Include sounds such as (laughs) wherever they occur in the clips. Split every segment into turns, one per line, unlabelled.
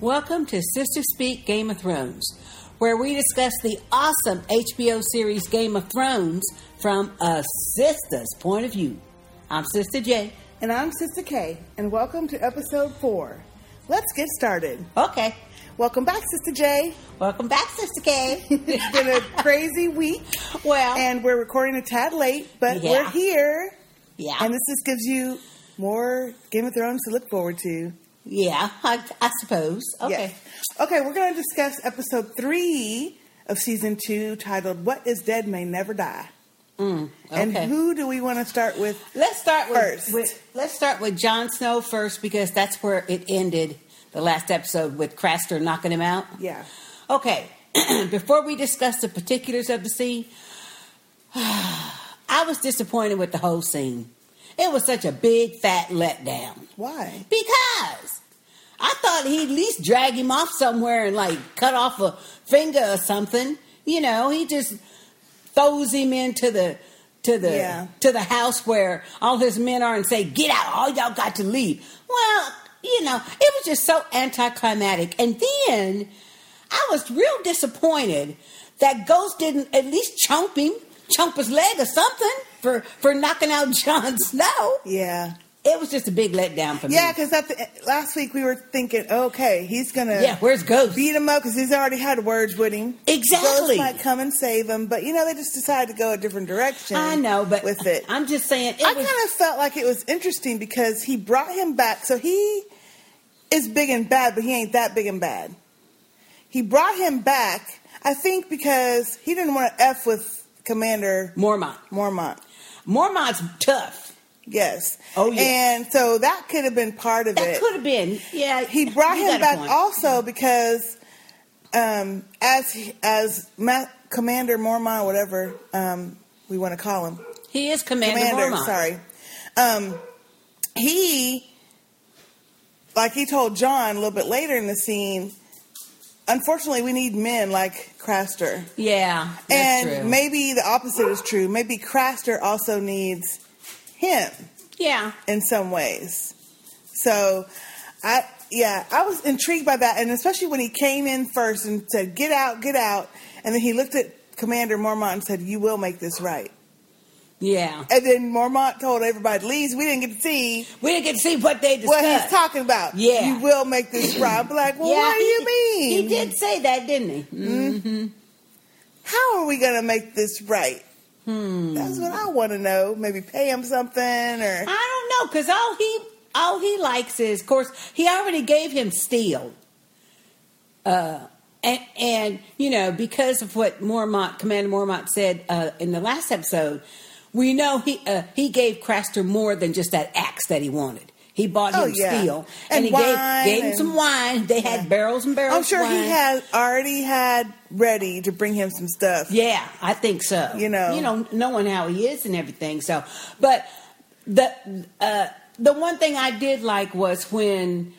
Welcome to Sister Speak Game of Thrones, where we discuss the awesome HBO series Game of Thrones from a sister's point of view. I'm Sister J.
And I'm Sister K, and welcome to episode four. Let's get started.
Okay.
Welcome back, Sister J.
Welcome back, Sister K. (laughs)
It's been a crazy week,
well,
and we're recording a tad late, but
Yeah.
we're here.
yeah.
And this just gives you more Game of Thrones to look forward to.
yeah, I, I suppose. Okay.
Yes. Okay, we're going to discuss episode three of season two titled What is Dead May Never Die. And
hmm, okay.
who do we want to start with?
Let's start with,
First.
with- let's start with Jon Snow first because that's where it ended the last episode with Craster knocking him out.
Yeah.
Okay, (clears throat) before we discuss the particulars of the scene, (sighs) I was disappointed with the whole scene. It was such a big fat letdown
Why?
because I thought he'd at least drag him off somewhere and like cut off a finger or something. You know, he just throws him into the to the
Yeah.
to the house where all his men are and say, "Get out! All y'all got to leave." Well, you know, it was just so anticlimactic. And then I was real disappointed that Ghost didn't at least chomp him, chomp his leg or something for for knocking out Jon (laughs) Snow.
Yeah.
It was just a big letdown for me.
Yeah, because last week we were thinking, okay, he's going to
Yeah, where's Ghost?
beat him up because he's already had words with him.
Exactly.
Ghost might come and save him, but you know, they just decided to go a different direction.
I know, but
with it.
I'm just saying. It
I
was,
kind of felt like it was interesting because he brought him back. So he is big and bad, but he ain't that big and bad. He brought him back, I think, because he didn't want to F with Commander
Mormont.
Mormont.
Mormont's tough.
Yes.
Oh, yeah.
And so that could have been part of
That
it.
could have been. Yeah,
He brought
you got a
him back
point.
also because um, as as Ma- Commander Mormont, whatever um, we want to call him,
He is Commander,
Commander,
Mormont.
sorry. Um, he, like he told John a little bit later in the scene, unfortunately, we need men like Craster.
Yeah, that's
and
true.
maybe the opposite is true. Maybe Craster also needs him
yeah,
in some ways. So, I yeah, I was intrigued by that, and especially when he came in first and said, "Get out, get out," and then he looked at Commander Mormont and said, "You will make this right."
yeah.
And then Mormont told everybody to leave. We didn't get to see
We didn't get to see what they discussed.
what he's talking about.
Yeah.
You will
(clears throat)
make this right. I'm like, well,
Yeah,
what do
he-
you mean?
He did say that, didn't he?
How are we going to make this right?
Hmm.
That's what I want to know. Maybe pay him something or.
I don't know because all he all he likes is, of course, he already gave him steel. Uh, and, and you know because of what Mormont, Commander Mormont said uh, in the last episode, we know he uh, he gave Craster more than just that axe that he wanted. He bought
Oh,
him
yeah.
steel,
And
he gave,
wine
gave him
and-
some wine. They
Yeah.
had barrels and barrels.
I'm sure
of
he
wine.
had already had ready to bring him some stuff.
Yeah, I think so.
You know.
you know, knowing how he is and everything. So, but the uh, the one thing I did like was when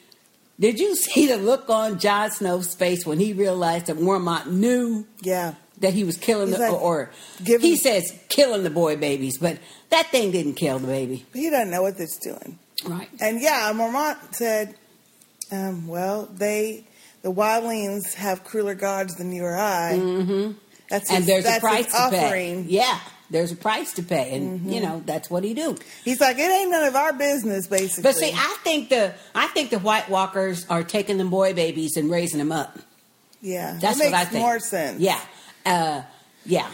did you see the look on Jon Snow's face when he realized that Mormont knew
Yeah.
that he was killing
He's
the
like,
or,
give
he
him-
says killing the boy babies, but that thing didn't kill the baby,
But he doesn't know what it's doing.
right?
And yeah, Mormont said, um, well, they, the wildlings have crueler gods than you or I. Mm-hmm. That's his,
and there's
that's
a price
his
to
offering. Mm-hmm.
pay. Yeah, there's a price to pay, and you know that's what he do.
He's like, it ain't none of our business, basically.
But see, I think the I think the White Walkers are taking the boy babies and raising them up.
yeah,
That's
that makes
what I think.
more sense.
Yeah, uh, yeah,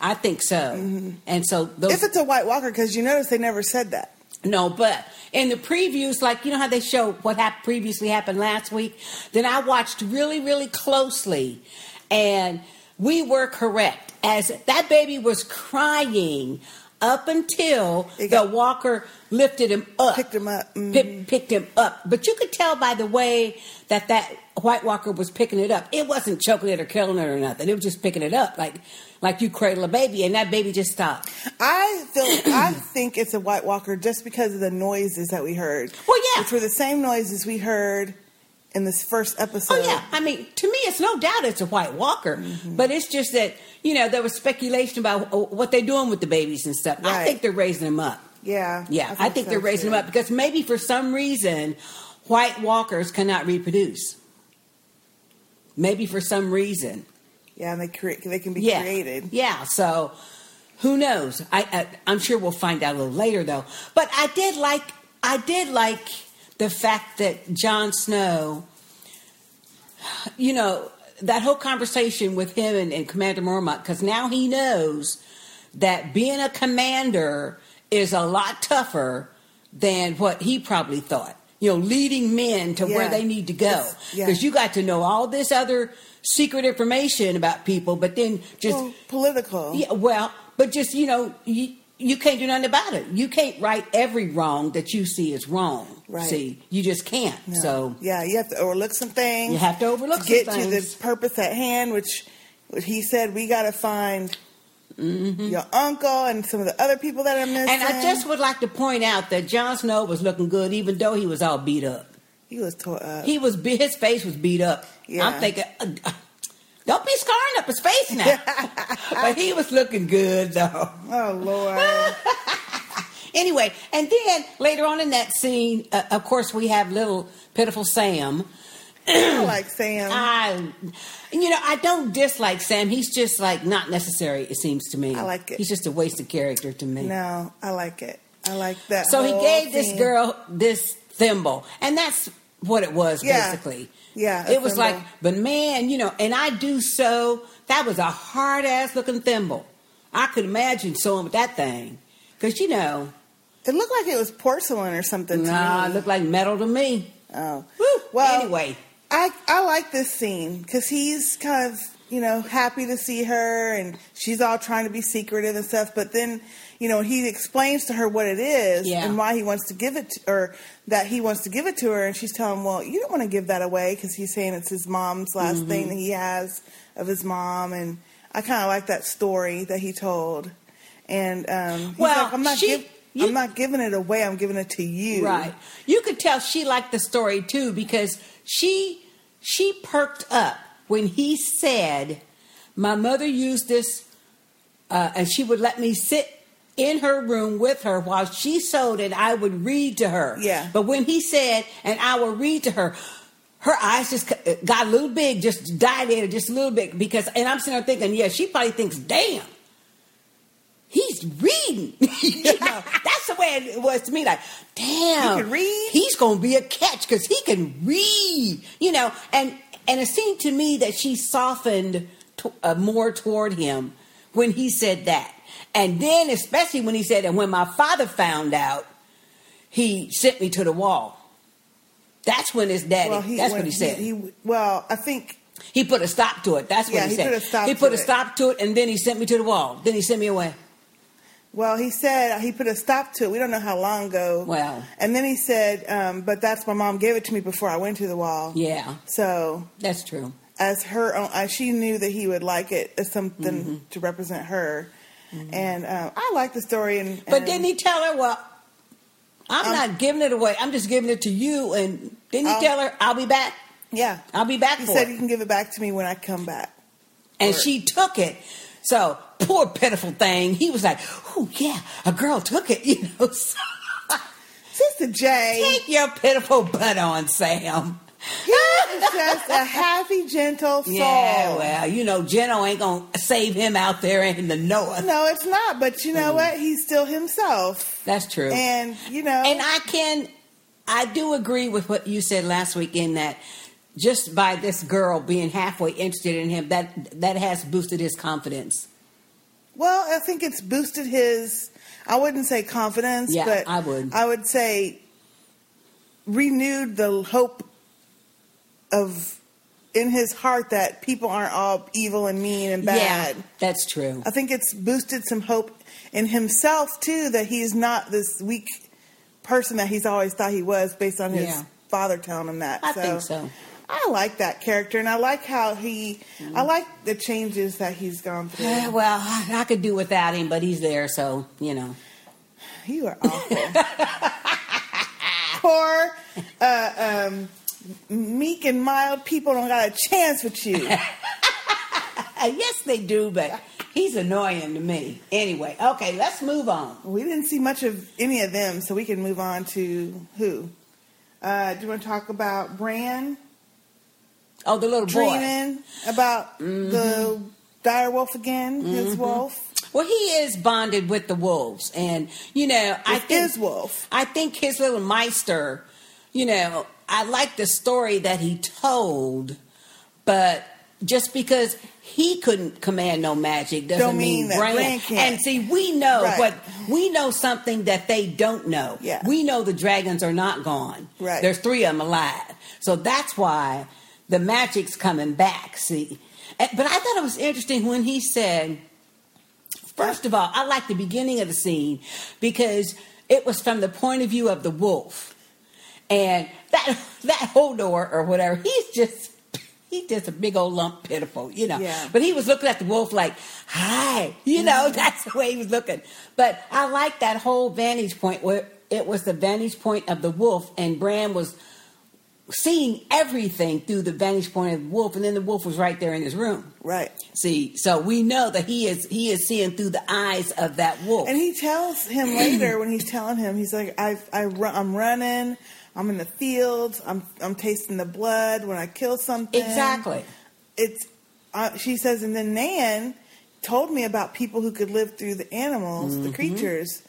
I think so.
Mm-hmm.
And so those
if it's a White Walker, because you notice they never said that.
no, but in the previews, like you know how they show what hap- previously happened last week. Then I watched really, really closely, and we were correct as that baby was crying up until
It
the
got-
walker lifted him up,
Picked him up. Mm.
pick, picked him up. But you could tell by the way that that White Walker was picking it up. It wasn't choking it or killing it or nothing. It was just picking it up like like you cradle a baby, and that baby just stopped.
I feel, I think it's a White Walker just because of the noises that we heard.
Well, yeah.
which were the same noises we heard in this first episode.
Oh yeah, I mean, to me, it's no doubt it's a White Walker,
Mm-hmm.
but it's just that you know there was speculation about uh, what they're doing with the babies and stuff. I
Right.
think they're raising them up.
yeah,
Yeah, I think,
so,
they're raising
too.
them up because maybe for some reason White Walkers cannot reproduce. maybe for some reason.
Yeah, and they create they can be
yeah.
created.
Yeah, so who knows? I, I I'm sure we'll find out a little later though. But I did like I did like the fact that Jon Snow, you know, that whole conversation with him and, and Commander Mormont, because now he knows that being a commander is a lot tougher than what he probably thought. You know, leading men to where
Yeah.
they need to go.
It's- yeah.
Because you got to know all this other secret information about people, but then just
Well, political.
yeah, well, but just you know, you you can't do nothing about it. You can't right every wrong that you see is wrong.
Right.
See, you just can't.
Yeah.
So
yeah, you have to overlook some things.
you have to overlook
get
some
to
things.
the purpose at hand, which, which he said we got to find your uncle and some of the other people that are missing.
Mm-hmm. and I just would like to point out that Jon Snow was looking good, even though he was all beat up.
he was tore up.
He was be- his face was beat up.
Yeah.
I'm thinking, uh, uh, don't be scarring up his face
(laughs)
now. but he was looking good though.
oh
(laughs)
Lord,
Anyway, and then later on in that scene, uh, of course, we have little pitiful Sam.
I like Sam.
I, you know, I don't dislike Sam. He's just like not necessary. It seems to me.
I like it.
He's just a wasted character to me.
no, I like it. I like that.
so he
whole
gave this
scene.
girl this thimble, and that's what it was
Yeah.
basically.
Yeah, a
it was
thimble.
like, but man, you know, and I do so. That was a hard ass looking thimble. I could imagine sewing with that thing because you know,
It looked like it was porcelain or something. To
nah,
me.
it looked like metal to me.
oh,
Whew.
well,
anyway,
I I like this scene because he's kind of you know happy to see her and she's all trying to be secretive and stuff. But then you know he explains to her what it is
Yeah.
and why he wants to give it to, or that he wants to give it to her, and she's telling him, well, you don't want to give that away because he's saying it's his mom's last
Mm-hmm.
thing that he has of his mom, and I kind of like that story that he told. And um, he's
Well,
like, I'm not
she-
give-
you-
I'm not giving it away. I'm giving it to you.
Right. You could tell she liked the story too because she she perked up when he said, "My mother used this, uh, and she would let me sit." In her room with her while she sewed, and I would read to her.
Yeah.
But when he said, and I will read to her, her eyes just c- got a little big, just dilated just a little bit because, and I'm sitting there thinking, yeah, she probably thinks, damn, he's reading. (laughs) you know, that's the way it was to me. Like, damn,
He can read?
He's gonna be a catch because he can read. You know, and and it seemed to me that she softened to, uh, more toward him when he said that, and then especially when he said, and when my father found out, he sent me to the wall. That's when his daddy. that's
when
what he said.
He,
He,
well, I think
put a stop to it. That's what
Yeah,
he,
he
said.
put a stop
he
to
put a
it.
stop to it, and then he sent me to the wall. Then he sent me away.
Well, he said he put a stop to it. We don't know how long ago.
Wow.
And then he said, um, but that's my mom gave it to me before I went to the wall.
Yeah,
So
that's true.
as her own, as she knew that he would like it as something
Mm-hmm.
to represent her. And um, I like the story. And,
But
and Um,
didn't he tell her, well, I'm not giving it away. I'm just giving it to you. And didn't he
Oh.
tell her, I'll be back?
Yeah.
I'll be back
He
for
said,
it.
you can give it back to me when I come back.
and
for it.
she took it. So poor pitiful thing. He was like, oh, yeah, a girl took it. (laughs) You know, so
Sister J
take your pitiful butt on, Sam.
is just a happy, gentle soul.
Yeah, well, you know, Jeno ain't going to save him out there in the north.
No, it's not. But you
Mm.
know what? He's still himself.
That's true.
And, you know.
And I can, I do agree with what you said last week in that just by this girl being halfway interested in him, that that has boosted his confidence.
Well, I think it's boosted his. I wouldn't say confidence,
Yeah,
but
I would.
I would say renewed the hope of in his heart that people aren't all evil and mean and bad.
Yeah, that's true.
I think it's boosted some hope in himself too that he's not this weak person that he's always thought he was based on his
Yeah.
father telling him that.
I think so.
I like that character and I like how he
Mm-hmm.
I like the changes that he's gone through.
Eh, (sighs) Well, I could do without him, but he's there, so you know.
You are awful. (laughs) Poor, uh, um, meek and mild people don't got a chance with
(laughs)
you.
Uh, yes, they do, but he's annoying to me. Anyway, okay, let's move on.
we didn't see much of any of them, so we can move on to who. Uh, do you want to talk about Bran?
Oh, the little boy.
dreaming about
Mm-hmm.
the dire wolf again, his wolf,
Well, he is bonded with the wolves, and you know, I
with
think
his wolf.
I think his little Meister, you know, I like the story that he told, but just because he couldn't command no magic doesn't
Don't mean that
Bran.
Bran can't.
And see, we know
Right.
what we know something that they don't know.
Yeah.
We know the dragons are not gone.
Right.
There's three of them alive. So that's why the magic's coming back, see. And- But I thought it was interesting when he said, First of all, I like the beginning of the scene because it was from the point of view of the wolf. And that (laughs) that Hodor or whatever, he's just he's just a big old lump pitiful, you know.
Yeah. Mm-hmm.
But he was looking at the wolf like, hi, you know, (laughs) that's the way he was looking. But I like that whole vantage point where it was the vantage point of the wolf and Bran was seeing everything through the vantage point of the wolf and then the wolf was right there in his room.
Right.
See, so we know that he is he is seeing through the eyes of that wolf.
And he tells him later when he's telling him, he's like, I, I run, I'm running, I'm in the fields, I'm, I'm tasting the blood when I kill something.
exactly.
It's, uh, she says, and then Nan told me about people who could live through the animals, the creatures.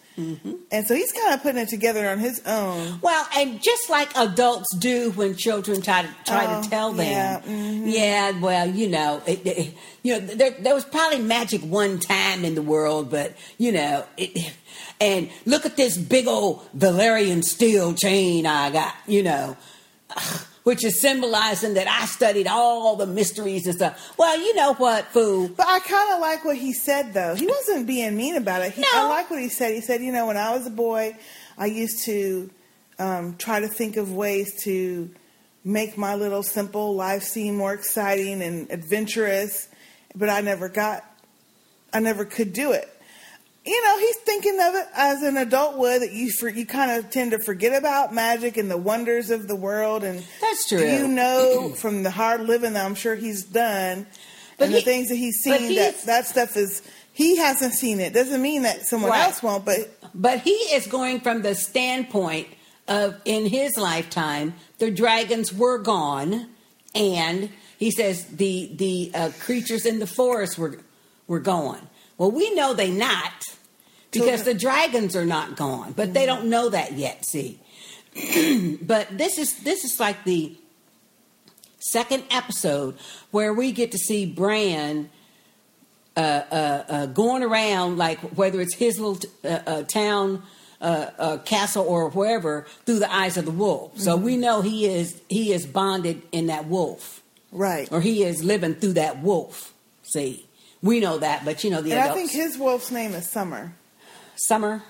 And so he's kind of putting it together on his own.
Well, and just like adults do when children try to try to
Oh,
tell them,
yeah, mm-hmm.
yeah, well, you know, it, it- you know, there, there was probably magic one time in the world, but you know, it, and look at this big old Valerian steel chain I got, you know. (sighs) Which is symbolizing that I studied all the mysteries and stuff. Well, you know what, fool?
But I kind of like what he said, though. He wasn't being mean about it. He, I
No.
like what he said. He said, you know, when I was a boy, I used to um, try to think of ways to make my little simple life seem more exciting and adventurous, but I never got, I never could do it. You know, he's thinking of it as an adult would that you for, you kind of tend to forget about magic and the wonders of the world and
That's
do
true.
you know from the hard living that I'm sure he's done
But
and
he-
the things that he's
but
seen that
he's-
that stuff is he hasn't seen it doesn't mean that someone
Right.
else won't but
But he is going from the standpoint of in his lifetime the dragons were gone, and he says the the uh, creatures in the forest were were gone. Well, we know they not because the dragons are not gone, but they don't know that yet. See, (clears throat) but this is this is like the second episode where we get to see Bran uh, going around, like whether it's his little t- uh, uh, town, uh, uh, castle, or wherever, through the eyes of the wolf. So
Mm-hmm.
we know he is he is bonded in that wolf,
right
or he is living through that wolf. See, we know that, but you know the
and
adults.
I think his Mm-hmm. wolf's name is Summer
Summer.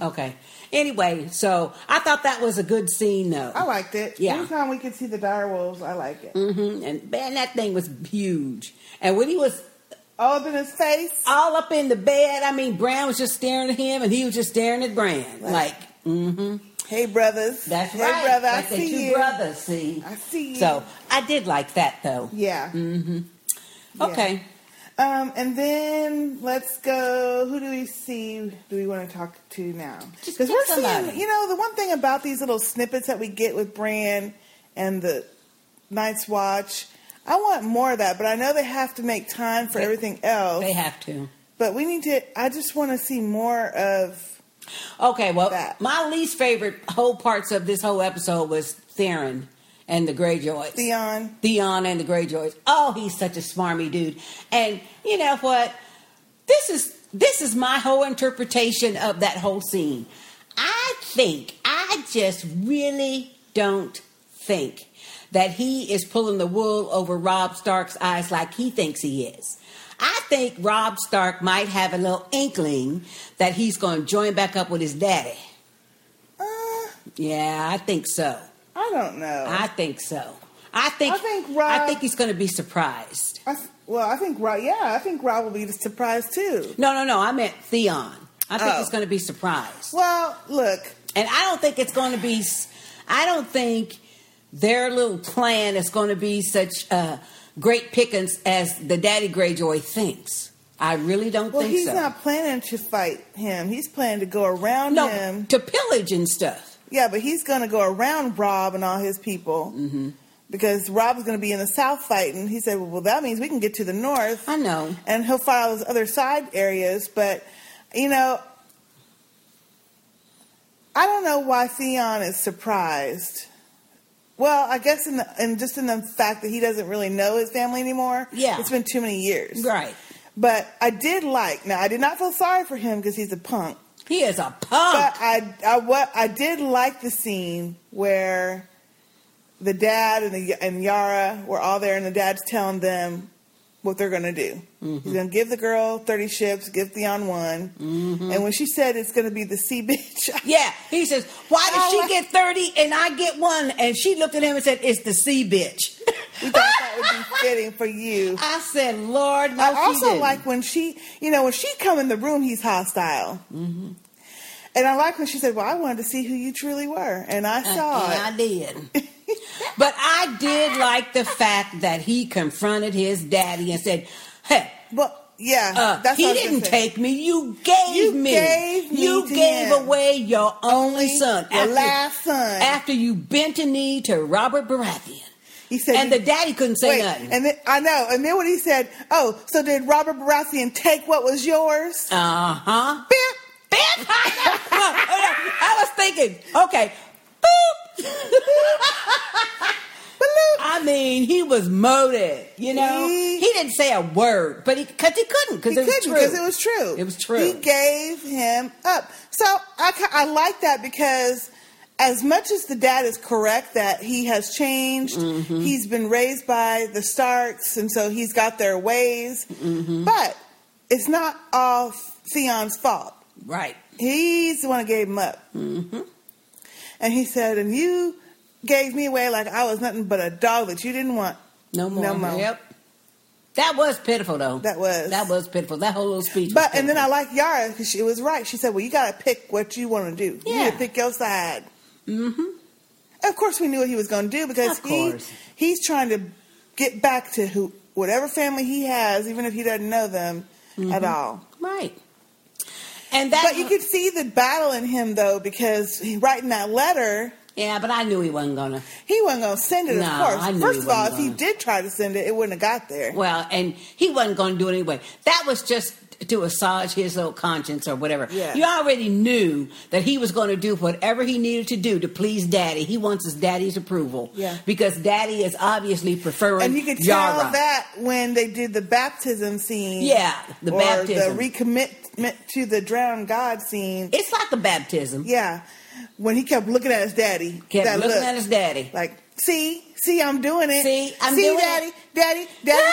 Okay. Anyway, so I thought that was a good scene, though.
I liked it
Yeah.
anytime we could see the dire wolves I like it
hmm And man, that thing was huge. And when he was
all up in his face
all up in the bed, I mean, Brown was just staring at him, and he was just staring at Brown,
Right.
like.
hey brothers
That's
hey
right.
brother
Like
I
the two
see you
brothers, see.
I see you
So I did like that though.
yeah Yeah.
Okay.
um and then let's go who do we see do we want to talk to now
Just
because
pick
we're
somebody.
seeing you know the one thing about these little snippets that we get with Bran and the Night's Watch. I want more of that, but I know they have to make time for
They-
everything else.
They have to.
But we need to. I just want to see more of.
Okay, well
That.
my least favorite whole parts of this whole episode was Theron and the Greyjoys.
Theon.
Theon and the Greyjoys. Oh, he's such a smarmy dude. And you know what? This is this is my whole interpretation of that whole scene. I think I just really don't think that he is pulling the wool over Rob Stark's eyes like he thinks he is. I think Rob Stark might have a little inkling that he's going to join back up with his daddy.
Uh,
Yeah, I think so.
I don't know. I,
I think so. I think
I think Rob-
I think he's going to be surprised.
th- well, I think Rob. Yeah, I think Rob will be surprised too.
No, no, no. I meant Theon. I think
Oh.
he's going to be surprised,
Well, look.
and I don't think it's going to be. s- I don't think their little plan is going to be such uh, great pickings as the Daddy Greyjoy thinks. I really don't
Well,
think
he's
so.
not planning to fight him. He's planning to go around
no,
him.
to pillage and stuff. Mm-hmm.
Yeah, but he's going to go around Rob and all his people. because Rob's going to be in the South fighting. He said, well, that means we can get to the North
I know.
and he'll fight all those other side areas. But, you know, I don't know why Theon is surprised. Well, I guess in, the, in just in the fact that he doesn't really know his family anymore.
Yeah.
It's been too many years.
Right.
But I did like, now I did not feel sorry for him because he's a punk.
He is a punk.
But I, I, what I did like the scene where the dad and the and Yara were all there, and the dad's telling them what they're going to do. He's going to give the girl thirty ships, give Theon one, and when she said it's going to be the sea (laughs) bitch,
yeah. He says, Why did
Oh,
she
I-
get 30 and I get one? And she looked at him and said, It's the C bitch.
we thought that would be fitting for you.
I said, Lord, no,
I
she
also
didn't.
like when she, you know, when she come in the room, he's hostile.
Mm-hmm.
And I like when she said, "Well, I wanted to see who you truly were," and I saw it.
Uh, And I did. but I did like the fact that he confronted his daddy and said, Hey,
well, yeah,
uh,
that's
he
what I was gonna
didn't
say.
take me. You gave
You
me.
gave me
you
to
gave
him.
away your only son.
Your last son.
After you bent a knee to Robert Baratheon.
He said,
and the daddy couldn't say
wait,
nothing.
and then, I know. And then when he said, "Oh, so did Robert Baratheon take what was yours?"
Uh huh.
Beep.
(laughs) Bam! I was thinking, okay,
(laughs)
boop.
Bloop.
I mean, he was moated, you know.
He-
He, didn't say a word, but he because he couldn't because
He
it was
couldn't
true.
because it was true.
It was true.
He gave him up. So I, ki- I like that because as much as the dad is correct that he has changed,
Mm-hmm.
he's been raised by the Starks, and so he's got their ways.
Mm-hmm.
But it's not all Theon's fault.
right.
He's the one who gave him up.
Mm-hmm.
And he said, And you gave me away like I was nothing but a dog that you didn't want.
No more.
No more.
Yep. That was pitiful, though.
That was.
That was pitiful. That whole little speech.
But, and then I like Yara because she was right. She said, Well, you got to pick what you want to do. You
Yeah.
need to pick your side. Mm-hmm. Of course, we knew what he was going to do because
Of
he,
course.
he's trying to get back to who, whatever family he has, even if he doesn't know them at all.
right. And Mm-hmm. that.
But you could see the battle in him, though, because he, writing that letter,
yeah, but I knew he wasn't gonna.
He wasn't gonna send it, of
No,
course.
I knew
First
he
of all,
wasn't
if he
gonna.
did try to send it, it wouldn't have got there.
Well, and he wasn't going to do it anyway. That was just to assuage his old conscience or whatever.
Yeah.
You already knew that he was going to do whatever he needed to do to please daddy. He wants his daddy's approval.
Yeah.
Because daddy is obviously preferring
and you could tell
Yara.
that when they did the baptism scene.
Yeah, the
or
baptism.
the recommitment to the drowned god scene.
it's like a baptism.
yeah, when he kept looking at his daddy,
Kept
that
looking
look,
at his daddy.
like, see, see, I'm doing it.
See, I'm
see,
doing
daddy,
it."
daddy, daddy,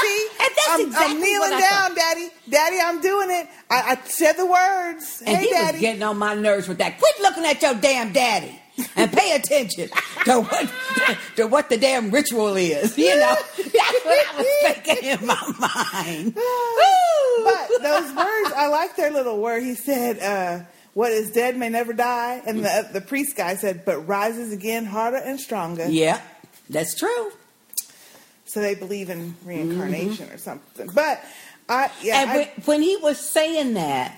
(laughs)
see, see,
And that's
I'm,
exactly
I'm
what
kneeling
I
down,
thought.
daddy, daddy, I'm doing it. I, I said the words.
And
hey,
he
daddy,
was
(sighs)
getting on my nerves with that. Quit looking at your damn daddy and pay attention to what to what the damn ritual is. You know, (laughs) that's what I was thinking in my mind. Woo!
but those words, I like their little word. He said, uh, "What is dead may never die," and the the priest guy said, "But rises again, harder and stronger."
Yeah, that's true.
So they believe in reincarnation or something. But I, yeah,
Mm-hmm. and
I-
when, when he was saying that,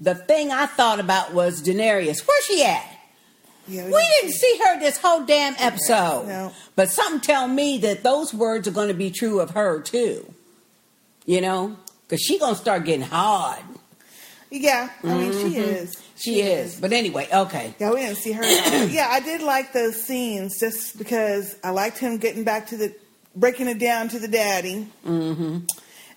the thing I thought about was Daenerys. Where's she at?
yeah,
We didn't see her this whole damn episode.
No.
But something tell me that those words are going to be true of her too. You know, because she going to start getting hard.
Yeah, I mean, she is.
Mm-hmm. She, is. But anyway, okay.
Yeah, we didn't see her. at all. yeah, I did like those scenes just because I liked him getting back to the breaking it down to the daddy, mm-hmm.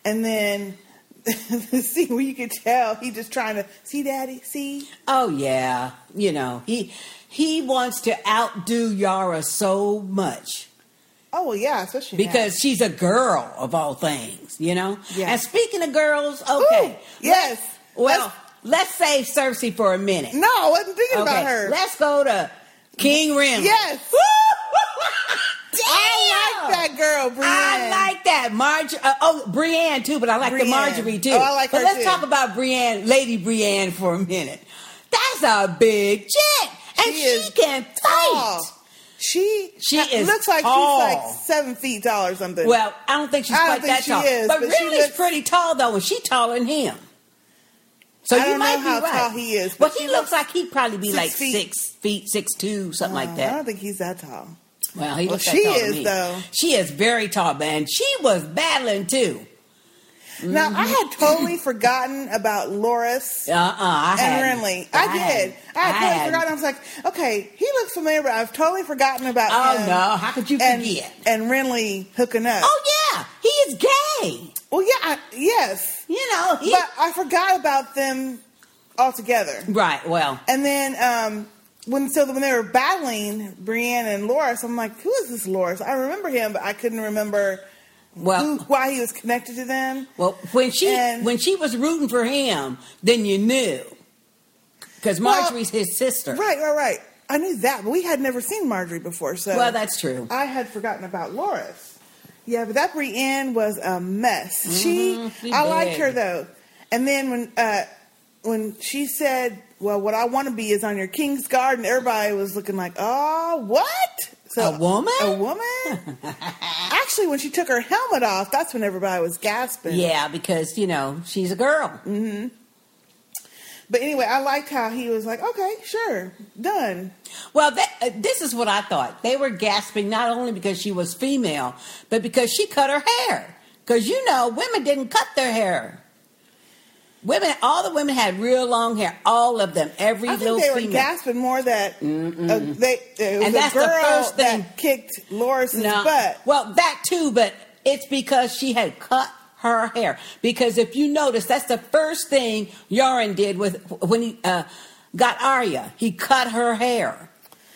and then (laughs) the scene where you could tell he just trying to see daddy, see.
Oh yeah, you know he he wants to outdo Yara so much.
Oh well, yeah, especially now.
because she's a girl of all things, you know?
Yeah.
And speaking of girls,
Ooh,
okay.
yes.
Well, let's, save Cersei for a minute.
no, I wasn't thinking
okay.
about her.
Let's go to King Rim.
Yes. (laughs) I
Damn!
like that girl, Brienne.
I like that Marge. Uh, oh, Brienne too, but I like
Brienne.
the Marjorie too.
Oh, I like
but
her
let's
too.
talk about Brienne, Lady Brienne, for a minute. That's a big chick, and
She
she,
is
can fight.
tall. She
She
ha-
is
looks like
tall.
she's like seven feet tall or something.
Well, I don't think she's
I don't
quite
think
that
she
tall.
is,
but,
but she
Ridley's
looks-
pretty tall though, and she's taller than him. So
I
you
don't
might
know how
be right.
tall he is,
Well,
but
he
she
looks like he'd probably be
six
like
feet.
six feet, six two, something
Uh,
like
I
that.
don't think he's that tall.
Well, he
Well,
looks that
she
tall to
is,
me.
though.
She is very tall, man. She was battling too. Mm-hmm.
Now I had totally forgotten about Loris
Uh uh I
and
hadn't.
Renly. I, did.
hadn't.
I had totally
hadn't.
forgotten. I was like, okay, he looks familiar, but I've totally forgotten about
Oh
him.
no! How could you
And
forget?
and Renly hooking up.
Oh yeah, he is gay.
Well, yeah, I, yes,
You know. He,
but I forgot about them altogether.
right. Well.
And then um, when so when they were battling Brienne and Loris, I'm like, who is this Loris? I remember him, but I couldn't remember who,
Well.
why he was connected to them.
Well, when she
And-
when she was rooting for him, then you knew because
Well,
Marjorie's his sister.
Right, right, right. I knew that, but we had never seen Marjorie before, so
Well, that's true.
I had forgotten about Loris. Yeah, but that Brienne was a mess. She,
Mm-hmm, she
I liked
did.
her though. And then when uh, when she said, "Well, what I want to be is on your king's guard," and everybody was looking like, "Oh, what?"
A woman? (laughs)
A woman? Actually, when she took her helmet off, that's when everybody was gasping.
Yeah, because you know she's a girl.
But anyway, I liked how he was like, "Okay, sure, done."
Well, that, uh, this is what I thought. They were gasping not only because she was female, but because she cut her hair. Because you know, women didn't cut their hair. Women, all the women had real long hair. All of them, every
I
little
think they were
female.
gasping more that uh, they it was
And that's
a
the
girl
first thing-
that kicked Loris's
No.
butt.
Well, that too, but it's because she had cut her hair. Because if you notice, that's the first thing Yoren did with when he uh, got Arya. He cut her hair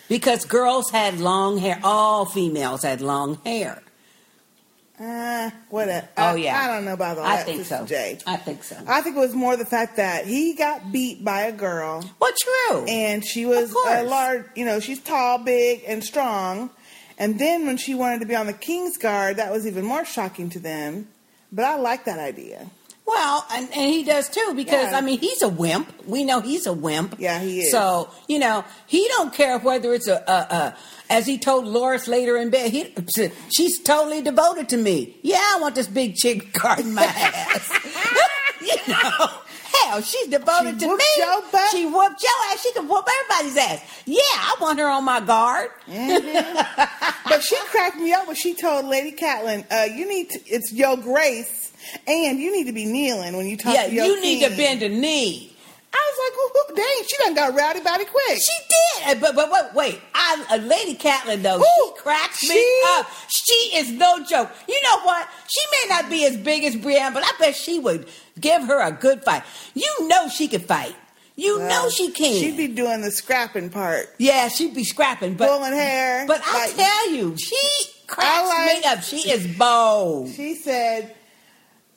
because girls had long hair. All females had long hair.
Uh, what a,
Oh
I-
yeah,
I don't know about all
I
that,
think
Sister
so.
J.
I think so.
I think it was more the fact that he got beat by a girl,
well, true.
and she was
Of course.
a large. You know, she's tall, big, and strong. And then when she wanted to be on the King's Guard, that was even more shocking to them. But I like that idea.
well, and, and he does too because
Yeah.
I mean he's a wimp. We know he's a wimp.
Yeah, he is.
So you know he don't care whether it's a, a, a as he told Loris later in bed. He, she's totally devoted to me. Yeah, I want this big chick guarding
(laughs)
my ass. (laughs) you know. Hell, she's devoted
She
to
whooped
me.
your butt.
She whooped your ass. She can whoop everybody's ass. Yeah, I want her on my guard.
But she cracked me up when she told Lady Catlin, uh, "You need to, it's your grace, and you need to be kneeling when you talk
yeah,
to your
you need to
king."
bend a knee.
I was like, well, who- "Dang, she done got rowdy body quick."
She did, Uh, but but wait, wait. I, uh, Lady Catlin though,
Ooh,
she cracks me
she-
up. She is no joke. You know what? She may not be as big as Brienne, but I bet she would give her a good fight. You know she could fight. You know she can.
She'd be doing the scrapping part,
yeah, she'd be scrapping, but
pulling hair.
but I
like-
tell you, she cracks
like-
me up. She is bold.
she said,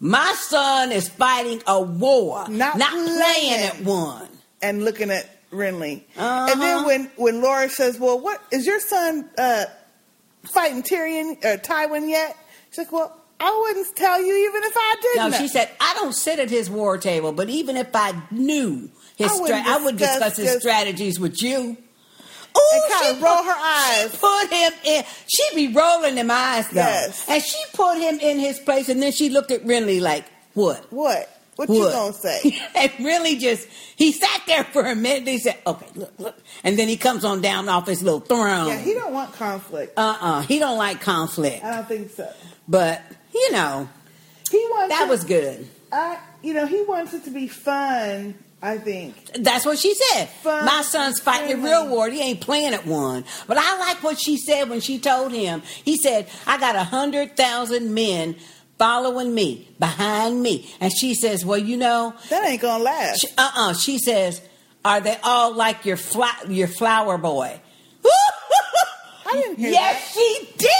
My son is fighting a war,
Not
playing
playing.
at one.
and looking at Renly.
Uh-huh.
And then when when Laura says, "Well, what is your son uh, fighting Tyrion or Tywin yet?" She's like, "Well, I wouldn't tell you even if I
No,
didn't."
she said, I don't sit at his war table, but even if I knew his
I
strategy,
wouldn't
I would
discuss
discuss his
this-
strategies with you. Oh,
And kinda
she
roll
put-
her eyes.
She put him in. She be rolling them eyes though,
Yes.
and she put him in his place. And then she looked at Renly like, "What?
"What?
What
What, you gonna say?"
(laughs) and Renly just he sat there for a minute. And he said, "Okay, look, look," and then he comes on down off his little throne.
yeah, he don't want conflict.
uh uh he don't like conflict,
I don't think so.
but you know
He wants
that
it-
was good.
I, you know, he wants it to be fun. I think.
That's what she said.
Fun.
My son's fighting a
Fun.
real war. He ain't playing at one. But I like what she said when she told him. He said, I got a hundred thousand men following me, behind me. And she says, Well, you know,
That ain't gonna last.
she, uh-uh. She says, Are they all like your fla- your flower boy? I
didn't hear
yes, she did.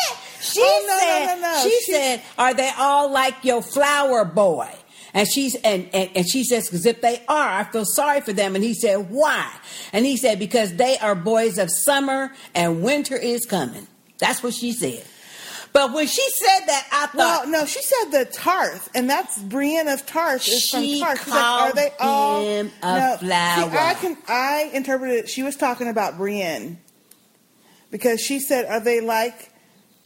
She
Oh, no, no,
said,
no, no.
She,
She-
said, Are they all like your flower boy? And she's and, and, and she says, because if they are, I feel sorry for them. And he said, Why? And he said, Because they are boys of summer and winter is coming. That's what she said. But when she said that, I thought
well, no, she said the Tarth, and that's Brienne of Tarth is
She
from Tarth. She's like, are they all
called him a
no,
flower.
See, I can I interpreted she was talking about Brienne because she said, "Are they like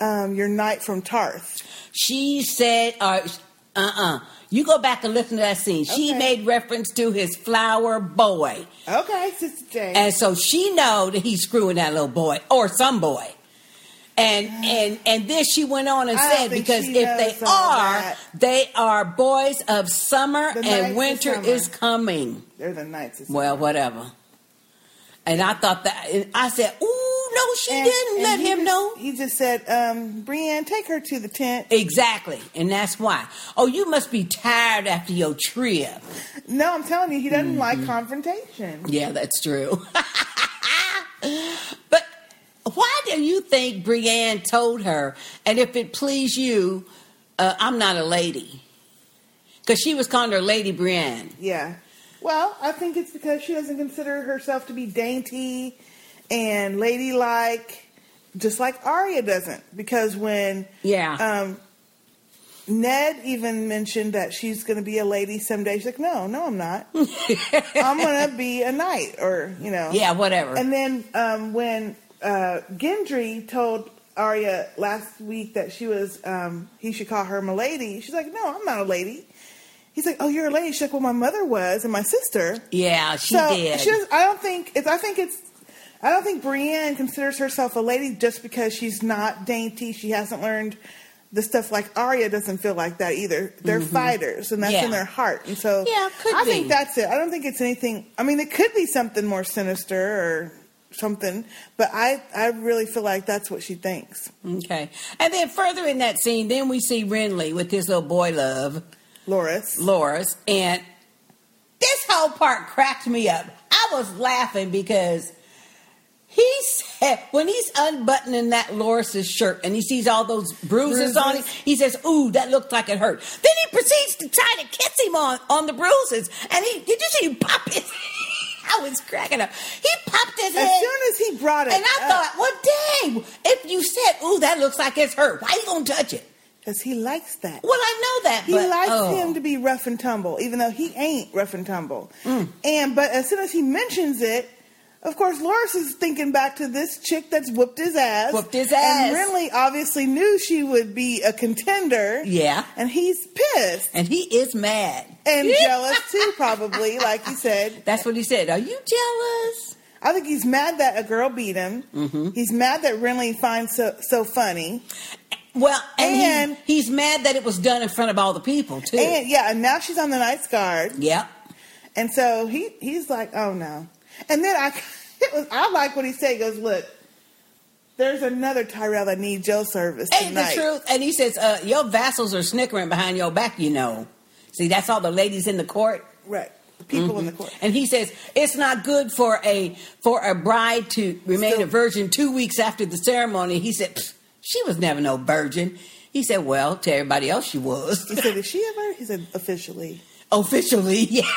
um, your knight from Tarth?"
She said, uh uh You go back and listen to that scene. She
Okay.
made reference to his flower boy.
Okay, Sister J.
And so she know that he's screwing that little boy or some boy. And and and then she went on and
I don't
said
think
because
she
if they
knows all
are,
that.
they are boys of summer
The nights
and
of
winter
summer.
is coming.
They're the knights. It's-
Well, whatever. And I thought that and I said, "Ooh, no, she
And-
didn't
and
let
he
him
just-
know."
He just said, um, Brienne, take her to the tent.
Exactly, and that's why. Oh, you must be tired after your trip.
No, I'm telling you, he
Mm-hmm.
doesn't like confrontation.
Yeah, that's true. (laughs) but why do you think Brienne told her? And if it please you, uh, I'm not a lady, because she was calling her Lady Brienne.
Yeah. Well, I think it's because she doesn't consider herself to be dainty and ladylike, just like Arya doesn't. Because when
Yeah,
um, Ned even mentioned that she's going to be a lady someday, she's like, no, no, I'm not. I'm going to be a knight, or, you know.
yeah, whatever.
And then um, when uh, Gendry told Arya last week that she was, um, he should call her milady. She's like, no, I'm not a lady. He's like, oh, you're a lady. She's like, well, my mother was, and my sister.
yeah, she
so
did.
she doesn't- I don't think it's. I think it's. I don't think Brienne considers herself a lady just because she's not dainty. She hasn't learned the stuff like Arya doesn't feel like that either. They're fighters, and that's
Mm-hmm. Yeah.
in their heart. And so,
Yeah, could
I
be.
think that's it. I don't think it's anything. I mean, it could be something more sinister or something, but I I really feel like that's what she thinks.
okay, and then further in that scene, then we see Renly with his little boy love.
Loris,
Laura's, and this whole part cracked me up. I was laughing because he said when he's unbuttoning that Loris's shirt and he sees all those bruises,
Bruises.
on it, he says, "Ooh, that looked like it hurt." Then he proceeds to try to kiss him on on the bruises, and he did you see him pop his? (laughs) I was cracking up. He popped his
as
head.
soon as he brought it,
and I thought, well, dang, if you said, ooh, that looks like it's hurt, why you gonna touch it?
because he likes that.
Well, I know that,
He
but,
likes
oh.
him to be rough and tumble, even though he ain't rough and tumble.
Mm.
And but as soon as he mentions it, of course, Loris is thinking back to this chick that's whooped his ass.
Whooped his ass.
And Renly obviously knew she would be a contender.
Yeah.
And he's pissed
And he is mad.
and jealous too,
(laughs)
probably, like you said.
That's what he said. Are you jealous?
I think he's mad that a girl beat him.
Mm-hmm.
He's mad that Renly finds so, so funny.
Well, and, he-
And-
he's mad that it was done in front of all the people too.
And yeah, and now she's on the Knight's Guard.
yep.
And so he he's like, oh no. And then I (laughs) it was I like what he said. He goes, look, there's another Tyrell that needs your service
Ain't
tonight.
the truth. And he says, uh, your vassals are snickering behind your back, you know. See, that's all the ladies in the court.
Right. The people in the court.
And he says, it's not good for a for a bride to remain
Still-
a virgin two weeks after the ceremony. He said, "Pfft, she was never no virgin. He said, well, to everybody else she was. (laughs)
He said, is she ever? He said, officially.
Officially, yeah.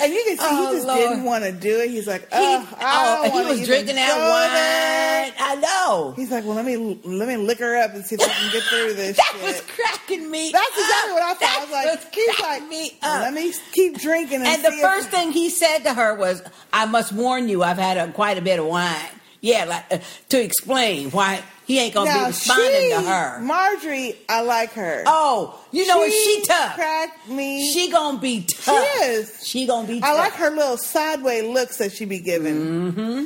And you can see
Oh,
he just
Lord.
didn't want to do it. He's like, oh,
he,
I
oh,
don't
and he
wanna
was
even
drinking that
go there."
wine. I know.
He's like, well, let me let me lick her up and see if I can get through
(laughs)
this.
That
shit.
was cracking me.
That's exactly
up.
what I thought.
That
I was like,
was
he's
cracking
like,
me up.
let me keep drinking. And,
and the
see if-
first thing he said to her was, "I must warn you, I've had a, quite a bit of wine." Yeah, like uh, to explain why he ain't gonna be responding
she,
to her.
Marjorie, I like her.
oh, you know what? She tough.
Cracked me.
she gonna be tough.
She is.
She gonna be. tough.
I like her little sideways looks that she be giving. Mm-hmm.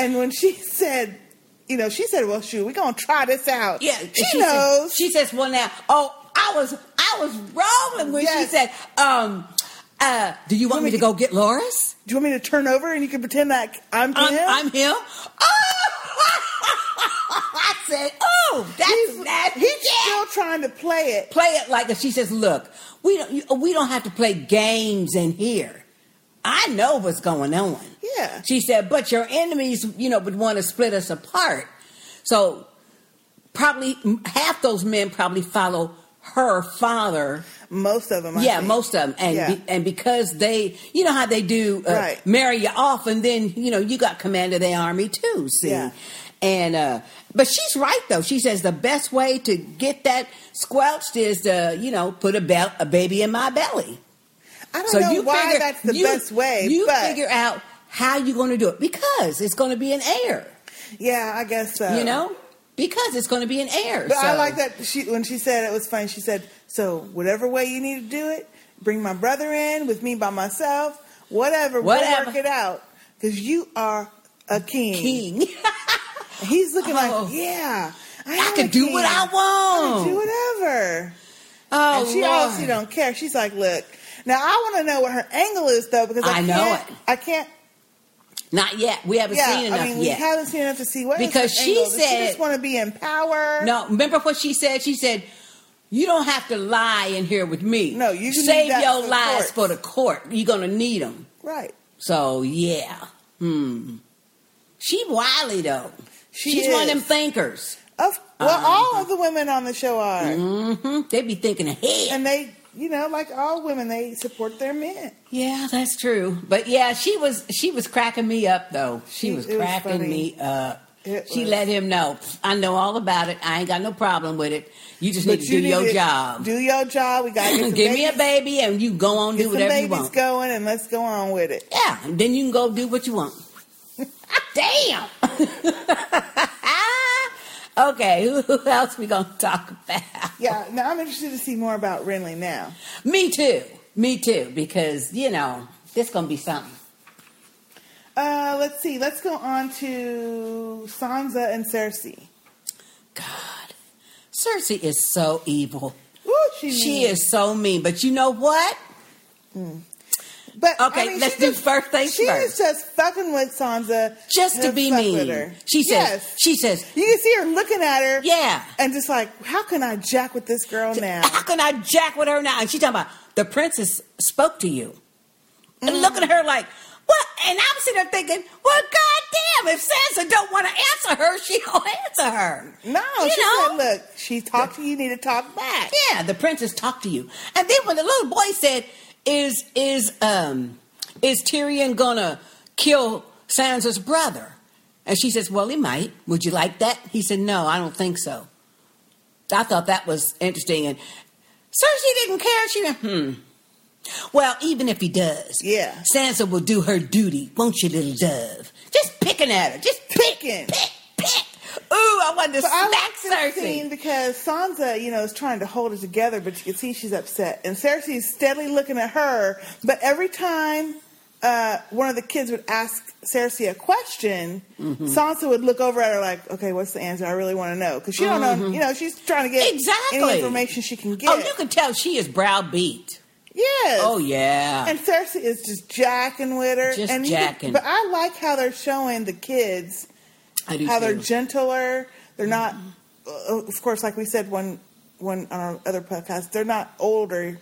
And when she said, you know, she said, "Well, shoot, we gonna try this out."
Yeah, and
she,
said-
knows.
she says, "Well, now, oh, I was, I was rolling when
Yes.
she said, um, uh, do you want me to go get Loris?'"
Do you want me to turn over and you can pretend like I'm him?
I'm, I'm him. Oh! (laughs) I said, oh, that's
he's
nasty.
he's
Yeah.
still trying to play it.
Play it like this. She says, look, we don't, you, we don't have to play games in here. I know what's going on.
Yeah.
She said, but your enemies, you know, would want to split us apart. So probably half those men probably follow her father
Most of them. I
yeah,
think.
most of them, and
Yeah.
be, and because they, you know how they do, uh,
Right.
marry you off, and then you know you got command of the army too. See,
Yeah.
and uh, but she's right though. She says the best way to get that squelched is to you know put a bel- a baby in my belly.
I don't
So
know
you
why
figure
that's the
you-
best way,
You
but
figure out how you're going to do it because it's going to be an heir.
yeah, I guess uh, so.
You know. Because it's going to be an heir.
Oh. But I
so-
like that she when she said it was funny. She said, "So whatever way you need to do it, bring my brother in with me by myself. Whatever,
Whatever.
(laughs) we'll work it out because you are a king.
king.
He's looking
Oh.
like, yeah,
I could do what I want.
Do whatever.
(laughs) Oh,
and she
Lord.
obviously don't care. She's like, look. Now I want to know what her angle is though, because I,
I
can't,
know it.
I can't.
Not yet. We haven't
Yeah,
seen enough
I mean,
yet.
we haven't seen enough to see what is
Because
her
she
angle. Does she
said-
just want to be in power.
No, remember what she said? She said, "You don't have to lie in here with me.
No, you can
save
leave that
your
for the
lies
courts."
for the court. You're gonna need them."
right?
So yeah, hmm. She wily though.
She
She's one of
is.
them thinkers.
Of well,
Uh-huh.
all of the women on the show are,
hmm They be thinking ahead.
and they, you know, like all women, they support their men.
yeah, that's true. But yeah, she was she was cracking me up though. She
It-
was
it was
cracking
funny.
me up.
It
she
was-
let him know. I know all about it. I ain't got no problem with it. You just
But
need to do
need
your (laughs)
to
job.
Do your job. We got
(clears throat)
to
Give me a baby and you go on do
Get some
whatever you
babies
want.
going, and let's go on with it.
Yeah, and then you can go do what you
(laughs)
want. Damn. (laughs) okay, who else we gonna talk about?
Yeah. Now I'm interested to see more about Renly now.
Me too. Me too. Because you know this gonna be something.
Uh, let's see. Let's go on to Sansa and Cersei.
God, Cersei is so evil.
Ooh, she,
She
mean.
is so mean. But you know what?
But I
Okay,
mean,
let's
she
do
just-
first things
She
first.
is just fucking with Sansa
Just to be
fuck
mean.
with her.
She says.
Yes.
She says.
You can see her looking at her.
Yeah.
And just like, how can I jack with this girl now?
How can I jack with her now? And she talking about the princess spoke to you. And looking at
Mm.
her like, what? And I'm sitting there thinking, well, goddamn, if Sansa don't want to answer her, she don't (laughs) answer her.
No,
(laughs) You
she
know?
said, look, she talked to you, you need to talk back.
Yeah, the princess talked to you. And then when the little boy said, is, is, um, is Tyrion gonna kill Sansa's brother? And she says, well, he might. Would you like that? He said, no, I don't think so. I thought that was interesting. And Cersei didn't care. She went, hmm. Well, even if he does,
Yeah.
Sansa will do her duty, won't you, little dove? Just picking at her. Just pick,
Picking.
pick, pick. Ooh, I wanted to
But I like
smack
this
Cersei.
scene because Sansa, you know, is trying to hold it together, but you can see she's upset. And Cersei is steadily looking at her, but every time uh, one of the kids would ask Cersei a question,
Mm-hmm.
Sansa would look over at her like, okay, what's the answer? I really want to know. Because she don't know, you know, she's trying to get
Mm-hmm. Exactly.
any information she can get.
Oh, you can tell she is browbeat.
yes.
Oh yeah.
And Cersei is just jacking with her.
Just
and you can-
jacking.
but I like how they're showing the kids
I do
how they're
too.
gentler. They're not, uh, of course, like we said one one on our other podcast. They're not older.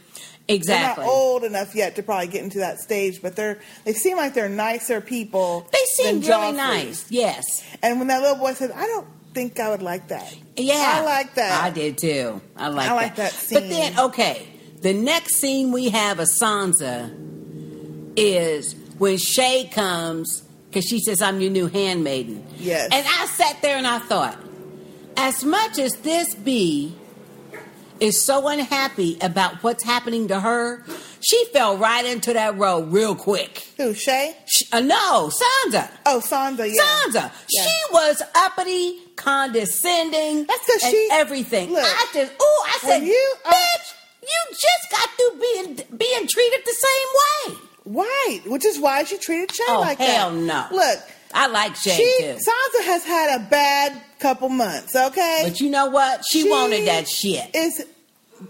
exactly.
They're not old enough yet to probably get into that stage, but they're they seem like they're nicer people.
They seem
than
really
Joffrey.
nice. Yes.
And when that little boy said, "I don't think I would like that,"
Yeah.
I like that.
I did too. I like
I
that.
like that
But
scene.
then okay, the next scene we have of Sansa is when Shay comes because she says, "I'm your new handmaiden."
Yes.
And I sat there and I thought, as much as this bee is so unhappy about what's happening to her, she fell right into that role real quick.
Who Shay?
She, uh, no, Sansa.
Oh, Sansa. Yeah.
Sansa.
Yeah.
She was uppity, condescending,
That's 'cause
and
she-
everything.
look.
I just, oh, I said,
When you uh, are-
bitch, you just got through being being treated the same way.
Right, which is why she treated Shay
Oh,
like
hell
that.
no.
Look,
I like Shay
she
too,
Sansa has had a bad couple months. Okay,
but you know what? She,
She
wanted that shit.
is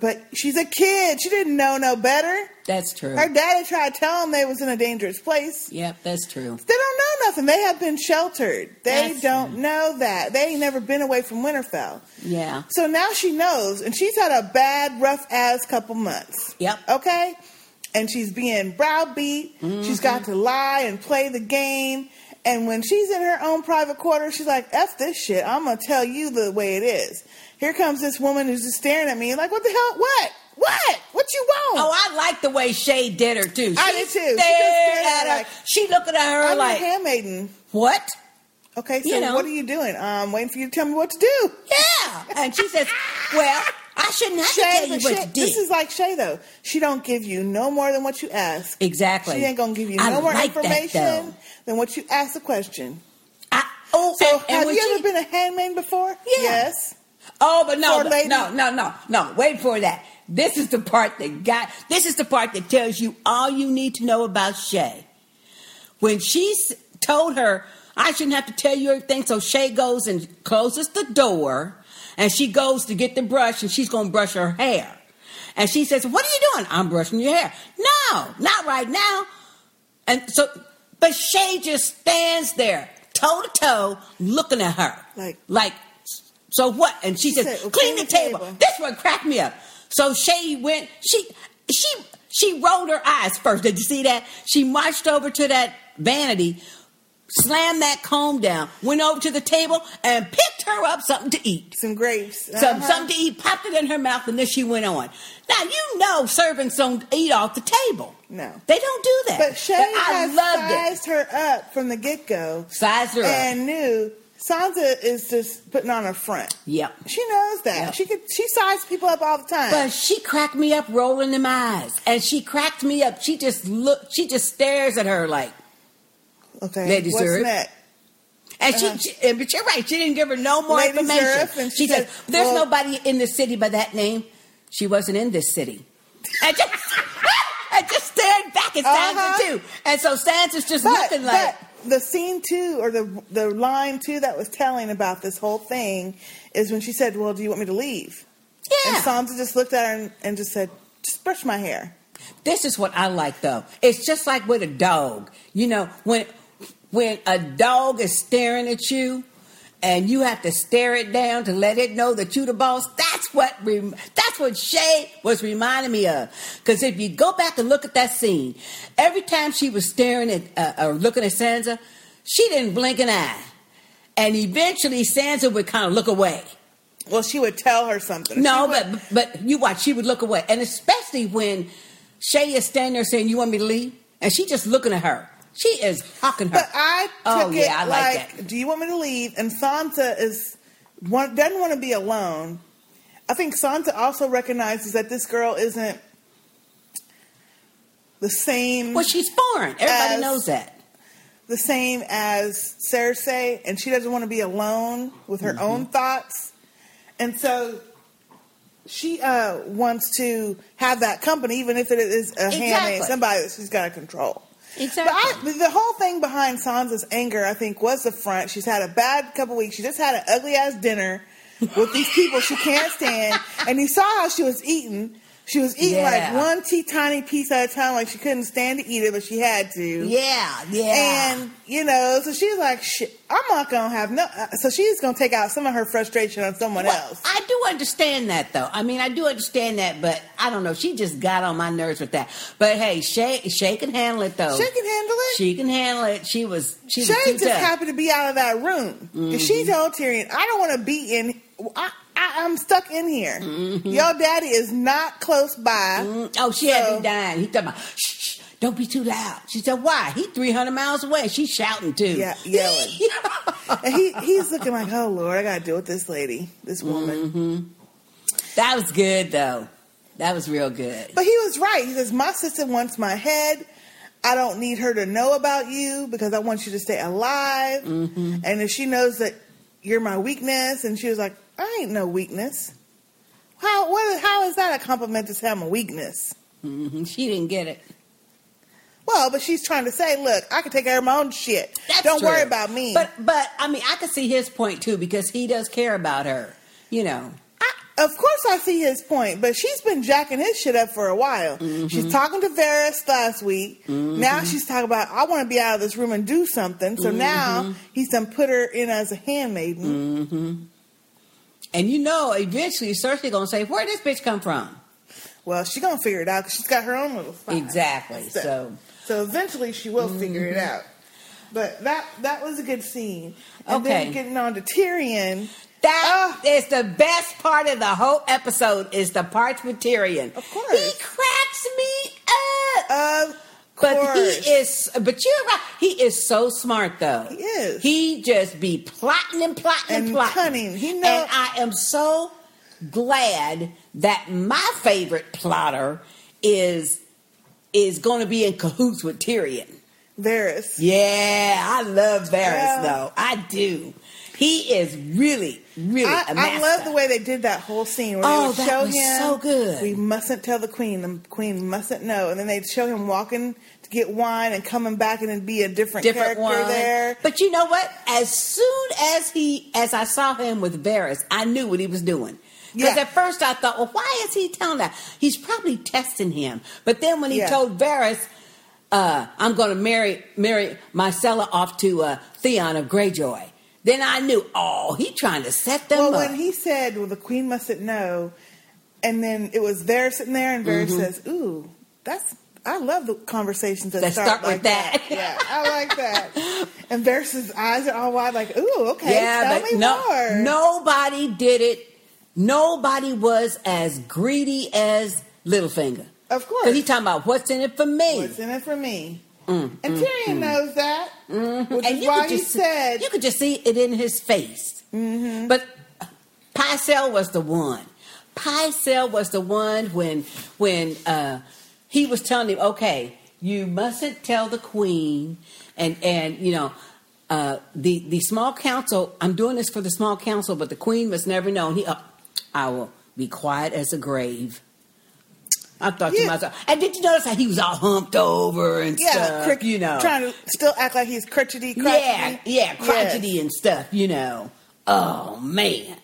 but she's a kid. She didn't know no better.
That's true.
Her daddy tried telling them they was in a dangerous place.
Yep, that's true.
They don't know nothing. They have been sheltered. They
That's
don't know that. They ain't never been away from Winterfell.
Yeah.
So now she knows, and she's had a bad, rough ass couple months.
Yep.
Okay? And she's being browbeat. She's got
Mm-hmm.
to lie and play the game. And when she's in her own private quarter, she's like, F this shit. I'm going to tell you the way it is. Here comes this woman who's just staring at me, like, what the hell? What? What? What you want?
Oh, I like the way Shay did her too. She
I did, too. She
Stared
just stared
at her.
like-
she looking at her
I'm
like,
your handmaiden.
what?
Okay, so
You know.
what are you doing? I'm waiting for you to tell me what to do.
Yeah. And she says, well, I shouldn't have to tell you
but
what
Shay-
you did.
this is like Shay though. She don't give you no more than what you ask.
Exactly.
She ain't gonna give you
I
no more
like that,
information
though.
than what you ask the question.
I, oh,
So
and- and
have
when
you
she-
ever been a handmaid before? Yes.
Oh, but no,
for a lady?
no, no, no, no. Wait for that. This is the part that got. This is the part that tells you all you need to know about Shay. When she s- told her, I shouldn't have to tell you everything. So Shay goes and closes the door and she goes to get the brush and she's going to brush her hair. And she says, What are you doing? I'm brushing your hair. No, not right now. And so, but Shay just stands there, toe to toe, looking at her.
Like-
like so what? And she, says,
said,
Clean the table. This one cracked me up. So Shay went, she, she, she rolled her eyes first. Did you see that? She marched over to that vanity, slammed that comb down, went over to the table, and picked her up something to eat.
Some grapes.
Some,
Uh-huh.
Something to eat, popped it in her mouth, and then she went on. Now, you know servants don't eat off the table.
No.
They don't do that.
But Shay
I
has
loved it.
sized her up from the get go
Sized her up.
and knew Sansa is just putting on her front.
Yep.
She knows that.
Yeah.
She could. She sizes people up all the time.
But she cracked me up rolling them eyes. And she cracked me up. She just look she just stares at her like
okay.
Lady
what's
Zurich.
next?
and she, she and- but you're right, she didn't give her no more
Uh-huh. Lady
information.
Zurich, and
she
she
said,
said,
There's
well-
nobody in the city by that name. She wasn't in this city. And just (laughs) and just stared back at Sansa
Uh-huh.
too. And so Sansa's just
But,
looking like
but the scene too, or the the line too, that was telling about this whole thing is when she said, "Well, do you want me to leave?"
Yeah.
And Sansa just looked at her and, and just said, "Just brush my hair."
This is what I like though. It's just like with a dog. You know, when when a dog is staring at you and you have to stare it down to let it know that you the boss. That's what rem- that's what Shay was reminding me of. Cuz if you go back and look at that scene, every time she was staring at uh, or looking at Sansa, she didn't blink an eye. And eventually Sansa would kind of look away.
Well, she would tell her something.
No,
She would-
but but you watch, she would look away, and especially when Shay is standing there saying, "You want me to leave," and she just looking at her. She is hawking her.
But um, I took
Oh,
it
yeah, I like
like, do you want me to leave? And Sansa is one, doesn't want to be alone. I think Sansa also recognizes that this girl isn't the same
well, she's foreign. Everybody
As-
knows that.
the same as Cersei, and she doesn't want to be alone with her
Mm-hmm.
own thoughts, and so she uh, wants to have that company, even if it is a handmaid,
Exactly.
somebody that she's got to control.
Exactly.
But I, the whole thing behind Sansa's anger, I think, was the front. She's had a bad couple weeks. She just had an ugly ass dinner with these people she can't stand, and you saw how she was eating. She was eating
Yeah.
like one tea tiny piece at a time, like she couldn't stand to eat it, but she had to.
Yeah, yeah.
And you know, so she's like, "Shit, I'm not gonna have no." uh, So she's gonna take out some of her frustration on someone
Well,
else.
I do understand that though. I mean, I do understand that, but I don't know. She just got on my nerves with that. But hey, Shay, Shay can handle it though.
She can handle it.
She can handle it. She was. She
Shay
was too Mm-hmm.
just
tough.
happened to be out of that room. 'Cause She told Tyrion, "I don't want to be in. I, I, I'm stuck in here.
Mm-hmm.
Your daddy is not close by.
Mm, Oh, she had
So-
me dying. He talking about, shh, shh, don't be too loud. She said, why? He 300 miles away. She's shouting too.
Yeah, yelling. and he he's looking like, oh Lord, I gotta deal with this lady, this woman.
(laughs) Mm-hmm. that was good though. That was real good.
But he was right. He says, My sister wants my head. I don't need her to know about you because I want you to stay alive.
Mm-hmm.
And if she knows that you're my weakness, and she was like, I ain't no weakness. How, what, how is that a compliment to say I'm a weakness?
hmm She didn't get it.
Well, but she's trying to say, Look, I can take care of my own shit.
That's
don't worry
true.
about me.
But but I mean, I could see his point too because he does care about her. You know.
I, of course, I see his point, but she's been jacking his shit up for a while.
Mm-hmm.
She's talking to Varys last week. Now she's talking about, I want to be out of this room and do something.
Mm-hmm.
So now he's done put her in as a handmaiden.
And you know, eventually Cersei gonna say, "Where did this bitch come from?"
Well, she going to figure it out because she's got her own little spot.
Exactly. So
so eventually she
Mm-hmm.
will figure it out. But that that was a good scene. And
Okay.
then getting on to Tyrion.
That
Ah.
is the best part of the whole episode is the parts with Tyrion.
Of course.
He cracks me up.
Of
But
course.
he is, but you're right. He is so smart, though.
He is.
He just be plotting and plotting and,
And
plotting.
cunning. He know-
And I am so glad that my favorite plotter is is going to be in cahoots with Tyrion.
Varys.
Yeah, I love Varys,
Yeah.
though. I do. He is really, really.
I,
a
I
master.
love the way they did that whole scene where
Oh,
they would
that
show
was
him
so good.
We mustn't tell the queen. The queen mustn't know. And then they'd show him walking to get wine and coming back and then be a different,
different
character
one.
there.
But you know what? As soon as he, as I saw him with Varys, I knew what he was doing. Because
Yeah.
at first I thought, well, why is he telling that? He's probably testing him. But then when he
Yeah.
told Varys, uh, I'm going to marry marry Marcella off to uh, Theon of Greyjoy, then I knew, oh, he trying to set them
Well,
up.
when he said, "Well, the queen mustn't know," and then it was there sitting there, and
Mm-hmm.
Varys says, "Ooh, that's." I love the conversations that,
That
start,
start with
like that.
that.
yeah, I
(laughs)
like that. And Varys' eyes are all wide, like, "Ooh, okay,
yeah,
tell
but
me
no,
more."
nobody did it. Nobody was as greedy as Littlefinger.
of course,
Because he's talking about what's in it for me.
What's in it for me? and Tyrion knows that, which
Mm. Mm-hmm. and
is
you
why
could
he
just see-
said, Mm-hmm.
you could just see it in his face. But Pycelle was the one. Pycelle was the one when when uh, he was telling him, okay, you mustn't tell the queen, and and you know. Uh, the the small council. I'm doing this for the small council, but the queen must never know. And he, uh, I will be quiet as a grave. I thought to
Yeah.
myself. And did you notice how he was all humped over and
"Yeah,
stuff?
crick,
uh, you know,
trying to still act like he's crotchety, crotchety,
yeah, yeah, crotchety and stuff, you know. Oh man.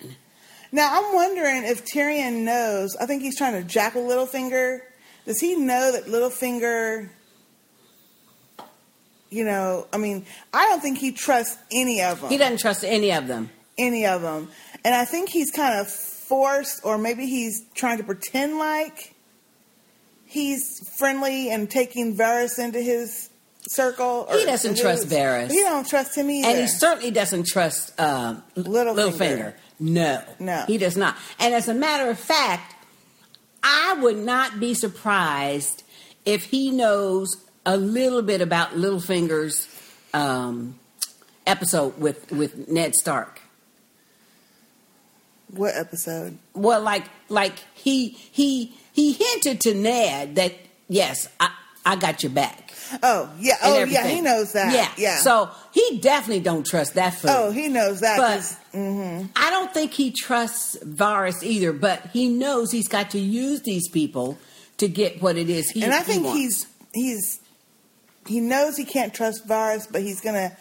Now I'm wondering if Tyrion knows. I think he's trying to jackal Littlefinger. Does he know that Littlefinger? You know, I mean, I don't think he trusts any of them.
He doesn't trust any of them.
any of them, and I think he's kind of forced, or maybe he's trying to pretend like he's friendly and taking Varys into his circle. Or
He doesn't
his-
trust Varys.
He don't trust him either.
And he certainly doesn't trust um,
Littlefinger.
Littlefinger. No.
No.
He does not. And as a matter of fact, I would not be surprised if he knows a little bit about Littlefinger's um, episode with, with Ned Stark.
what episode?
well like like he he he hinted to ned that yes i i got your back
Oh yeah.
and
Oh
everything.
yeah. He knows that.
yeah
Yeah.
so he definitely don't trust that fool
Oh, he knows that.
But-
'cause- mhm.
i don't think he trusts varus either but he knows he's got to use these people to get what it is he
and I
he
think
wants.
he's he's he knows he can't trust Varus, but he's gonna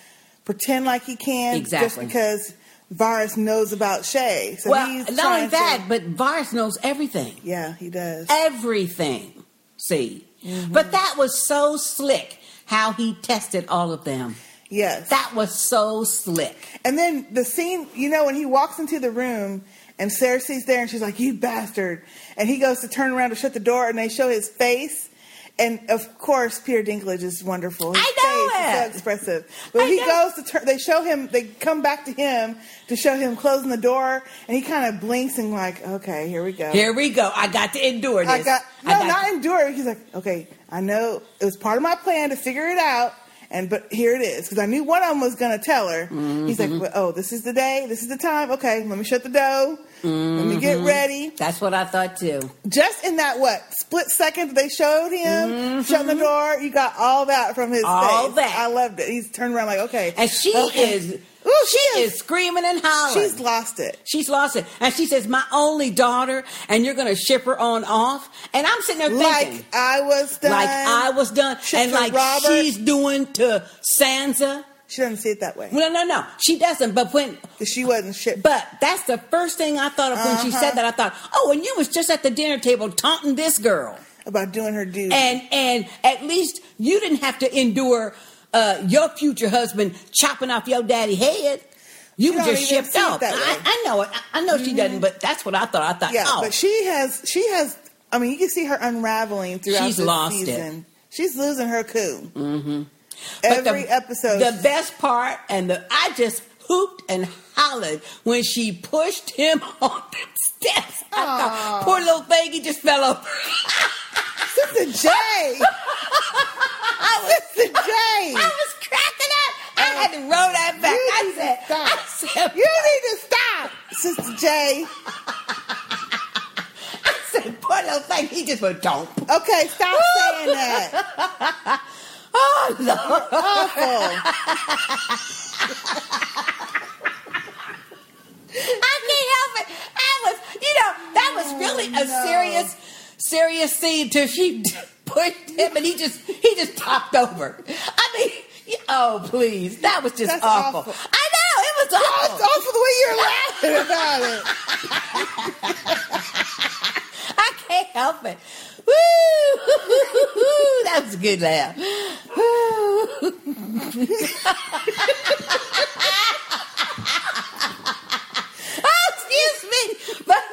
pretend like he can just
Exactly.
because Varus knows about Shay. So
well
he's
not only
trying to-
that but varus knows everything
yeah, he does.
everything see
Mm-hmm.
but that was so slick how he tested all of them
yes.
that was so slick
and then the scene, you know, when he walks into the room and Cersei's there, and she's like, "You bastard!" And he goes to turn around to shut the door, and they show his face. And of course, Peter Dinklage is wonderful. His
I know
face
it.
is so expressive. But
I
he
know.
goes to turn. They show him. They come back to him to show him closing the door, and he kind of blinks and like, "Okay, here we go."
Here we go. I got to endure this.
I got no,
I got-
not endure. He's like, okay, I know it was part of my plan to figure it out, and but here it is because I knew one of them was gonna tell her.
Mm-hmm.
He's like, well, oh, this is the day, this is the time. Okay, let me shut the door, let me
Mm-hmm.
get ready.
That's what I thought too.
Just in that what split second that they showed him shutting the door, you got all that from his
Mm-hmm. All
face.
that.
I loved it. He's turned around like, okay,
And she
okay.
is,
Oh, Ooh,
she
she
is, screaming and hollering.
she's
She's,
lost it.
lost it. And she says, "My only daughter, and you're going to ship her on off." And I'm sitting there
Like
thinking,
I was done.
like I was done,
Shit
and
to
like
Robert.
she's doing to Sansa.
She doesn't see it that way.
No, no, no, she doesn't. But when,
'Cause She wasn't shit.
but that's the first thing I thought of when she
Uh-huh.
said that. I thought, "Oh, and you was just at the dinner table taunting this girl."
about doing her duty.
and and at least you didn't have to endure uh, your future husband chopping off your daddy head. You were
don't
just
even
shipped
see it
off.
that way.
I, I know it. I- I know she doesn't, but that's what I thought. I thought,
yeah,
oh,
but she has she has. I mean, you can see her unraveling throughout
She's
this
lost it.
season. She's losing her cool. Mm-hmm.
But
Every episode,
The best part, and the I just hooped and hollered when she pushed him (laughs) on the steps. I thought, poor little thing, he just fell over. (laughs)
Sister J,
I was
Sister J,
I was cracking up. I had to roll that back.
You
I
need to
said, I said, (laughs)
you need to stop, Sister J.
I said, poor little thing, he just went, don't.
Okay, stop saying that.
(laughs) Oh, Lord. I
Awful.
can't help it. I was, you know, that was really a
Oh, no.
(laughs) serious, serious scene till she pushed him and he just, he just popped over. I mean, oh please, that was just
That's
awful.
awful.
I know it was
It's
awful.
awful the way you're laughing about it.
I can't help it. Woo! that was a good laugh. Woo! (laughs) oh, excuse me, but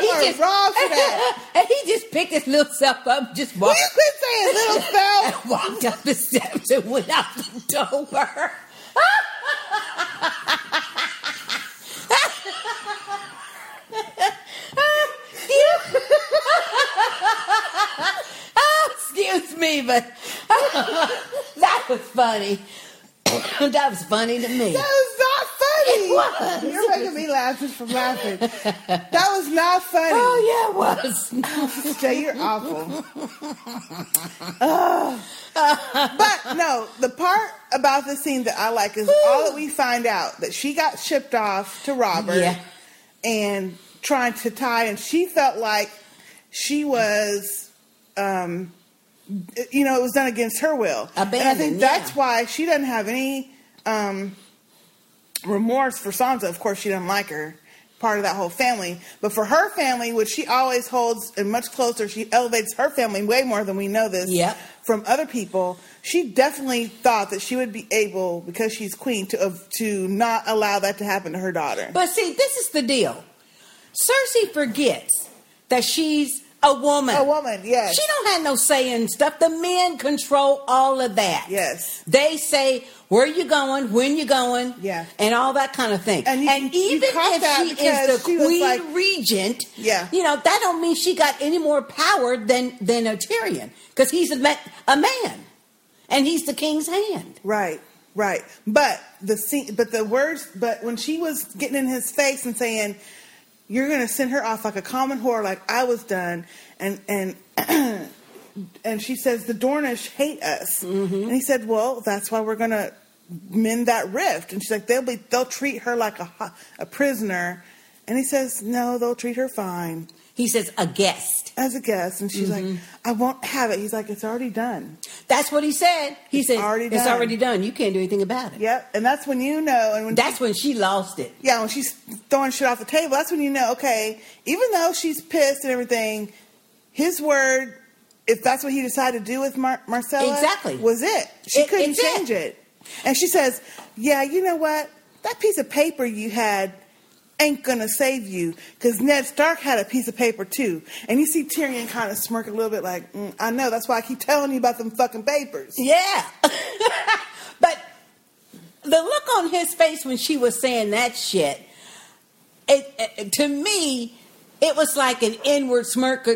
(laughs) he
are
just-
wrong
(laughs)
for that.
and he just picked his little self up, and just
Will
walked
you quit saying little
and
spell?
(laughs) walked up the steps and went out the door. (laughs) oh, excuse me, but (laughs) that was funny. (coughs) that was funny to me.
That was not funny.
It was.
You're making me laugh just from laughing. That was not funny.
Oh yeah, it was.
Jay, you're awful. Ugh. but no, the part about this scene that I like is all that we find out that she got shipped off to Robert
Yeah.
and trying to tie, and she felt like she was, um, you know, it was done against her will. and I think
Abandoned,
that's
yeah.
why she doesn't have any um, remorse for Sansa. Of course, she doesn't like her, part of that whole family. But for her family, which she always holds and much closer, she elevates her family way more than we know this
Yep.
from other people. She definitely thought that she would be able, because she's queen, to of to not allow that to happen to her daughter.
But see, this is the deal. Cersei forgets that she's a woman.
a
(laughs)
woman, yes,
She don't have no say in stuff. The men control all of that.
Yes.
They say where you going, when you going,
Yeah.
and all that kind of thing.
And you- you
even
caught that
if she
because
is the
she was
queen
like-
regent,
Yeah.
you know that don't mean she got any more power than than a Tyrion because he's a, ma- a man, and he's the king's hand.
right, right. But the scene, but the words, but when she was getting in his face and saying, "You're going to send her off like a common whore, like I was done," and and (clears throat) and she says the Dornish hate us,
Mm-hmm.
and he said, "Well, that's why we're going to mend that rift." And she's like, "They'll be, they'll treat her like a ho- a prisoner," and he says, "No, they'll treat her fine."
He says a guest.
As a guest, and she's like,
Mm-hmm.
I won't have it. He's like, it's already done.
That's what he said. He
It's
says
already
it's
done."
already done. You can't do anything about it.
Yep. And that's when you know, and when
That's when she lost it.
yeah, when she's throwing shit off the table, that's when you know, okay, even though she's pissed and everything, his word, if that's what he decided to do with Mar- Marcella,
Exactly.
was it. She
It-
couldn't
it's it.
change it. And she says, yeah, you know what? That piece of paper you had ain't gonna save you because Ned Stark had a piece of paper too. And you see Tyrion kind of smirk a little bit like, mm, I know, that's why I keep telling you about them fucking papers.
Yeah. (laughs) but the look on his face when she was saying that shit, it, it- to me, it was like an inward smirk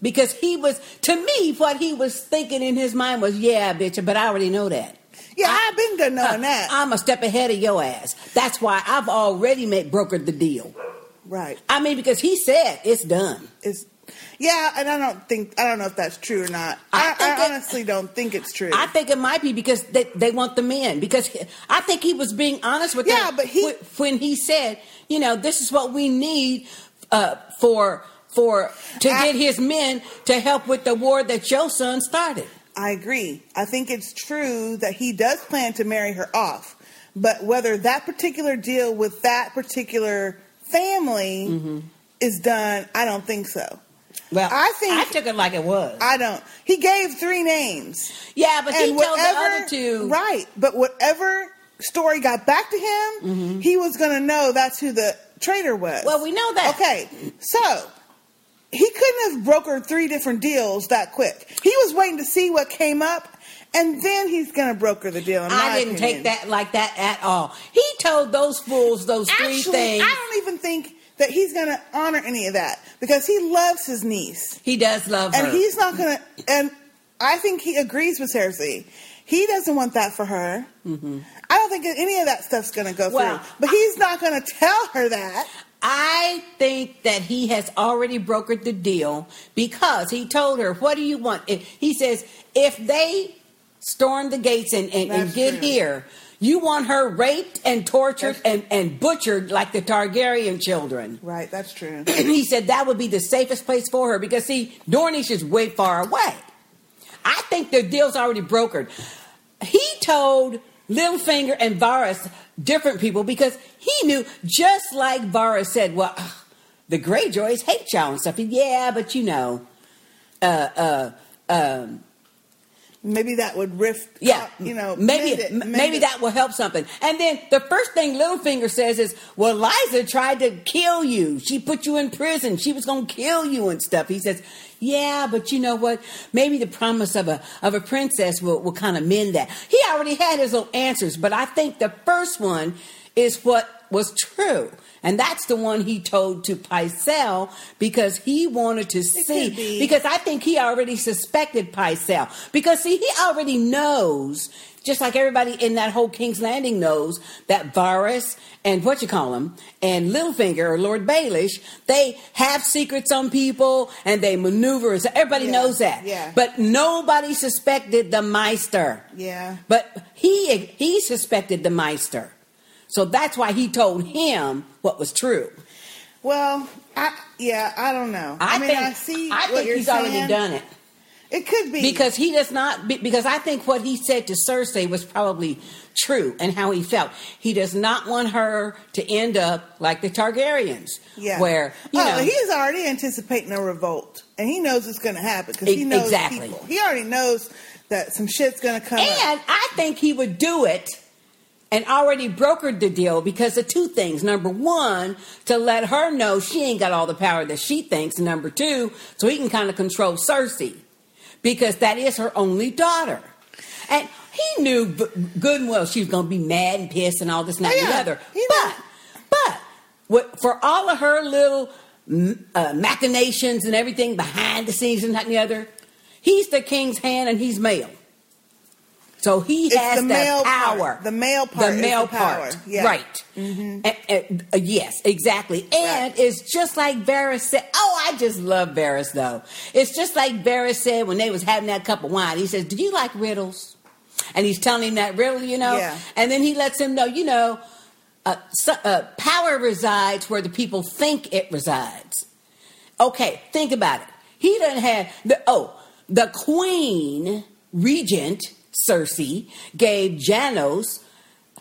because he was, to me, what he was thinking in his mind was, yeah, bitch, but I already know that.
Yeah, I, have been done knowing that.
I'm a step ahead of your ass. That's why I've already made brokered the deal.
right.
I mean, because he said it's done.
is yeah and i don't think i don't know if that's true or not
I
i, I,
think it-
honestly don't think it's true
I think it might be because they, they want the men. Because I think he was being honest with
Yeah,
them
but he-
wh- when he said, you know, this is what we need uh, for for to
I-
get his men to help with the war that your son started.
i agree i think it's true that he does plan to marry her off but whether that particular deal with that particular family
Mm-hmm.
is done i don't think so
Well,
I think-
I took it like it was.
i don't he gave three names
yeah, but he
and
told the
whatever
other two.
right but whatever story got back to him he was going to know that's who the traitor was
Mm-hmm. Well, we know that.
(laughs) Okay, so he couldn't have brokered three different deals that quick. He was waiting to see what came up, and then he's going to broker the deal. in my
I didn't
opinion.
take that like that at all. He told those fools those
Actually,
three things.
I don't even think that he's going to honor any of that because he loves his niece,
he does love
and
her.
he's not going to. And I think he agrees with Cersei. He doesn't want that for her. I don't think any of that stuff's going to go
Mm-hmm. Well,
through. But he's not going to tell her that.
I think that he has already brokered the deal because he told her, What do you want? If- He says, If they storm the gates and, and, and
That's
get
true.
here, You want her raped and tortured and, and butchered like the Targaryen children.
Right, that's true.
(coughs) he said that would be the safest place for her because, see, Dornish is way far away. I think the deal's already brokered. He told Littlefinger and Varys different people because he knew, just like Varys said, well, ugh, the Greyjoys hate y'all and stuff. He, yeah, but you know,
Maybe that would rift.
Yeah,
Uh, you know,
maybe
mend it,
m-
mend
maybe
it.
that will help something. And then the first thing Littlefinger says is, "Well, Liza tried to kill you. She put you in prison. She was going to kill you and stuff." He says, "Yeah, but you know what? Maybe the promise of a of a princess will will kind of mend that." He already had his little answers, but I think the first one is what was true. And that's the one he told to Picel because he wanted to see.
could be.
Because I think he already suspected Picel. Because, see, he already knows, just like everybody in that whole King's Landing knows, that Varus and what you call him, and Littlefinger or Lord Baelish, they have secrets on people and they maneuver. So everybody
Yeah,
knows that.
yeah.
But nobody suspected the Meister.
Yeah.
But he he suspected the Meister. So that's why he told him what was true.
Well, I yeah, I don't know. I, mean,
think,
I see.
I
what
think
you're
he's
saying.
already done it.
It could be
Because he does not, be- because I think what he said to Cersei was probably true and how he felt. He does not want her to end up like the Targaryens,
yeah.
where, you
oh,
know,
he is already anticipating a revolt, and he knows it's going to happen because
E-
he knows
exactly.
people. He already knows that some shit's going to come. up.
And I think he would do it and already brokered the deal because of two things. Number one, to let her know she ain't got all the power that she thinks. And Number two, so he can kind of control Cersei because that is her only daughter. And he knew b- good and well she was going to be mad and pissed and all this and that and the
Yeah,
other.
he
But, but what, for all of her little mm, uh, machinations and everything behind the scenes and that and the other, he's the king's hand and he's male. So he
It's
has
the
that
male part.
power.
The male part is
The male
the power.
part.
Yeah. Mm-hmm.
Right. A- a- uh, yes, exactly. And
Right.
it's just like Varys said. Oh, I just love Varys though. It's just like Varys said when they was having that cup of wine. He says, "Do you like riddles?" And he's telling him that riddle, you know.
Yeah.
And then he lets him know, you know, uh, so, uh, power resides where the people think it resides. Okay, think about it. He doesn't have the oh, the queen regent Cersei gave Janos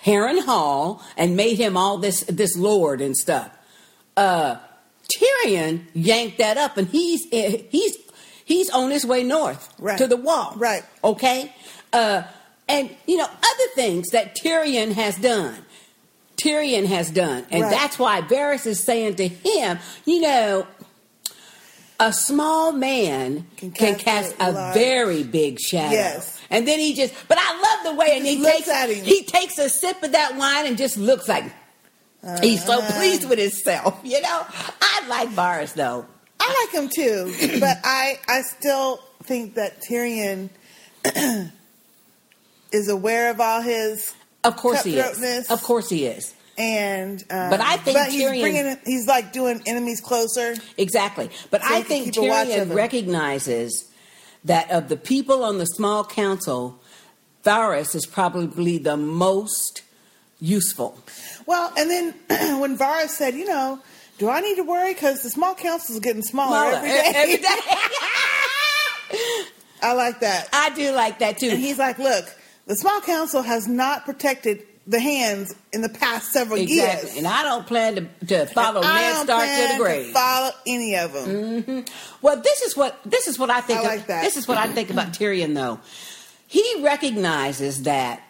Heron Hall and made him all this this lord and stuff. Uh Tyrion yanked that up and he's eh, he's he's on his way north
Right.
to the wall.
Right.
Okay? Uh and you know other things that Tyrion has done. Tyrion has done. And
Right.
that's why Varys is saying to him, you know, a small man can
Can
cast,
cast
a
a large-
very big shadow.
Yes.
And then he just, but I love the way, and he
looks
takes
at him.
he takes a sip of that wine and just looks like he's so
Uh-huh.
pleased with himself. (laughs) You know, I like Varys though.
I like him
(clears throat)
too, but I I still think that Tyrion (clears throat) is aware of all his
Of course he is.
Cutthroatness.
Of course he is.
and um,
But I think
he's
Tyrion-
bringing he's like doing enemies closer.
Exactly. But
So
I
you can
think
keep a watch of
Tyrion
him.
recognizes that of the people on the small council, Varys is probably the most useful.
Well, and then (clears throat) when Varys said, you know, do I need to worry because the small council is getting smaller, Oh, every day?
(laughs) Every day.
I like that.
I do like that too.
And he's like, look, the small council has not protected the hands in the past several
exactly.
years.
And I don't plan to, to follow
I
Ned
don't
Stark to
plan
the grave.
follow any of them.
Well, this is what this is what I think.
I like
of,
that.
This is what I think about Tyrion, though. He recognizes that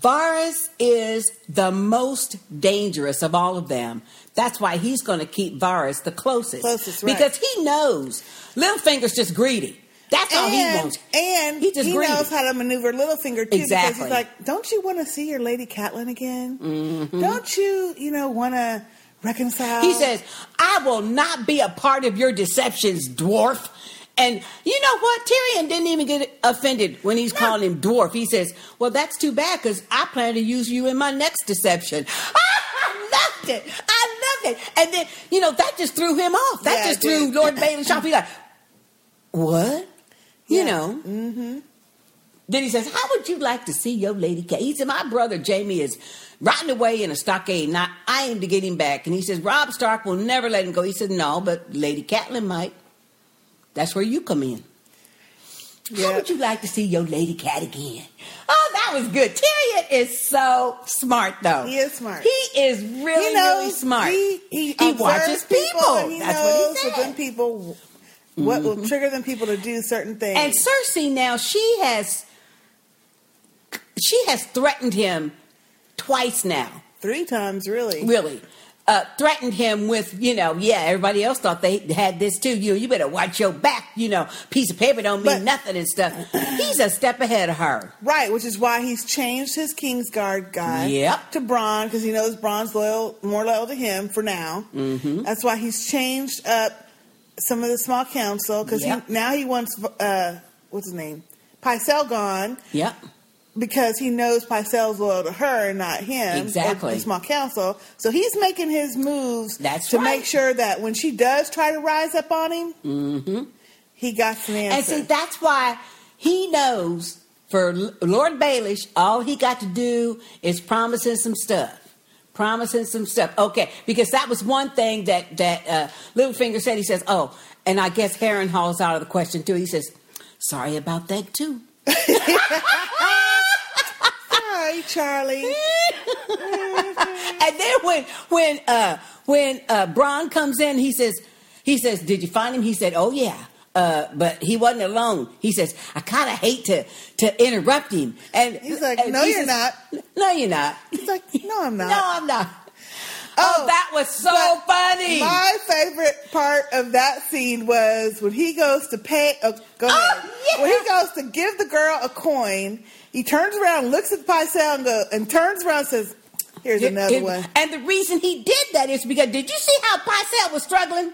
Varys is the most dangerous of all of them. That's why he's going to keep Varys the closest,
Closest, right.
because he knows Littlefinger's just greedy. That's all Oh, he wants.
And
He just
he
greedy.
knows how to maneuver Littlefinger too because
Exactly.
he's like, don't you want to see your Lady Catelyn again? Don't you, you know, want to reconcile?
Mm-hmm. He says, I will not be a part of your deceptions, dwarf. And you know what? Tyrion didn't even get offended when he's calling him dwarf. He says, Well, that's too bad because I plan to use you in my next deception. (laughs) I loved it. I loved it. And then, you know, that just threw him off. That
Yeah,
just
it did.
threw Lord Baelish off. He's like, What? You
Yeah.
know? Mm-hmm. Then he says, How would you like to see your lady cat? He said, My brother Jamie is rotting away in a stockade, and I, I aim to get him back. And he says, Rob Stark will never let him go. He said, No, but Lady Catlin might. That's where you come in. How
Yeah.
would you like to see your lady cat again? Oh, that was good. Tyrion is so smart, though.
He is smart.
He is really,
he knows
really smart.
He, he,
He
observes
watches people.
and he
That's
knows
what he said.
So then people, what will trigger them people to do certain things?
And Cersei now she has she has threatened him twice now.
Three times, really.
Really. Uh, threatened him with, you know, yeah, everybody else thought they had this too. You you better watch your back, you know, piece of paper don't mean
But-
nothing and stuff. He's a step ahead of her.
Right, which is why he's changed his Kingsguard guy
Yep.
to Braun because he knows Braun's loyal, more loyal to him for now. Mm-hmm. That's why he's changed up some of the small council because
Yep.
he, now he wants uh, what's his name, Pycelle gone
Yep.
because he knows Pycelle's loyal to her and not him. or
Exactly.
the small council, so he's making his moves
That's
to
right.
make sure that when she does try to rise up on him, he got some
Mm-hmm. And
answer.
see, (laughs) that's why he knows for L- Lord Baelish, all he got to do is promising some stuff. Promising some stuff. Okay, because that was one thing that, that uh, Littlefinger said. He says, oh, and I guess Heron Hall's out of the question too. He says, sorry about that too.
Hi, Charlie.
And then when when uh when uh Braun comes in, he says he says, "Did you find him?" He said, "Oh yeah." Uh, but he wasn't alone. He says, "I kind of hate to to interrupt him." And
He's like,
and
"No,
he
you're
says,
not."
No, you're not.
He's like, no, I'm not.
No, I'm not. Oh,
Oh,
that was so
but
funny.
My favorite part of that scene was when he goes to pay. Oh, go ahead.
Oh, yeah.
When he goes to give the girl a coin, he turns around, looks at Picel, and, go, and turns around, and says, "Here's another
It-
one."
And the reason he did that is because did you see how Picel was struggling?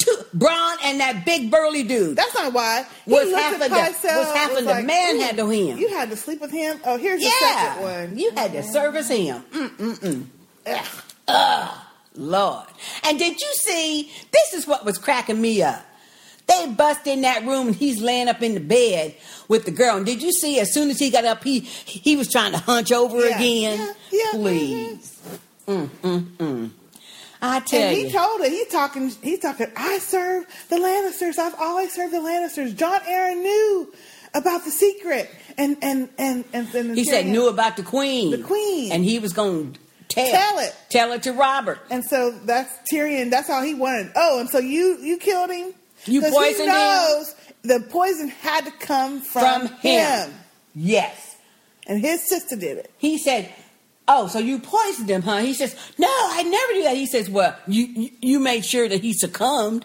To Braun and that big burly dude.
That's not why. He
What's
looked
happened
at
to-
Picel,
what's happened
was
to
like,
manhandle him?
You had to sleep with him. Oh, here's the second one.
You had to service him. Mm-mm-mm. Ugh. Ugh. Lord. And did you see? This is what was cracking me up. They bust in that room and he's laying up in the bed with the girl. And did you see as soon as he got up, he he was trying to hunch over
Yeah.
again?
Yeah. Mm-hmm. Yeah.
Please. Mm-mm-mm. I tell
and
you.
he told her, he's talking, he's talking, I serve the Lannisters. I've always served the Lannisters. John Aaron knew about the secret. And, and, and, and, and
He said
Tyrion-
knew about the queen.
The queen.
And he was going to tell,
Tell it.
Tell it to Robert.
And so that's Tyrion. That's all he wanted. Oh, and so you, you killed him?
You
'Cause
poisoned him?
he knows The poison had to come from,
From him.
him.
Yes.
And his sister did it.
He said, "Oh, so you poisoned him, huh?" He says, "No, I never do that." He says, "Well, you you, you made sure that he succumbed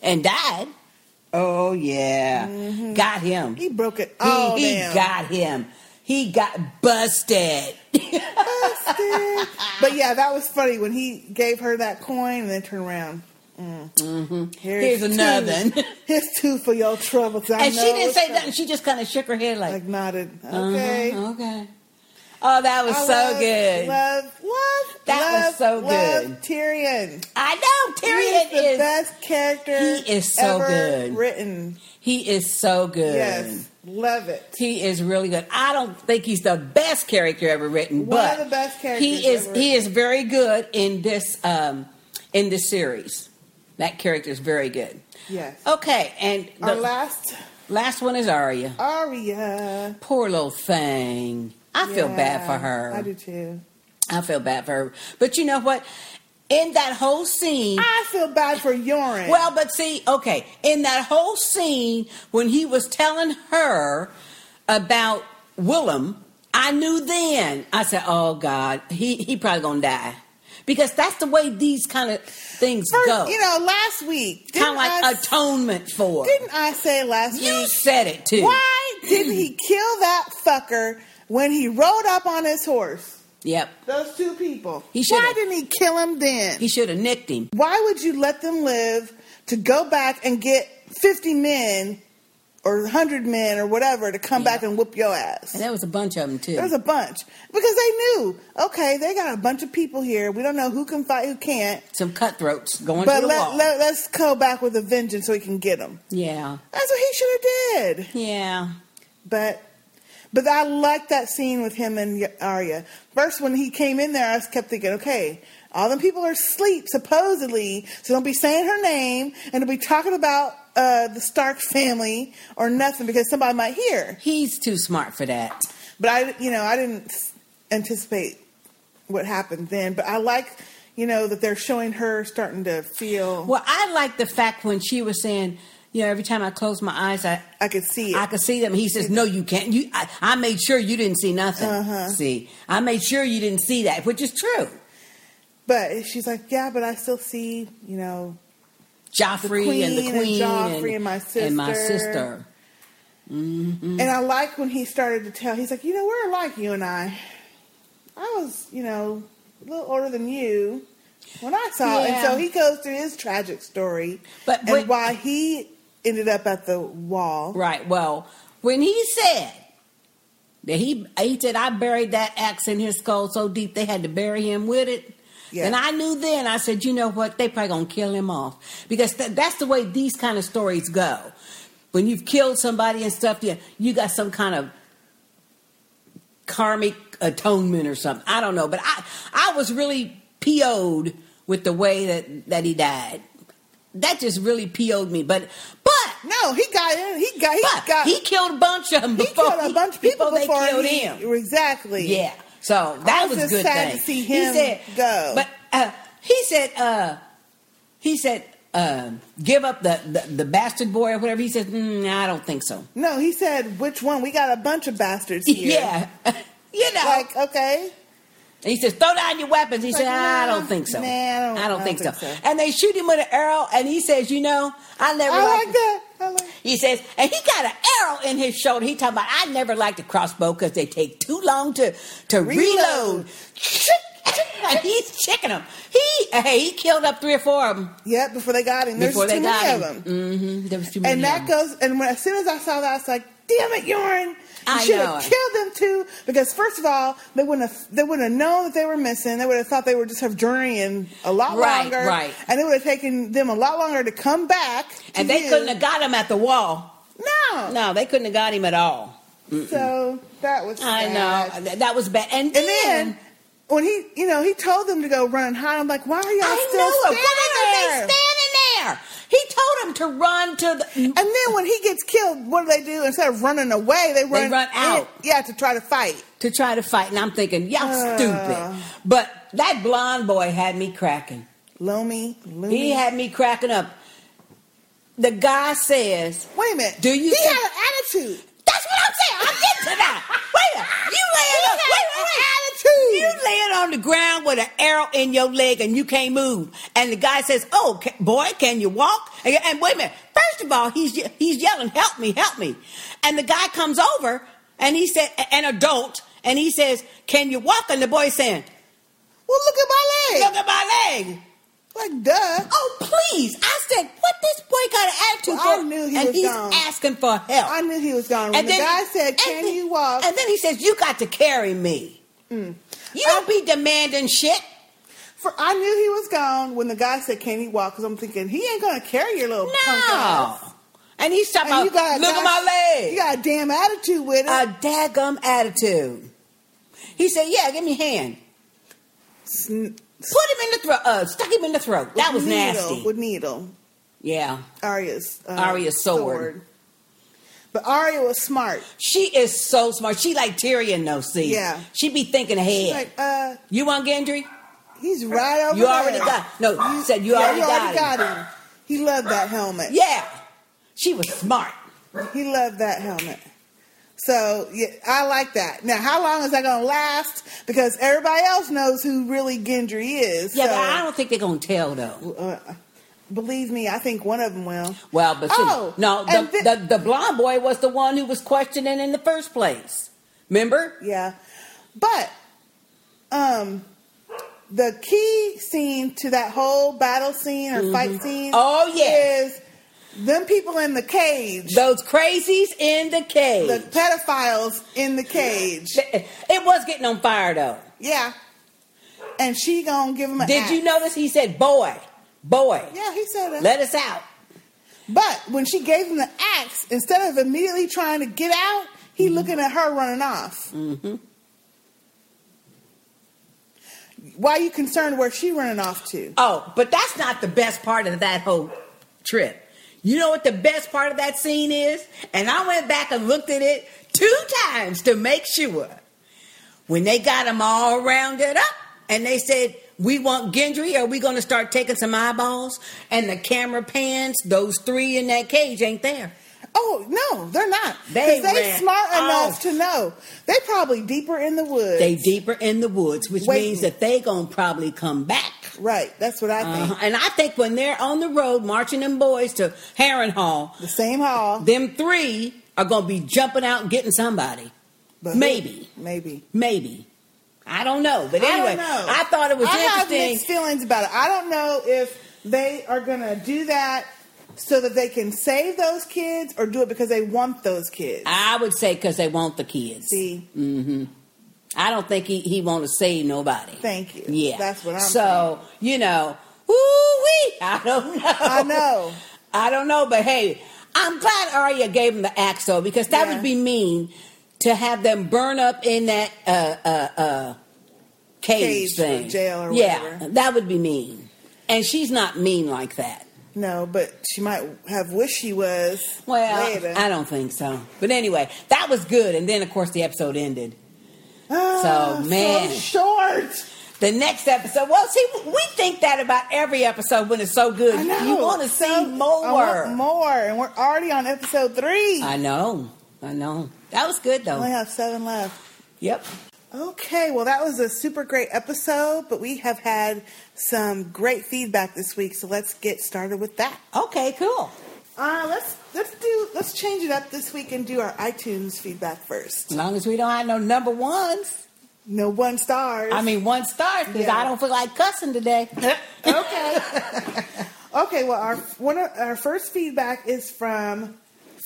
and died." Oh yeah, got him.
He broke it
He-
all
he
down.
got him. He got busted.
Busted. but yeah, that was funny when he gave her that coin and then turned around. Mm.
Here's another. (laughs)
Two. Here's two for your troubles. I
and she
know
didn't
it's
say
trouble.
nothing. She just kind of shook her head like,
Like nodded. Okay.
"Okay, okay." Oh, that was
I
so
love,
good.
Love, love.
That was
love,
so
love
good.
Tyrion.
I know
He's the
Tyrion is.
best character.
he is so
ever
good.
Written.
He is so good.
Yes, love it.
He is really good. I don't think he's the best character ever written,
One
but
of the best characters
he is
ever
he is very good in this um in this series. That character is very good.
Yes.
Okay, and Oh, the
Our last
last one is Arya.
Aria.
Poor little thing. I feel bad for her.
I do too.
I feel bad for her. But you know what? In that whole scene,
I feel bad for Yoren.
Well, but see, okay, in that whole scene when he was telling her about Willem, I knew then. I said, "Oh God, he he probably gonna die," because that's the way these kind of things
First,
go.
you know, last
kind
week, didn't
of like
I,
atonement for.
didn't I say last
You
week?
said it too.
Why didn't he kill that fucker when he rode up on his horse?
Yep,
Those two people.
He should've.
Why didn't he kill him then?
he should have nicked him.
Why would you let them live to go back and get 50 men or 100 men or whatever to come
Yeah.
back and whoop your ass?
And there was a bunch of them too.
There's a bunch because they knew. Okay, they got a bunch of people here. We don't know who can fight, who can't.
Some cutthroats going
But
to the
let,
wall.
let, let's go back with a vengeance so we can get them.
yeah,
That's what he should have did.
yeah.
But But I like that scene with him and Arya. First, when he came in there, I just kept thinking, okay, all them people are asleep, supposedly, so don't be saying her name and don't be talking about uh, the Stark family or nothing because somebody might hear.
He's too smart for that.
But I, you know, I didn't anticipate what happened then. But I like, you know, that they're showing her starting to feel.
Well, I like the fact when she was saying, you know, every time I close my eyes, I
I could see it.
I could see them. He says, "No, you can't. You, I, I made sure you didn't see nothing.
Uh-huh.
See, I made sure you didn't see that, which is true."
but she's like, yeah, but I still see, you know,
Joffrey and the
queen and
queen
Joffrey and my
and my
sister.
sister.
And I like when he started to tell, he's like, you know, we're like you and I. I was, you know, a little older than you when I saw it. And so
Yeah.
he goes through his tragic story
But
and
when-
why he ended up at the wall.
Right. Well, when he said that he he said I buried that axe in his skull so deep they had to bury him with it.
Yeah.
And I knew then. I said, you know what? They probably gonna kill him off because th- that's the way these kind of stories go. When you've killed somebody and stuff, you you got some kind of karmic atonement or something. I don't know, but I I was really PO'd with the way that that he died. That just really PO'd me. But but
No, he got in. He got, he
but
got,
he killed a bunch of them
he
before
killed a bunch of people before,
they killed
he-
him.
Exactly.
Yeah, so that
I was
was, a
just
good
sad
thing.
to see
he
him
said,
go.
But uh, he said, uh, he said, um, give up the, the the bastard boy or whatever. He said, mm, I don't think
(laughs)
so.
No, he said, which one? We got a bunch of bastards here.
Yeah, (laughs) you know.
Like, okay.
And he says, "Throw down your weapons." He
Like,
said, "I
nah,
don't think so.
nah, I don't- I don't
think,
think
so.
so. Oh,
And they shoot him with an arrow, and he says, "You know, I never
I
liked
like that. I like
He says, and he got an arrow in his shoulder. He talking about, I never like the crossbow because they take too long to to reload.
Reload.
and he's checking them. He hey, he killed up three or four of them
Yep, before they got him. There's
before
too
they got
many
him.
of them.
hmm There was too many.
And
of
that
'em.
goes, and when, as soon as I saw that, I was like, damn it, Yorin.
I
You should
know
have
it.
killed them too, because first of all, they wouldn't have they wouldn't have known that they were missing. They would have thought they were just have journeying a lot
Right,
longer,
right.
And it would have taken them a lot longer to come back. to
and they
you.
couldn't have got him at the wall.
no.
No, they couldn't have got him at all.
So that was.
I
sad.
know Th- that was bad. And,
And then when he, you know, he told them to go run and hide. I'm like, why are y'all
I
still
know it.
standing
Why
there?
are they standing there? He told him to run to the.
And then when he gets killed, what do they do? Instead of running away, they run,
run out.
in- yeah, to try to fight.
to try to fight, and I'm thinking, y'all
Uh.
stupid. But that blonde boy had me cracking.
Lomi, Lomi.
He had me cracking up. The guy says,
Wait a minute.
Do you
He
think-
had an attitude.
"That's what I'm saying. I'm getting to that. Wait, a minute. you laying on, wait, wait, wait.
attitude.
you laying on the ground with an arrow in your leg, and you can't move. And the guy says, "Oh, ca- boy, can you walk?" And, and wait a minute. First of all, he's ye- he's yelling, "Help me, help me!" And the guy comes over, and he said, "An adult," and he says, "Can you walk?" And the boy's saying,
Well, look at my leg.
Look at my leg.
Like, duh.
Oh, please. I said, what this boy got an attitude
Well, I
for?
knew he
and
was
he's
gone.
asking for help.
I knew he was gone. When the guy said,
and
"Can
then-
you walk?" Mm.
And then he says, you got to carry me. You don't be demanding shit.
For, I knew he was gone when the guy said, "Can he walk?" Because I'm thinking he ain't gonna carry your little punk
No.
ass.
And he's talking
And you
about,
got a
look
guy-
at my leg. Uh,
You got a damn attitude with it.
a daggum attitude. He said, yeah, give me a hand.
Sn-
Put him in the throat. Uh, stuck him in the throat. That was
with needle,
nasty.
With needle.
yeah.
Arya's uh,
Arya's sword.
But Arya was smart.
She is so smart. She like Tyrion, no see.
Yeah.
She be thinking ahead.
She's like, uh,
You want Gendry?
he's right over
You
there.
already got. No, you said you
Yeah,
already, got, it.
got him. He loved that helmet.
Yeah, she was smart.
He loved that helmet. So yeah, I like that. Now, how long is that gonna last? Because everybody else knows who really Gendry is.
Yeah,
so,
but I don't think they're gonna tell though.
uh, believe me, I think one of them will.
Well, but see,
Oh,
no, the,
and thi-
the the blonde boy was the one who was questioning in the first place. Remember?
Yeah. But um the key scene to that whole battle scene or fight scene
Oh, yeah.
is them people in the cage.
Those crazies in the cave.
The pedophiles in the cage.
it was getting on fire though.
Yeah. And she gonna give him a
Did you notice he said, "Boy, boy,
Yeah, he said that.
let us out."
but when she gave him the axe, instead of immediately trying to get out, He
Mm-hmm.
looking at her running off.
hmm
Why you concerned where she running off to?
Oh, but that's not the best part of that whole trip. You know what the best part of that scene is? And I went back and looked at it two times to make sure. When they got them all rounded up and they said, We want Gendry, are we going to start taking some eyeballs? And the camera pans, those three in that cage ain't there.
Oh no, they're not.
They
Because they
ran
smart
off.
enough to know they probably deeper in the woods.
They deeper in the woods, which
Waiting.
means that they going to probably come back.
right. That's what I think.
Uh-huh. And I think when they're on the road marching them boys to Harrenhal,
The same hall.
them three are going to be jumping out and getting somebody.
But who-
Maybe.
Maybe.
Maybe. I don't know. But
I don't
anyway,
know.
I, thought it was
I have mixed
interesting.
feelings about it. I don't know if they are going to do that so that they can save those kids or do it because they want those kids.
I would say because they want the kids.
See,
hmm I don't think he, he want to save nobody.
thank you.
Yeah.
that's what I'm saying.
So, you know, woo-wee. (laughs) I don't know.
I know.
I don't know, but hey, I'm glad Arya gave him the axe though, because that
Yeah.
would be mean to have them burn up in that uh, uh, uh, cage,
Cage or
thing,
jail or
yeah,
whatever.
that would be mean. And she's not mean like that.
No, but she might have wished she was.
Well,
later.
I don't think so. But anyway, that was good. And then, of course, the episode ended.
Ah,
so, man.
so short.
The next episode. Well, see, we think that about every episode when it's so good.
I know.
You want to
So,
see more.
I want more, and we're already on episode three. I
I know. I know. That was good though.
only have seven left.
Yep.
Okay, well, that was a super great episode, but we have had some great feedback this week, so let's get started with that.
Okay. Cool.
Uh, let's let's do let's change it up this week and do our iTunes feedback first.
As long as we don't have no number ones.
No one stars.
I mean, one star because
Yeah.
I don't feel like cussing today.
(laughs) okay, okay. Well, our one of our first feedback is from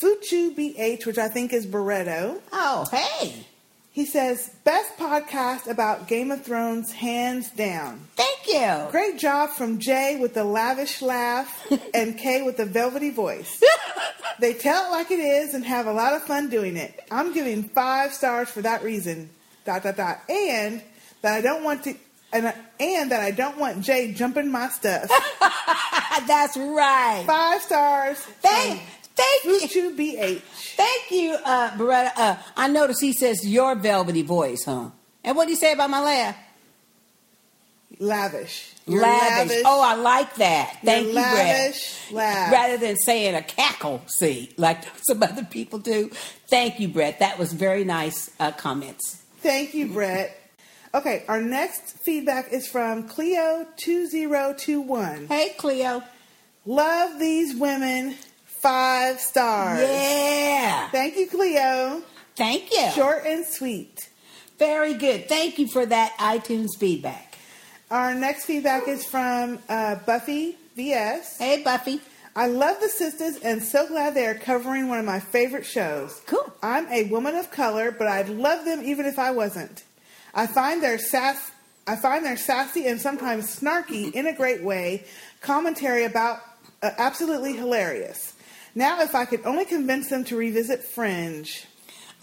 Fuchu BH, which I think is Barreto.
Oh, hey.
He says best podcast about Game of Thrones, hands down.
Thank you. (laughs)
Great job from Jay with the lavish laugh and Kay with the
(laughs)
velvety voice. They tell it like it is and have a lot of fun doing it. I'm giving five stars for that reason. Dot dot dot. And that I don't want to and and that I don't want Jay jumping my
(laughs)
stuff.
That's right.
Five stars.
Thank, thank you.
Fuchu BH.
Thank you, uh, Beretta. Uh, I noticed he says your velvety voice, huh? And what did he say about my laugh?
Lavish. Your
Lavish. Oh, I like that.
your
Thank you, Brad.
lavish laugh.
Rather than saying a cackle, see, like some other people do. Thank you, Brett. That was very nice uh, comments.
Thank you, Brett. Okay, our next feedback is from Cleo2021.
Hey, Cleo.
Love these women. Five stars.
Yeah.
Thank you, Cleo.
Thank you.
Short and sweet.
Very good. Thank you for that iTunes feedback.
Our next feedback is from uh, Buffy VS.
Hey, Buffy.
I love the sisters and so glad they are covering one of my favorite shows.
Cool.
I'm a woman of color, but I'd love them even if I wasn't. I find their sass I find their sassy and sometimes snarky in a great way commentary about uh, absolutely hilarious. Now if I could only convince them to revisit Fringe.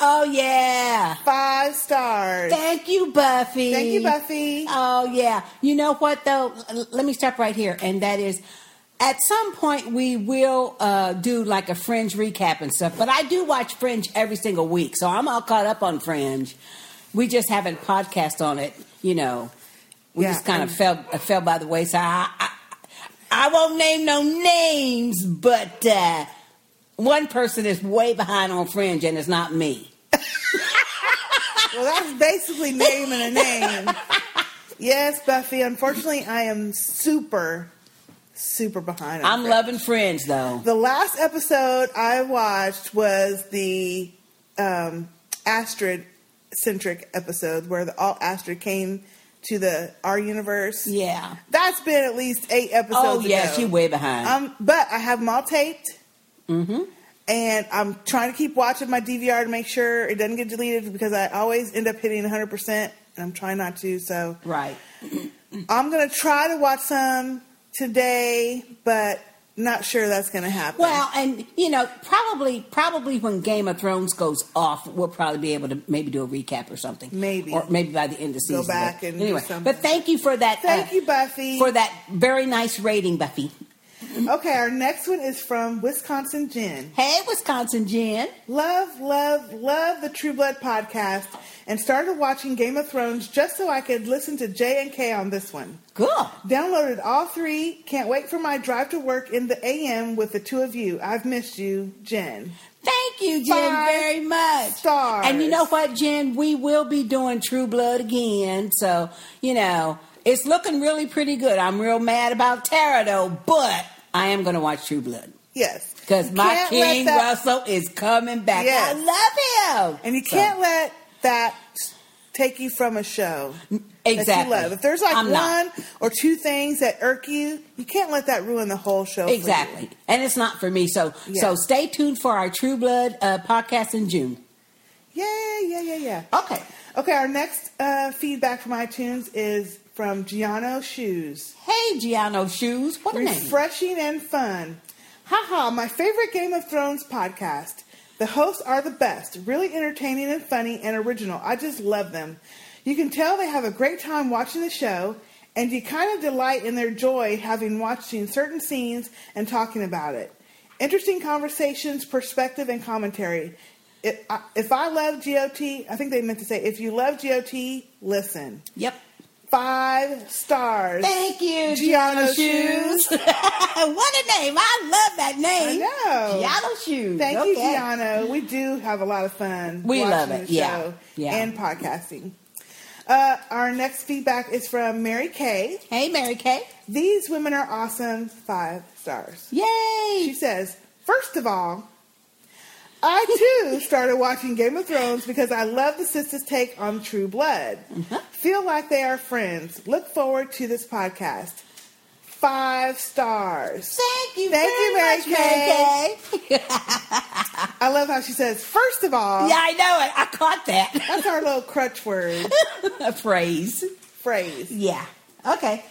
Oh, yeah.
5 stars.
Thank you, Buffy.
Thank you, Buffy.
Oh, yeah. You know what, though? L- let me stop right here. And that is, at some point, we will uh, do like a Fringe recap and stuff. But I do watch Fringe every single week. So I'm all caught up on Fringe. We just haven't podcast on it, you know. We
Yeah,
just kind of
and-
fell uh, fell by the wayside. I, I, I won't name no names, but uh, one person is way behind on Fringe, and it's not me.
Well, that's basically naming a name. Yes, Buffy. Unfortunately, I am super, super behind. on
I'm
Fringe.
loving Fringe, though.
The last episode I watched was the um, Astrid centric episode where the, all Astrid came to the our universe.
Yeah.
That's been at least eight episodes.
Oh, yeah,
ago.
she way behind.
Um, but I have them all taped.
Mm-hmm.
And I'm trying to keep watching my DVR to make sure it doesn't get deleted because I always end up hitting 100%, and I'm trying not to. So
Right.
I'm going to try to watch some today, but Not sure that's going to happen.
Well, and you know, probably probably when Game of Thrones goes off, we'll probably be able to maybe do a recap or something.
Maybe.
or maybe by the end of season.
back and do
anyway,
something.
but thank you for that. uh,
Thank you, Buffy.
for that very nice rating, Buffy.
okay, our next one is from Wisconsin Jen.
Hey, Wisconsin Jen.
Love, love, love the True Blood podcast and started watching Game of Thrones just so I could listen to J and K on this one.
Good.
Downloaded all three. Can't wait for my drive to work in the AM with the two of you. I've missed you, Jen.
Thank you, Jen,
Five
very much.
stars.
And you know what, Jen? We will be doing True Blood again. So, you know, it's looking really pretty good. I'm real mad about Tara, though, but I am going to watch True Blood
Yes.
because
You
my
can't let
King
that-
Russell is coming back.
Yes.
I love him.
And you
So,
can't let that take you from a show
exactly.
that you love. If there's like
I'm
one
not.
or two things that irk you, you can't let that ruin the whole show. for you.
Exactly. And it's not for me. So,
Yeah.
so stay tuned for our True Blood uh, podcast in June.
Yeah, yeah, yeah, yeah.
Okay.
Okay, our next uh, feedback from iTunes is from Giano Shoes.
Hey, Giano Shoes. What a name.
Refreshing and fun. Haha, my favorite Game of Thrones podcast. The hosts are the best, really entertaining and funny and original. I just love them. You can tell they have a great time watching the show, and you kind of delight in their joy having watching certain scenes and talking about it. Interesting conversations, perspective, and commentary. If I, if I love GOT, I think they meant to say, if you love GOT, listen.
Yep.
Five stars.
Thank you,
Giano
Giano, Shoes. (laughs)
Shoes.
what a name. I love that name.
I know.
Giano Shoes.
Thank you,
Okay.
Gianna. We do have a lot of fun.
We
watching
love it.
the
Yeah.
show
Yeah.
And podcasting. Uh, our next feedback is from Mary Kay.
Hey, Mary Kay.
These women are awesome. Five stars. She
Yay.
says, first of all, I too (laughs) started watching Game of Thrones because I love the sisters' take on True Blood.
Uh-huh.
Feel like they are friends. Look forward to this podcast. Five stars.
Thank you.
Thank
very
you, Mary
much, Mary Kay.
I love how she says, first of all,
Yeah, I know it. I caught that (laughs)
that's our little crutch word.
phrase.
phrase.
Yeah. Okay.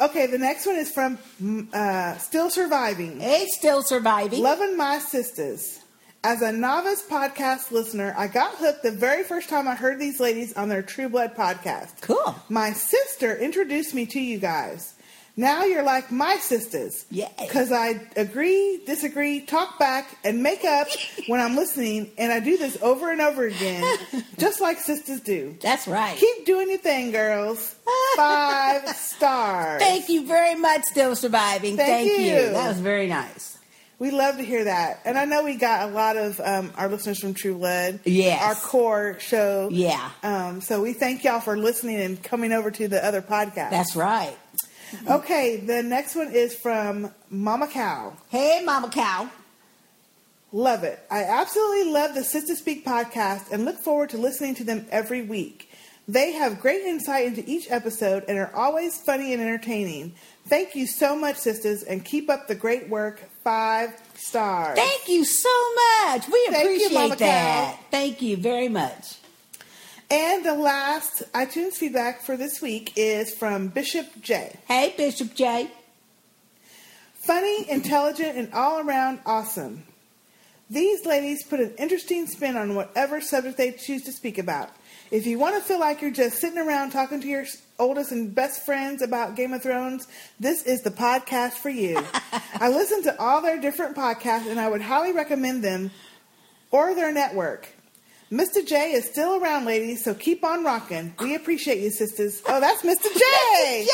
Okay, the next one is from mm, uh, Still Surviving.
It's still surviving.
Loving My Sisters. As a novice podcast listener, I got hooked the very first time I heard these ladies on their True Blood podcast.
Cool.
My sister introduced me to you guys. Now you're like my sisters.
Yay.
Because I agree, disagree, talk back, and make up when I'm listening, and I do this over and over again, just like sisters do.
That's right.
Keep doing your thing, girls. Five stars.
Thank you very much, still surviving.
Thank you.
That was very nice.
We love to hear that. And I know we got a lot of um, our listeners from True Blood.
Yes.
Our core show.
Yeah.
Um, so we thank y'all for listening and coming over to the other podcast.
That's right.
okay, the next one is from Mama Cow.
Hey, Mama Cow.
Love it. I absolutely love the Sister Speak podcast and look forward to listening to them every week. They have great insight into each episode and are always funny and entertaining. Thank you so much, sisters, and keep up the great work. Five stars.
Thank you so much. We
Thank you,
appreciate
Mama Cow.
that. Thank you very much.
And the last iTunes feedback for this week is from Bishop J.
Hey, Bishop J.
Funny, intelligent, and all around awesome. These ladies put an interesting spin on whatever subject they choose to speak about. If you want to feel like you're just sitting around talking to your oldest and best friends about Game of Thrones, this is the podcast
(laughs)
for you. I listen to all their different podcasts and I would highly recommend them or their network. Mr. J is still around, ladies, so keep on rocking. We appreciate you, sisters. Oh, that's
(laughs)
Mr.
Mr. J.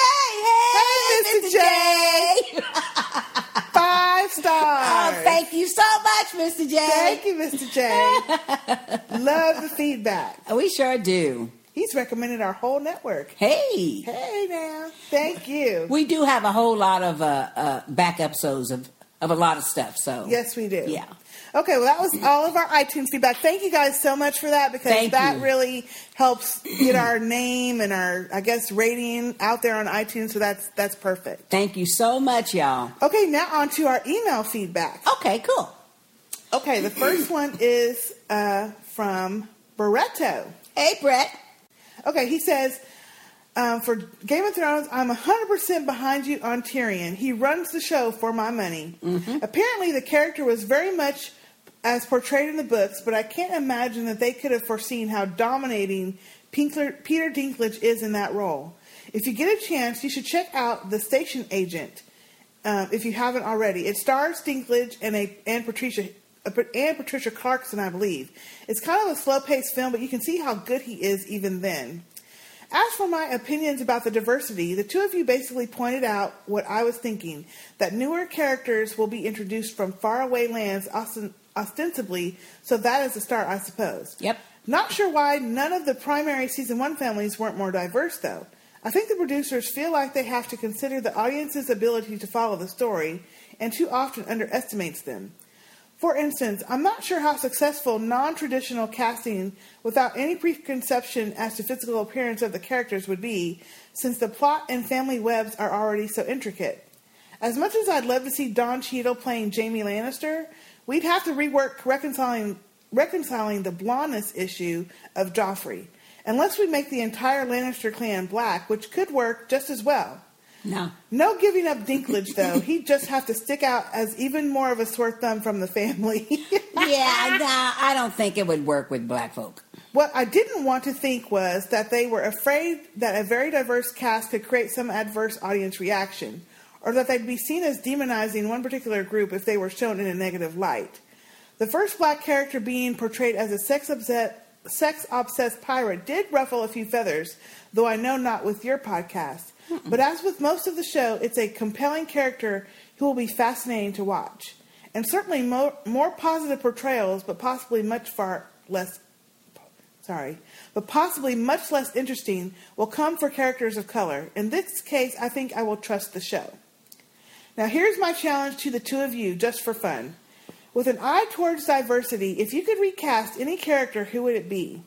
Hey,
Mr.
Mr. J.
Five stars.
Oh, thank you so much, Mr. J.
Thank you, Mr.
(laughs)
J. Love the feedback.
We sure do.
He's recommended our whole network.
Hey,
Hey now. Thank you.
we do have a whole lot of uh, uh, back episodes of, of a lot of stuff. So
Yes, we do.
Yeah.
Okay, well, that was all of our iTunes feedback. Thank you guys so much for that because
Thank
that
you.
really helps get our name and our, I guess, rating out there on iTunes. So that's that's perfect.
Thank you so much, y'all.
Okay, now on to our email feedback.
Okay, cool.
Okay, the first one is uh, from Barretto.
Hey, Brett.
Okay, he says, Um, for Game of Thrones, I'm 100% behind you on Tyrion. He runs the show for my money. Apparently, the character was very much as portrayed in the books, but I can't imagine that they could have foreseen how dominating Pinkler, Peter Dinklage is in that role. If you get a chance, you should check out The Station Agent um, if you haven't already. It stars Dinklage and a and Patricia uh, and Patricia Clarkson, I believe. It's kind of a slow-paced film, but you can see how good he is even then. As for my opinions about the diversity, the two of you basically pointed out what I was thinking that newer characters will be introduced from faraway lands, osten- ostensibly, so that is a start, I suppose.
Yep.
Not sure why none of the primary season one families weren't more diverse, though. I think the producers feel like they have to consider the audience's ability to follow the story and too often underestimates them. For instance, I'm not sure how successful non traditional casting without any preconception as to physical appearance of the characters would be, since the plot and family webs are already so intricate. As much as I'd love to see Don Cheadle playing Jamie Lannister, we'd have to rework reconciling, reconciling the blondness issue of Joffrey, unless we make the entire Lannister clan black, which could work just as well.
No.
No giving up Dinklage, though. He'd just have to stick out as even more of a sore thumb from the family. (laughs)
(laughs) Yeah, no, I don't think it would work with black folk.
what I didn't want to think was that they were afraid that a very diverse cast could create some adverse audience reaction, or that they'd be seen as demonizing one particular group if they were shown in a negative light. The first black character being portrayed as a sex obsessed sex obsessed pirate did ruffle a few feathers, though I know not with your podcast. But as with most of the show, it's a compelling character who will be fascinating to watch. And certainly more, more positive portrayals, but possibly much far less sorry, but possibly much less interesting will come for characters of color. In this case, I think I will trust the show. Now, here's my challenge to the two of you, just for fun. With an eye towards diversity, if you could recast any character, who would it be?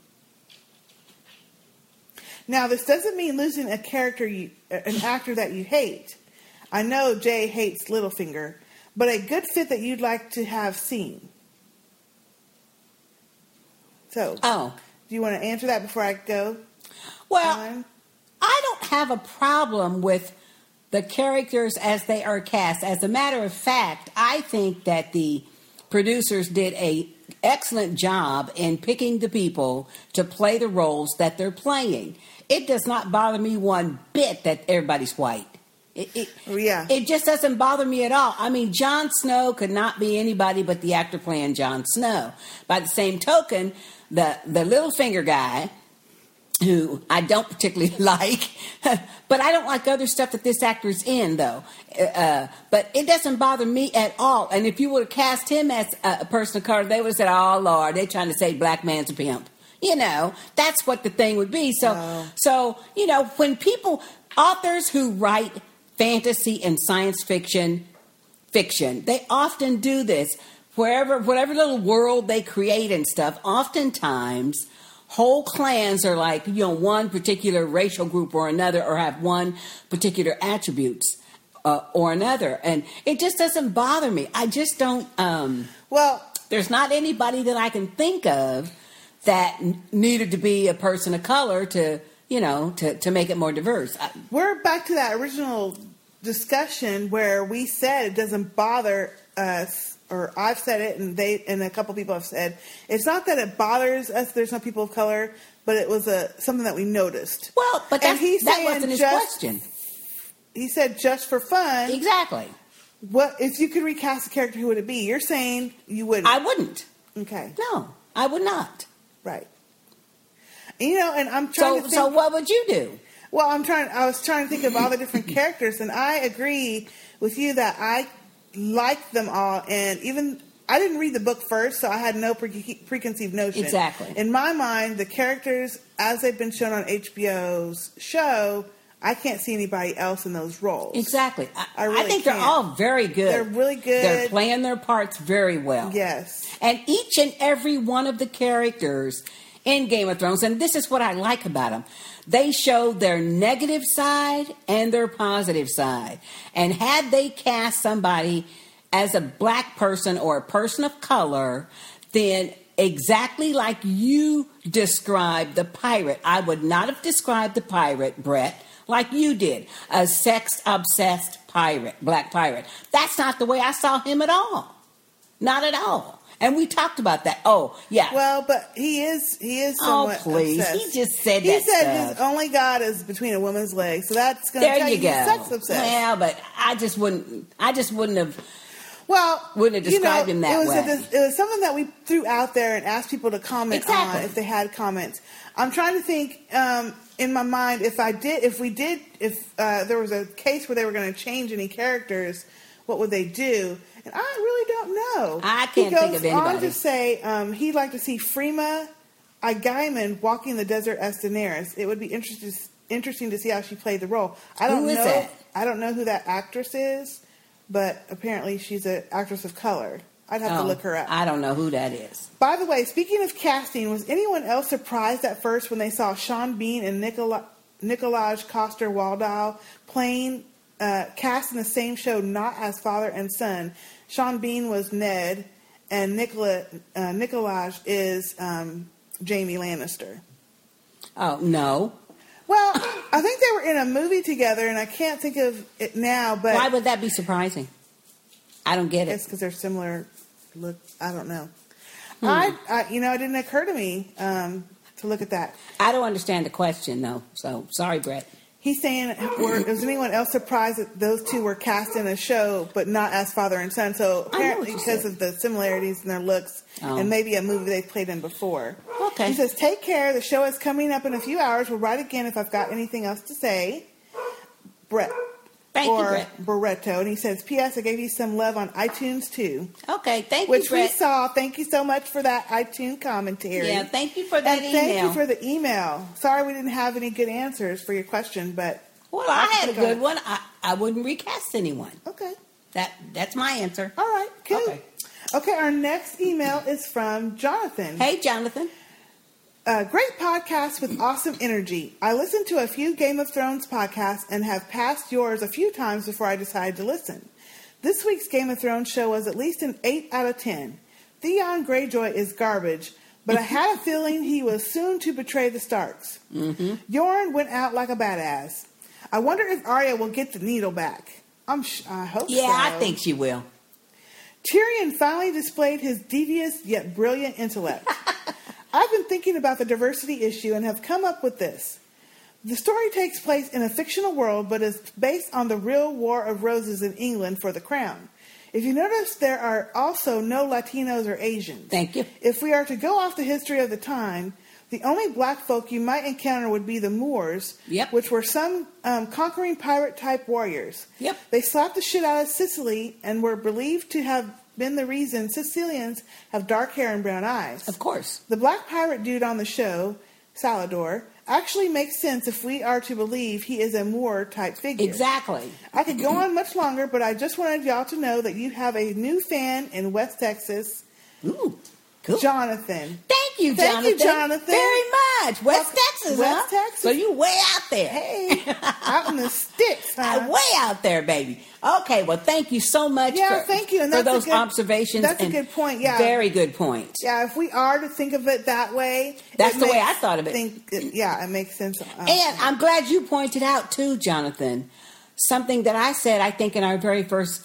Now, this doesn't mean losing a character, you, an actor that you hate. I know Jay hates Littlefinger, but a good fit that you'd like to have seen. So,
Oh.
do you want to answer that before I go?
Well,
on?
I don't have a problem with the characters as they are cast. As a matter of fact, I think that the producers did a excellent job in picking the people to play the roles that they're playing. It does not bother me one bit that everybody's white. It, it,
Yeah.
it just doesn't bother me at all. I mean, Jon Snow could not be anybody but the actor playing Jon Snow. By the same token, the the Littlefinger guy who I don't particularly (laughs) like, but I don't like other stuff that this actor's in though. Uh, but it doesn't bother me at all. And if you would have cast him as a a person of color, they would have said, "Oh Lord, they're trying to say black man's a pimp." You know, that's what the thing would be. So, so you know, when people authors who write fantasy and science fiction fiction. They often do this wherever, whatever little world they create and stuff. Oftentimes, whole clans are like you know one particular racial group or another, or have one particular attributes uh, or another, and it just doesn't bother me. I just don't. Um,
Well,
there's not anybody that I can think of that n- needed to be a person of color to you know to to make it more diverse. I,
we're back to that original discussion where we said it doesn't bother us or I've said it and they and a couple people have said it's not that it bothers us there's no people of color but it was a something that we noticed.
well, but
And
that's,
he's
that
saying
wasn't his
just-
question.
He said just for fun,
Exactly.
what if you could recast a character who would it be? You're saying you wouldn't.
I wouldn't.
okay.
No, I would not.
Right. And, you know, and I'm trying
So,
to think
so what would you do?
Well, I'm trying. I was trying to think of all
(laughs)
the different characters, and I agree with you that I like them all. And even I didn't read the book first, so I had no pre- preconceived notion.
Exactly.
In my mind, the characters as they've been shown on HBO's show, I can't see anybody else in those roles.
Exactly. I,
I really
I think they're
can't.
all very good.
They're really good.
They're playing their parts very well.
Yes.
And each and every one of the characters in Game of Thrones, and this is what I like about them, they show their negative side and their positive side. And had they cast somebody as a black person or a person of color, then exactly like you described the pirate. I would not have described the pirate, Brett, like you did a sex obsessed pirate, black pirate. That's not the way I saw him at all. Not at all. And we talked about that. Oh, yeah.
Well, but he is he is somewhat
oh, please.
obsessed.
He just said
He
that.
said
stuff.
his only God is between a woman's legs, so that's going to
there
tell
you
you
go.
he's sex obsessed.
Well, but I just wouldn't. I just wouldn't have.
well,
wouldn't have
you know,
described him that
it was
way.
A, it was something that we threw out there and asked people to comment
Exactly.
on if they had comments. I'm trying to think um, in my mind if I did, if we did, if uh, there was a case where they were going to change any characters, what would they do? And I really don't know.
I
he
can't
goes
think of
on
anybody.
to say um, he'd like to see Freema Igaiman walking the desert as Daenerys. It would be interesting interesting to see how she played the role. I don't
Who is
know.
that?
I don't know who that actress is, but apparently she's an actress of color. I'd have
oh,
to look her up.
I don't know who that is.
By the way, speaking of casting, was anyone else surprised at first when they saw Sean Bean and Nicola, Nicolaj Coster Waldau playing uh, cast in the same show, not as father and son? Sean Bean was Ned, and Nicola uh, Nicolaj is um, Jamie Lannister.
Oh no.
Well, I think they were in a movie together, and I can't think of it now. But
Why would that be surprising? I don't get
It's
it.
because they're similar. Look, I don't know.
Hmm.
I, I, you know, it didn't occur to me um, to look at that.
I don't understand the question though. So sorry, Brett.
He's saying, were, was anyone else surprised that those two were cast in a show, but not as father and son? So
I know what
apparently,
you
because
said.
of the similarities in their looks,
Oh.
and maybe a movie they played in before.
Okay.
He says, "Take care. The show is coming up in a few hours. We'll write again if I've got anything else to say." Brett
Thank you,
or
Brett.
Barretto, and he says, "P.S. I gave you some love on iTunes too."
Okay, thank you,
which we
Brett.
saw. Thank you so much for that iTunes commentary.
yeah, thank you for that
and
email.
thank you for the email. Sorry we didn't have any good answers for your question, but
well, I had a
Click on
good
it.
one. I, I wouldn't recast anyone.
okay.
That that's my answer.
All right, cool.
Okay.
Okay, our next email is from Jonathan.
Hey, Jonathan.
Uh, great podcast with awesome energy. I listened to a few Game of Thrones podcasts and have passed yours a few times before I decided to listen. This week's Game of Thrones show was at least an 8 out of 10. Theon Greyjoy is garbage, but I
(laughs)
had a feeling he was soon to betray the Starks. Mm-hmm. Yorn went out like a badass. I wonder if Arya will get the needle back. I'm sh- I hope
Yeah,
so.
I think she will.
Tyrion finally displayed his devious yet brilliant intellect. I've been thinking about the diversity issue and have come up with this. The story takes place in a fictional world but is based on the real War of Roses in England for the crown. If you notice, there are also no Latinos or Asians.
Thank you.
If we are to go off the history of the time, the only black folk you might encounter would be the Moors,
Yep.
which were some um, conquering pirate type warriors.
Yep.
They slapped the shit out of Sicily and were believed to have been the reason Sicilians have dark hair and brown eyes.
Of course.
The black pirate dude on the show, Salador, actually makes sense if we are to believe he is a Moor type figure.
Exactly.
I could go on much longer, but I just wanted y'all to know that you have a new fan in West Texas,
Ooh, cool.
Jonathan.
Thank you,
Thank
Jonathan.
you, Jonathan.
Very much. West
Okay,
Texas,
West
huh?
Texas.
So you way out there. (laughs)
Hey, out in the sticks. huh?
Uh, Way out there, baby. Okay, well, thank you so much.
Yeah,
for,
thank you, and
for
that's a
those
good-
observations.
that's a
and
good point, yeah.
very good point.
Yeah, if we are to think of it that way,
That's
it
the way
makes-
I thought of it.
Think, yeah, it makes sense. um,
And I'm glad you pointed out too, Jonathan, something that I said I think in our very first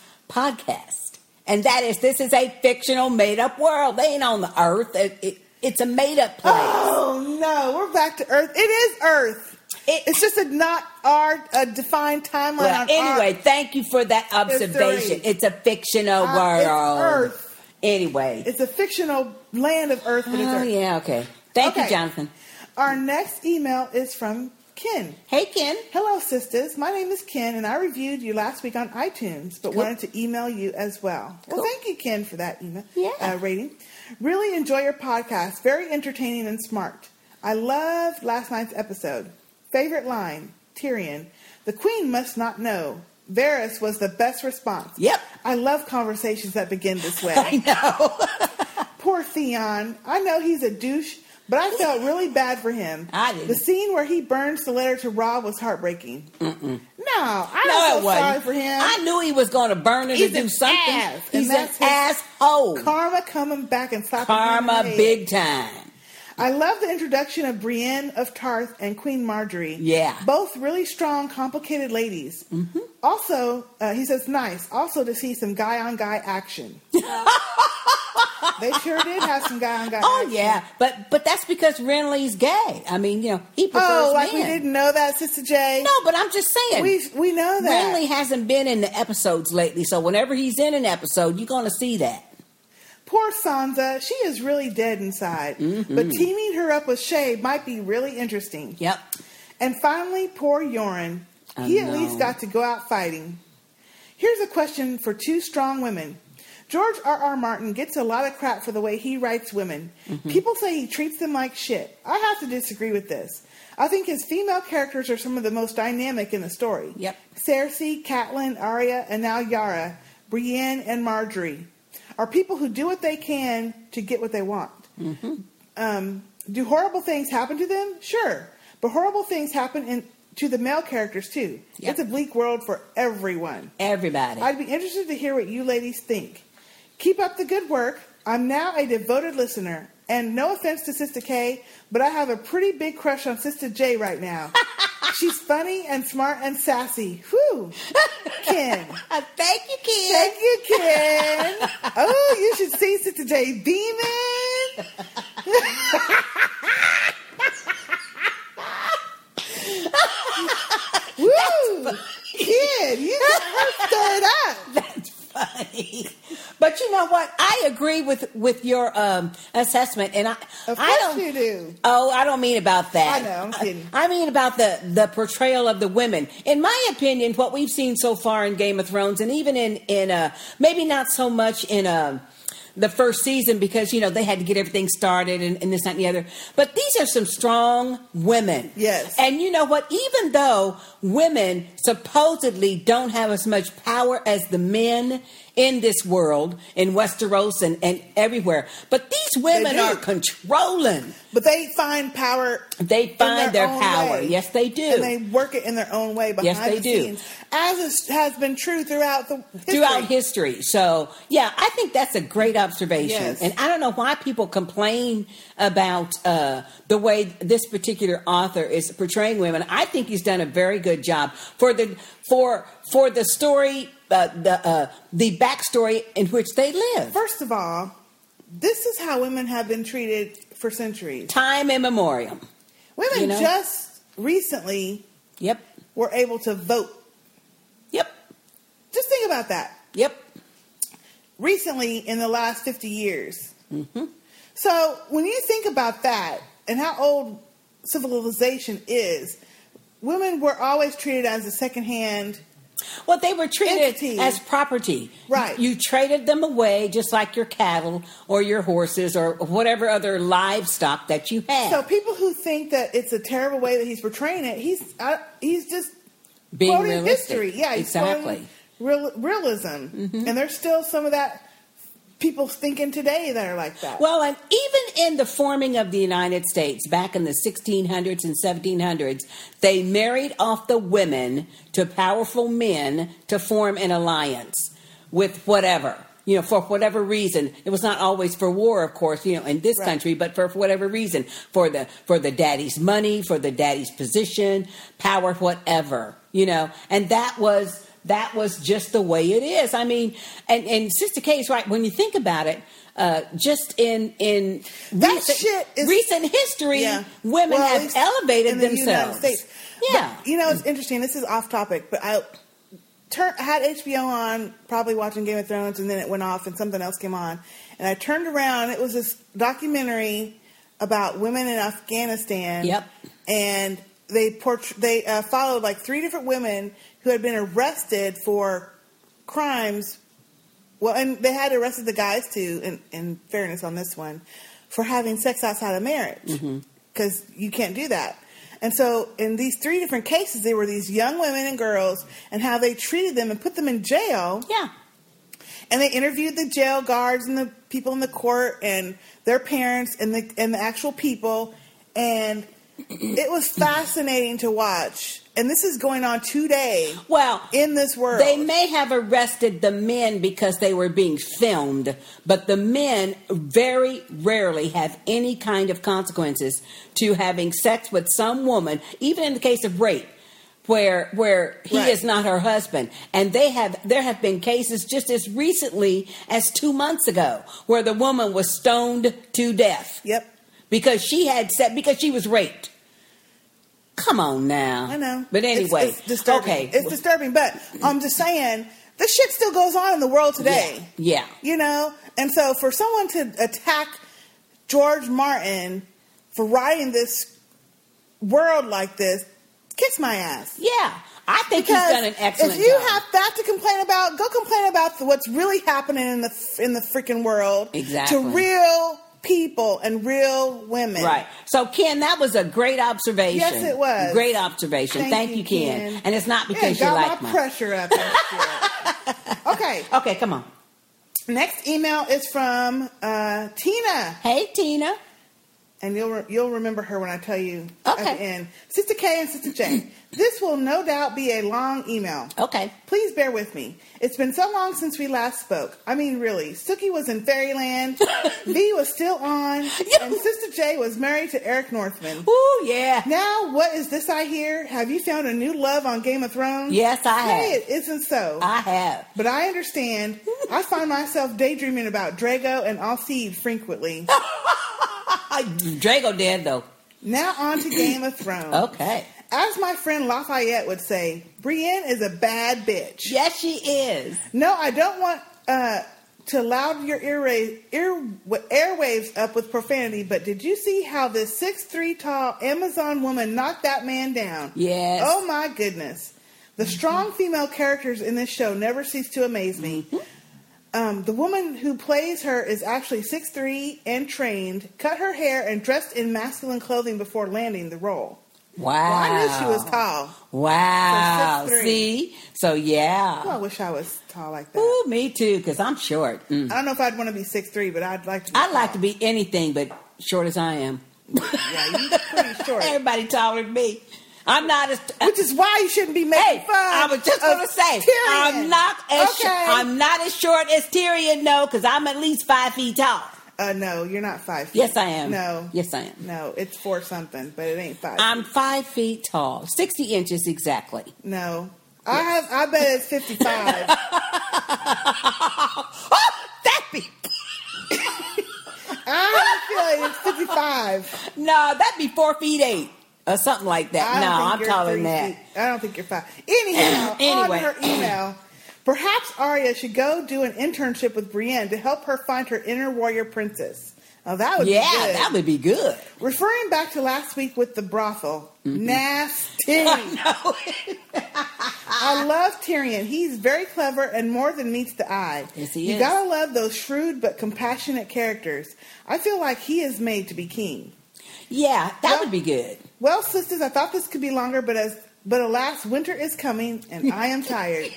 podcast, and that is this is a fictional, made up world. They ain't on the earth. It- it- it's a made up place.
oh no, we're back to Earth. It is Earth.
It-
it's just a not our a defined timeline.
Well,
on
anyway, thank you for that observation.
History.
It's a fictional
Uh, it's
world.
Earth.
Anyway.
our, it's a fictional land of Earth, but it's
oh,
Earth.
yeah, okay. Thank you,
Okay.
Jonathan.
Our next email is from Ken.
Hey, Ken.
Hello, sisters. My name is Ken, and I reviewed you last week on iTunes, but
Cool.
wanted to email you as well.
Cool.
Well, thank you, Ken, for that email
Yeah.
uh, rating. Really enjoy your podcast. Very entertaining and smart. I loved last night's episode. Favorite line: Tyrion, the Queen must not know. Varys was the best response.
Yep.
I love conversations that begin this way.
(laughs) I know.
Poor Theon. I know he's a douche, but I felt really bad for him.
I didn't.
The scene where he burns the letter to Rob was heartbreaking. No, (laughs) I'm
No,
so
it wasn't.
sorry for him.
I knew he was going to burn her
He's
to do
an
something.
ass, and
He's an
that's his
asshole.
Karma coming back and slapping him in the
Karma,
head.
big time.
I love the introduction of Brienne of Tarth and Queen Marjorie.
Yeah.
Both really strong, complicated ladies. Mm-hmm. Also, uh, he says, nice. Also, to see some guy on guy
(laughs)
action. they sure did have some guy on guy
Oh
action.
yeah, but but that's because Renly's gay. I mean, you know, he prefers
Oh, like
men.
we didn't know that, Sister J.
No, but I'm just saying.
We, we know that.
Renly hasn't been in the episodes lately, so whenever he's in an episode, you're going to see that.
Poor Sansa, she is really dead inside.
Mm-hmm.
But teaming her up with Shay might be really interesting.
Yep.
And finally, poor Yoren.
I
He at
know.
least got to go out fighting. Here's a question for two strong women. George R. R. Martin gets a lot of crap for the way he writes women.
Mm-hmm.
People say he treats them like shit. I have to disagree with this. I think his female characters are some of the most dynamic in the story.
Yep.
Cersei, Catelyn, Arya, and now Yara, Brienne, and Marjorie are people who do what they can to get what they want.
Mm-hmm.
Um, do horrible things happen to them? Sure, but horrible things happen in, to the male characters too.
Yep.
It's a bleak world for everyone.
Everybody.
I'd be interested to hear what you ladies think. Keep up the good work. I'm now a devoted listener. And no offense to Sister K, but I have a pretty big crush on Sister J right now. She's funny and smart and sassy. Whew. Ken.
Uh, thank you, kid.
Thank you, Ken. Oh, you should see Sister J beaming. Woo! Kid, you got her stirred up.
That's funny. (laughs) But you know what? I agree with with your um, assessment, and I
Of
I
course
don't.
you do.
Oh, I don't mean about that.
I know, I'm kidding.
I, I mean about the the portrayal of the women. In my opinion, what we've seen so far in Game of Thrones, and even in in uh, maybe not so much in uh, the first season because you know they had to get everything started and, and this that, and the other. But these are some strong women.
Yes.
And you know what? Even though women supposedly don't have as much power as the men in this world, in Westeros and, and everywhere, but these women
do.
are controlling.
But they find power
They find their,
own
power.
way.
Yes, they do.
and they work it in their own way behind
Yes, they
the
do.
scenes, as is, has been true throughout the history.
Throughout history. So, yeah, I think that's a great observation.
Yes.
And I don't know why people complain about uh, the way this particular author is portraying women. I think he's done a very good job for the for for the story uh, the uh, the backstory in which they live.
First of all, this is how women have been treated for centuries.
Time immemorial.
Women
You know?
just recently
Yep.
were able to vote.
Yep.
Just think about that.
Yep.
Recently, in the last 50 years.
Mm-hmm.
So, when you think about that and how old civilization is, women were always treated as a secondhand.
Well, they were treated
Entity.
as property.
Right.
You traded them away just like your cattle or your horses or whatever other livestock that you had.
So, people who think that it's a terrible way that he's portraying it, he's I, he's just
Being
quoting
realistic.
history. Yeah, he's
exactly. Mm-hmm.
quoting real, realism. And there's still some of that people thinking today that are like that.
Well, and even in the forming of the United States back in the 1600s and 1700s, they married off the women to powerful men to form an alliance with whatever. You know, for whatever reason, it was not always for war, of course. You know, in this
Right.
country, but for whatever reason, for the for the daddy's money, for the daddy's position, power, whatever. You know, and that was that was just the way it is. I mean, and and Sister K is right when you think about it. Uh, just in in
That
recent,
shit is-
recent history,
Yeah.
women
Well, at
have
least
elevated
in the
themselves.
United States.
Yeah,
But, you know, it's interesting. This is off topic, but I tur- I had HBO on, probably watching Game of Thrones, and then it went off, and something else came on, and I turned around. It was this documentary about women in Afghanistan.
Yep.
And they portray they uh, followed like three different women who had been arrested for crimes. Well, and they had arrested the guys too. In, in fairness, on this one, for having sex outside of marriage because you can't do that. And so, in these three different cases, they were these young women and girls, and how they treated them and put them in jail.
yeah,
And they interviewed the jail guards and the people in the court and their parents and the and the actual people, and it was fascinating to watch. And this is going on today
Well,
in this world.
They may have arrested the men because they were being filmed, but the men very rarely have any kind of consequences to having sex with some woman, even in the case of rape. Where where he
Right.
is not her husband, and they have there have been cases just as recently as two months ago where the woman was stoned to death
yep.
because she had said because she was raped. Come on now,
I know.
But
It's-
anyway,
it's, disturbing.
okay,
It's disturbing, but I'm just saying this shit still goes on in the world today.
yeah.
You know? And so for someone to attack George Martin for writing this world like this, kiss my ass.
Yeah, I think
Because
he's done an excellent
if you
job.
have that to complain about, go complain about what's really happening in the in the freaking world
Exactly.
to real people and real women.
Right. So, Ken, that was a great observation.
Yes, it was.
Great observation. Thank, you, Ken. And it's not because
yeah,
you
got
like
my
me.
pressure up. and
(laughs)
shit. okay.
okay, come on.
Next email is from uh, Tina,
Hey, Tina.
and you'll re- you'll remember her when I tell you
Okay.
at the end. Sister K and Sister J. this will no doubt be a long email.
Okay.
Please bear with me. It's been so long since we last spoke. I mean, really, Sookie was in fairyland,
(laughs)
V was still on, and Sister J was married to Eric Northman.
Ooh, yeah.
Now, what is this I hear? Have you found a new love on Game of Thrones?
Yes, I
Say
have.
it isn't so.
I have.
But I understand. I find myself daydreaming about Drago and Alcide frequently.
I, Drago did, though.
now on to Game of Thrones.
Okay.
As my friend Lafayette would say, Brienne is a bad bitch.
Yes, she is.
No, I don't want uh, to loud your ear, ear airwaves up with profanity, but did you see how this six three tall Amazon woman knocked that man down?
Yes. Mm-hmm.
Oh my goodness. The strong female characters in this show never cease to amaze me.
Mm-hmm.
Um, the woman who plays her is actually 6'3 and trained, cut her hair, and dressed in masculine clothing before landing the role.
Wow.
Well, I knew she was tall.
Wow.
So 6'3".
See? So,
Oh, I
yeah.
wish I was tall like that.
Ooh, me too, because I'm short. Mm.
I don't know if I'd want to be 6'3, but I'd like to be
I'd like to be anything but short as I am.
Yeah, you're pretty short.
Everybody taller than me. I'm not as.
Which is why you shouldn't be making
Hey,
fun.
I was just going
of
to say,
Tyrion.
I'm not as sh-
Okay.
I'm not as short as Tyrion, no, because I'm at least five feet tall.
uh, no, you're not five. Feet.
Yes, I am.
No.
yes, I am.
No, it's four something, but it ain't 5
I'm five feet tall, sixty inches exactly.
no, I have. I bet
(laughs)
it's fifty-five.
Oh, that be
I have a feeling it's fifty-five.
no, that'd be four feet eight or something like that.
I don't
no,
think
I'm
you're
taller
three
than that.
feet. I don't think you're five. Anyhow,
(clears throat) Anyway.
on her email, perhaps Arya should go do an internship with Brienne to help her find her inner warrior princess. Oh, that would
Yeah,
be good.
that would be good.
Referring back to last week with the brothel,
Mm-hmm. (laughs)
nasty. I love Tyrion. He's very clever and more than meets the eye.
Yes, he
you
is.
gotta love those shrewd but compassionate characters. I feel like he is made to be king.
Yeah, that
Well-
would be good.
Well, sisters, I thought this could be longer, but as but alas, winter is coming and I
(laughs)
am tired.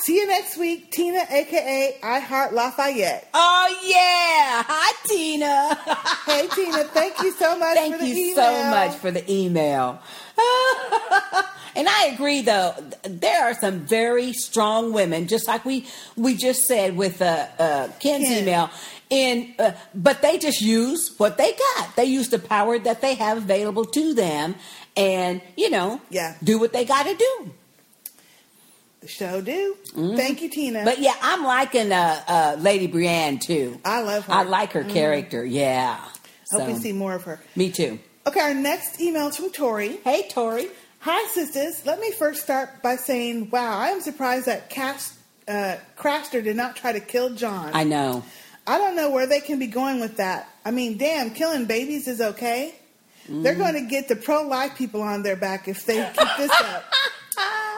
See you next week, Tina, aka I Heart Lafayette.
Oh yeah, hi Tina. (laughs)
Hey, Tina, thank you so much. for
Thank
the
you
email.
so much for the email. (laughs) and I agree, though. There are some very strong women, just like we we just said with uh, uh, Ken's
Ken.
email. And uh, but they just use what they got. They use the power that they have available to them, and you know,
Yeah.
do what they got to do.
The show do. Thank you, Tina.
Mm-hmm. But yeah, I'm liking uh, uh, Lady Brienne too.
I love her. Mm-hmm.
I like her character. Yeah,
Hope we
So,
see more of her.
me too.
Okay, our next email is from Tori.
Hey, Tori.
Hi, sisters. Let me first start by saying, wow, I am surprised that Cast, uh, Craster did not try to kill John.
I know.
I don't know where they can be going with that. I mean, damn, killing babies is okay. They're going to get the pro-life people on their back if they keep this up.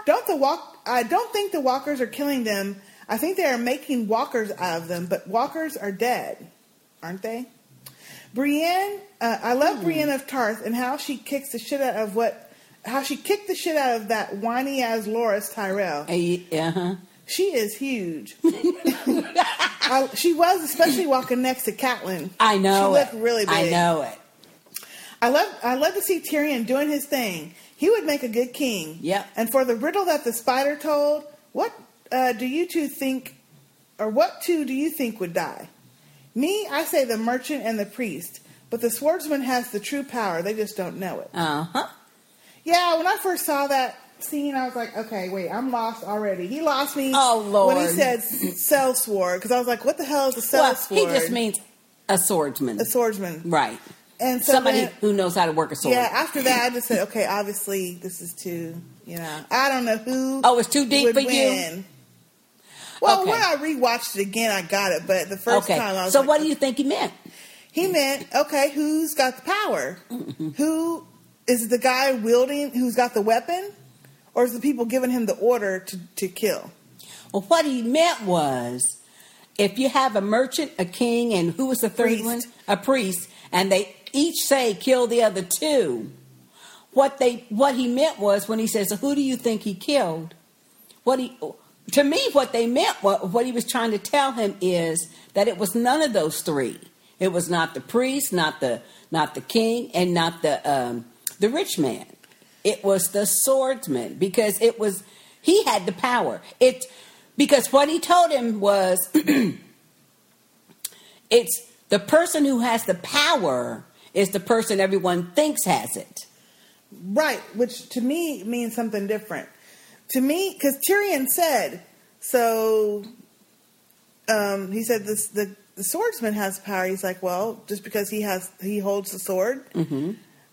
Don't the walk? I don't think the walkers are killing them. I think they are making walkers out of them, but walkers are dead, aren't they? Brienne, uh, I love Brienne of Tarth and how she kicks the shit out of what, how she kicked the shit out of that whiny ass Loras Tyrell.
Uh huh.
She is huge. I, she was, especially walking next to Catelyn.
I know it.
She looked really big.
I know it.
I love I love to see Tyrion doing his thing. He would make a good king.
Yep.
And for the riddle that the spider told, what uh, do you two think, or what two do you think would die? Me, I say the merchant and the priest. But the swordsman has the true power. They just don't know it.
Uh huh.
Yeah, when I first saw that scene, I was like, okay, wait, I'm lost already. He lost me.
Oh, Lord.
When he said cell sword, because I was like, what the hell is a cell
Well,
sword?
he just means a swordsman,
a swordsman,
right?
and so
Somebody
then-
who knows how to work a sword.
yeah, after that, I just said, okay, obviously this is too, you know, I don't know who.
Oh, it's too deep
would
for you?
win. Well,
Okay.
when I rewatched it again, I got it, but the first
okay.
time I was
so
like,
what do you think he meant?
he meant, okay, who's got the power? Who is the guy wielding who's got the weapon? Or is the people giving him the order to, to kill?
Well, what he meant was if you have a merchant, a king, and who was the third
Priest.
one? A priest, and they each say kill the other two. What they what he meant was when he says, "Who do you think he killed?" What he to me, what they meant, what, what he was trying to tell him is that it was none of those three. It was not the priest, not the not the king, and not the um, the rich man. It was the swordsman because it was he had the power. It because what he told him was (clears throat) it's the person who has the power is the person everyone thinks has it.
Right, which to me means something different. To me, because Tyrion said, so um, he said this, the, the swordsman has power. He's like, well, just because he has he holds the sword. Mm-hmm.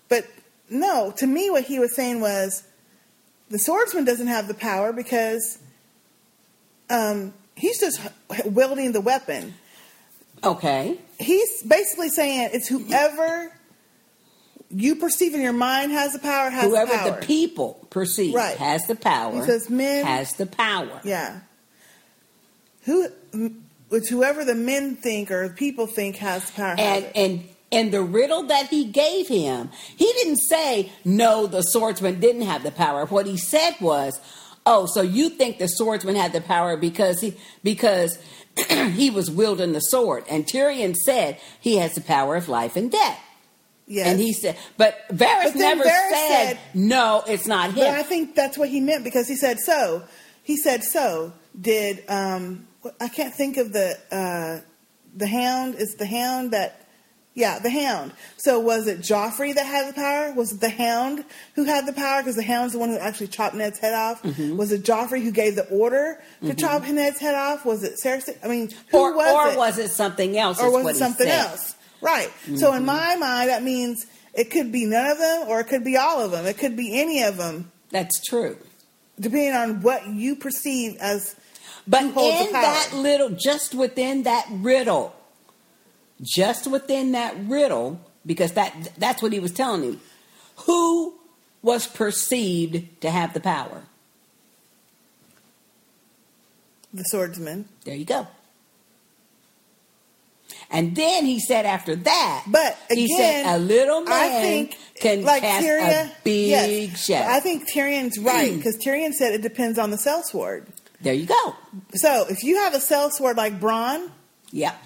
But no, to me, what he was saying was the swordsman doesn't have the power because um, he's just wielding the weapon
Okay.
he's basically saying it's whoever you perceive in your mind has the power has
Whoever
the power.
the people perceive
Right.
has the power.
He says men-
has the power.
yeah. Who it's whoever the men think or people think has the power. has
and
it.
and and the riddle that he gave him he didn't say no the swordsman didn't have the power what he said was oh so you think the swordsman had the power because he because (clears throat) he was wielding the sword and tyrion said he has the power of life and death
yes.
and he said but varus
But then
never
Varys
said,
said-
no it's not
But I
him
think that's what he meant because he said so. He said so. Did um I can't think of the uh the hound is the hound that yeah, the hound. So was it Joffrey that had the power? Was it the hound who had the power? Because the hound's the one who actually chopped Ned's head off.
Mm-hmm.
Was it Joffrey who gave the order to chop Ned's head off? Was it Cersei? I mean, who
or,
was
or
it?
was it something else
or
is
was
what
it
he
something
said. Mm-hmm.
else? Right. So in my mind, that means it could be none of them, or it could be all of them. It could be any of them
that's true
depending on what you perceive as
But
who holds the
in
power.
that little, just within that riddle, just within that riddle, because that that's what he was telling him, who was perceived to have the power.
the swordsman.
There you go. And then he said after that,
But again,
he said a little man
I think
can
like
cast
Tyrion,
a big
yes,
shadow.
I think Tyrion's
(clears throat)
right because Tyrion said it depends on the cell sword.
there you go.
So if you have a cell sword like Braun,
Yep.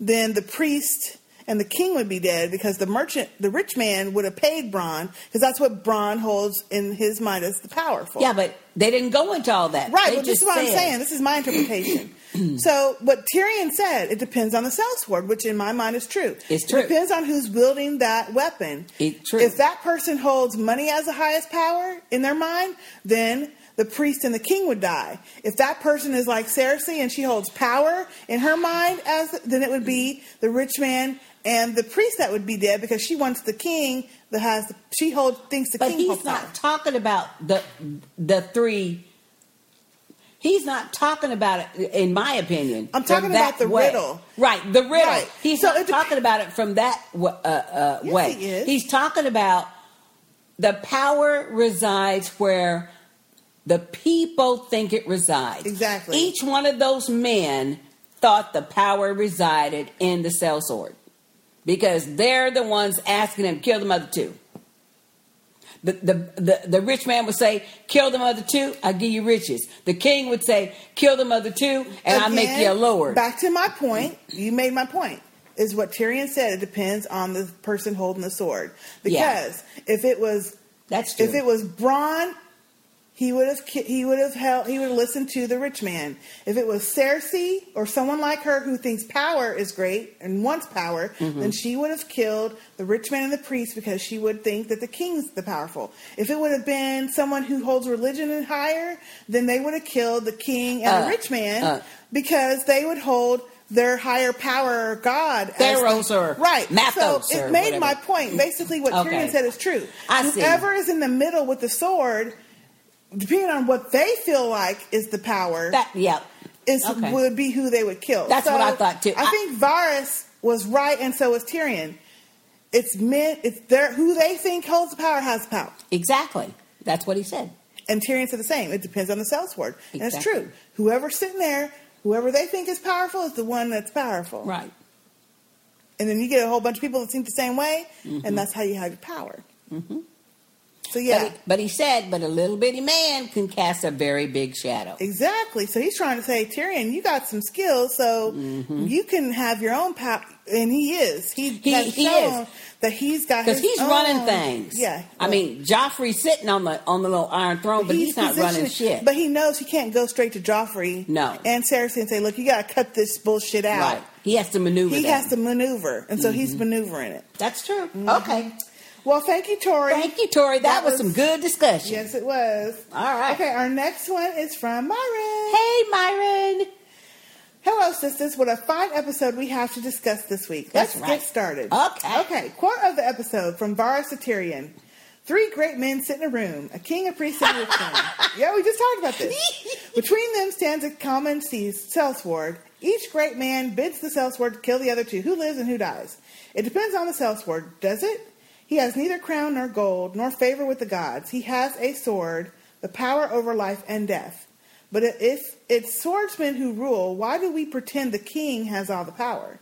then the priest and the king would be dead because the merchant, the rich man, would have paid Braun because that's what Braun holds in his mind as the powerful.
Yeah, but they didn't go into all that.
Right,
They
but this
just
is what I'm
said-
saying. This is
(clears throat)
my interpretation. so what Tyrion said, it depends on the cell sword, which in my mind is true.
It's true.
It depends on who's wielding that weapon.
It's true.
If that person holds money as the highest power in their mind, then the priest and the king would die. If that person is like Cersei and she holds power in her mind as then it would be the rich man and the priest that would be dead because she wants the king that has the, she holds thinks the
But
king
he's
holds
not
power.
talking about the the three. He's not talking about it, in my opinion.
I'm talking
from that
about the
way.
riddle.
right? The riddle.
Right.
He's
So
not
it dep-
talking about it from that w- uh, uh,
Yes,
way.
he is.
He's talking about the power resides where the people think it resides.
Exactly.
Each one of those men thought the power resided in the cell sword because they're the ones asking him kill the mother two. The, the, the, the rich man would say, kill the mother two, I'll give you riches. The king would say, kill the mother two, and I'll make
Again,
you a lord.
Back to my point. You made my point. is what Tyrion said. It depends on the person holding the sword.
Yeah.
Because if it was
That's true.
if it was Braun, he would have ki- he would have held he would have listened to the rich man. If it was Cersei or someone like her who thinks power is great and wants power,
Mm-hmm.
then she would have killed the rich man and the priest because she would think that the king's the powerful. If it would have been someone who holds religion and higher, then they would have killed the king and the
Uh,
rich man
uh.
because they would hold their higher power or god
Theros or
right
Mathos
so
or
it made
whatever.
my point basically what
Okay.
Tyrion said is true
I see.
whoever is in the middle with the sword depending on what they feel like is the power
that yeah.
is
okay.
would be who they would kill.
That's what I thought, too.
I,
I-
think Varys was right, and so was Tyrion. It's meant it's their who they think holds the power has the power,
Exactly. That's what he said.
and Tyrion said the same. It depends on the cell sword, and it's
Exactly.
true. Whoever's sitting there, whoever they think is powerful, is the one that's powerful.
Right.
And then you get a whole bunch of people that think the same way, and that's how you have your power. So yeah,
Mm-hmm. But, he, but he said, but a little bitty man can cast a very big shadow.
Exactly. So he's trying to say, Tyrion, you got some skills, so you can have your own power. And he is. He,
Mm-hmm. He-
has
he
shown
is.
that he's got
Because
his
he's running
own-
things.
oh, Yeah.
I mean, Joffrey's sitting on the on the little iron throne, but he's, not running
positioning-
shit.
But he knows he can't go straight to Joffrey
No.
and Cersei and say, look, you got to cut this bullshit out.
right. He has to maneuver.
He
that. Mm-hmm.
has to maneuver. And so he's maneuvering it.
That's true. Okay.
Well, thank you, Tori.
Thank you, Tori. That,
That
was,
was-
some good discussion.
Yes, it was.
All right.
Okay, our next one is from Myron.
Hey, Myron.
Hello, sisters. What a fine episode we have to discuss this week. Let's
That's right. Oh,
get started.
Okay.
Okay. Quote of the episode from Varus the Tyrian. Three great men sit in a room, a king, a priest, and a rich man. yeah, we just talked about this. Between them stands a common seas sellsword. Each great man bids the sellsword to kill the other two. Who lives and who dies? It depends on the sellsword, does it? He has neither crown nor gold, nor favor with the gods. He has a sword, the power over life and death. But if it's swordsmen who rule, why do we pretend the king has all the power?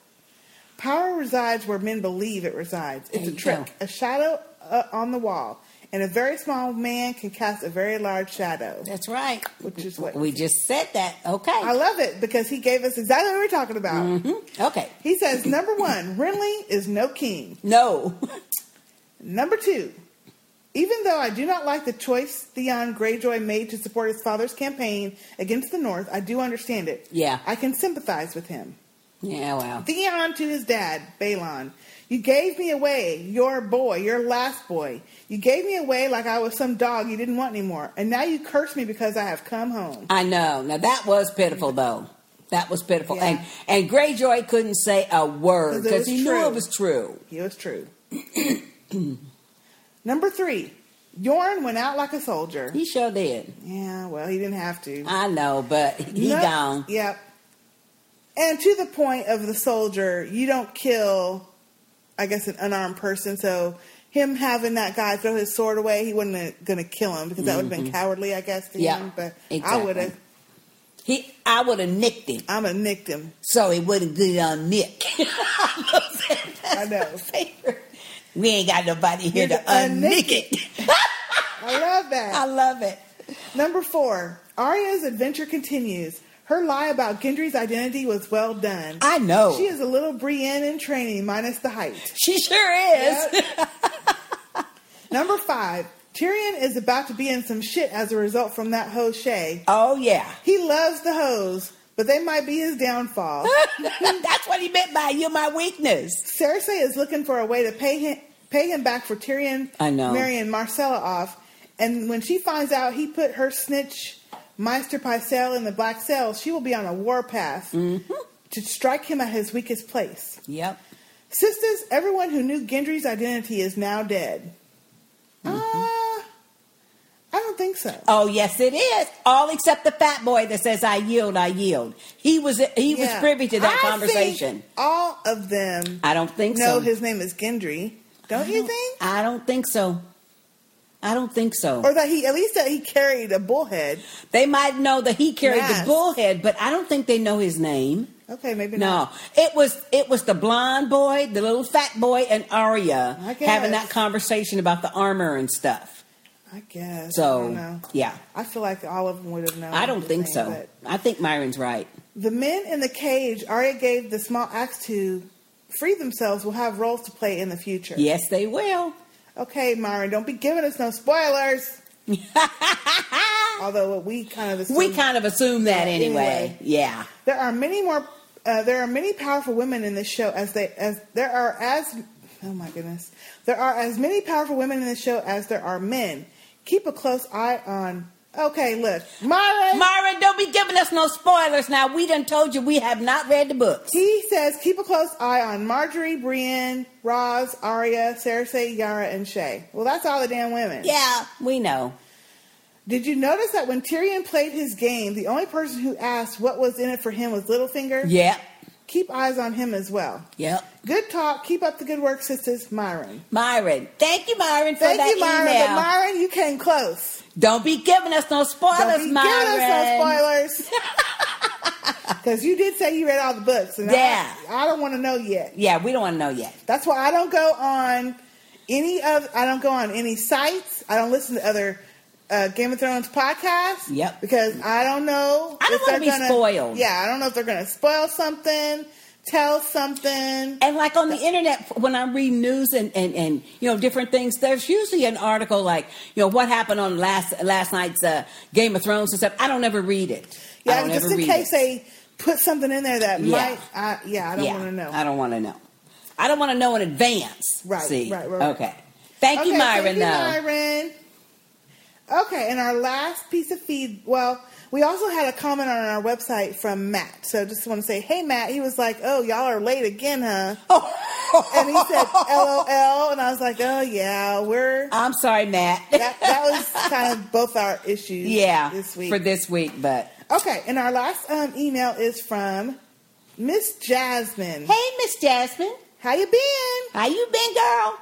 Power resides where men believe it resides. It's
There
a
you
trick,
go.
a shadow uh, on the wall, and a very small man can cast a very large shadow.
That's right.
Which is what-
we just said that.
I
Okay.
love it because he gave us exactly what we we're talking about.
Mhm. Okay.
He says, number one, Renly is no king.
No. (laughs)
Number two, even though I do not like the choice Theon Greyjoy made to support his father's campaign against the North, I do understand it.
Yeah.
I can sympathize with him.
yeah. Wow.
Theon to his dad, Balon. You gave me away, your boy, your last boy. You gave me away like I was some dog you didn't want anymore. And now you curse me because I have come home.
I know. Now that was pitiful, though. That was pitiful,
Yeah.
and and Greyjoy couldn't say a word
'Cause it was
because he
true.
knew it was true.
It was true. (clears throat) Number three, Yorn went out like a soldier.
He sure did.
Yeah, well, he didn't have to.
I know, but he
No-
gone.
Yep. And to the point of the soldier, you don't kill, I guess, an unarmed person. So him having that guy throw his sword away, he wasn't going to kill him because that would have been cowardly, I guess, to
Yeah,
him. But I
Mm-hmm. exactly.
would have.
He, I would have nicked him,
I'm going to nick him.
so he wouldn't get on Nick. I
know.
(laughs) We ain't got nobody here
You're
to
the
unnick it. (laughs)
I love that.
I love it.
Number four, Arya's adventure continues. Her lie about Gendry's identity was well done.
I know.
She is a little Brienne in training, minus the height.
She sure is.
Yep. (laughs) Number five, Tyrion is about to be in some shit as a result from that hoe Shay.
Oh yeah.
He loves the hoes, but they might be his
(laughs)
downfall.
That's what he meant by you're my weakness.
Cersei is looking for a way to pay him pay him back for Tyrion
I know.
marrying Marcella off. And when she finds out he put her snitch Meister Pycelle in the black cell, she will be on a warpath
Mm-hmm.
to strike him at his weakest place.
Yep.
Sisters, everyone who knew Gendry's identity is now dead. Uh,
Mm-hmm.
I don't think so.
Oh yes, it is. All except the fat boy that says "I yield, I yield." He was he was
Yeah.
privy to that
I
conversation.
think all of them
I don't think
know
so.
his name is Gendry. Don't you think?
I don't think so. I don't think so.
Or that he at least that he carried a bullhead.
they might know that he carried
Yes.
the bullhead, but I don't think they know his name.
Okay, maybe not.
No, it was it was the blonde boy, the little fat boy, and Arya
I guess.
having that conversation about the armor and stuff.
I guess. I
So
don't know.
yeah,
I feel like all of them would have known.
I don't
his
think
name,
so.
but-
I think Myron's right.
The men in the cage Arya gave the small axe to free themselves will have roles to play in the future.
Yes, they will.
Okay, Myron, don't be giving us
(laughs)
no spoilers. Although we kind of assume
We kind of assume that anyway.
Anyway.
Yeah.
there are many more. Uh, there are many powerful women in this show as they as there are as oh my goodness there are as many powerful women in this show as there are men. Keep a close eye on. Okay, look, Myron.
Myron, don't be giving us no spoilers now. We done told you we have not read the books.
He says, keep a close eye on Marjorie, Brienne, Roz, Arya, Cersei, Yara, and Shay. Well, that's all the damn women.
Yeah, we know.
Did you notice that when Tyrion played his game, the only person who asked what was in it for him was Littlefinger?
Yep.
Keep eyes on him as well.
Yep.
Good talk. Keep up the good work, sisters. Myron.
Myron. Thank you, Myron, for
Thank
that
you, Myron.
email.
But Myron, you came close.
Don't be giving us no spoilers,
Don't be giving
Myron.
us no spoilers.
(laughs)
(laughs) Because you did say you read all the books. And I-
Yeah.
I don't want to know yet.
Yeah, we don't want to know yet.
That's why I don't go on any of I don't go on any sites. I don't listen to other uh, Game of Thrones podcasts.
Yep.
Because I don't know.
I don't
if
wanna
they're
be
gonna-
spoiled.
Yeah, I don't know if they're going to spoil something, tell something.
And like on the internet, when I'm reading news and, and, and you know different things, there's usually an article like you know what happened on last last night's uh, Game of Thrones and stuff. I don't ever read it. I
Yeah,
don't
just
ever
in
read it.
case they put something in there that
Yeah.
might. I, yeah, I don't
yeah,
want to know.
I don't want to know. I don't want to know in advance.
Right,
See?
right, right, right.
Okay. Thank you, Myron.
Thank you,
though.
Myron. Okay, and our last piece of feed. Well, we also had a comment on our website from Matt. So just want to say, hey, Matt. He was like, oh, y'all are late again, huh?
Oh.
And he
(laughs)
said, lol. And I was like, oh, yeah, we're.
I'm sorry, Matt.
That, that was kind of both our
(laughs)
issues
yeah,
this week.
for this week, but
okay, and our last um, email is from Miss Jasmine.
hey, Miss Jasmine,
How you been?
how you been, girl?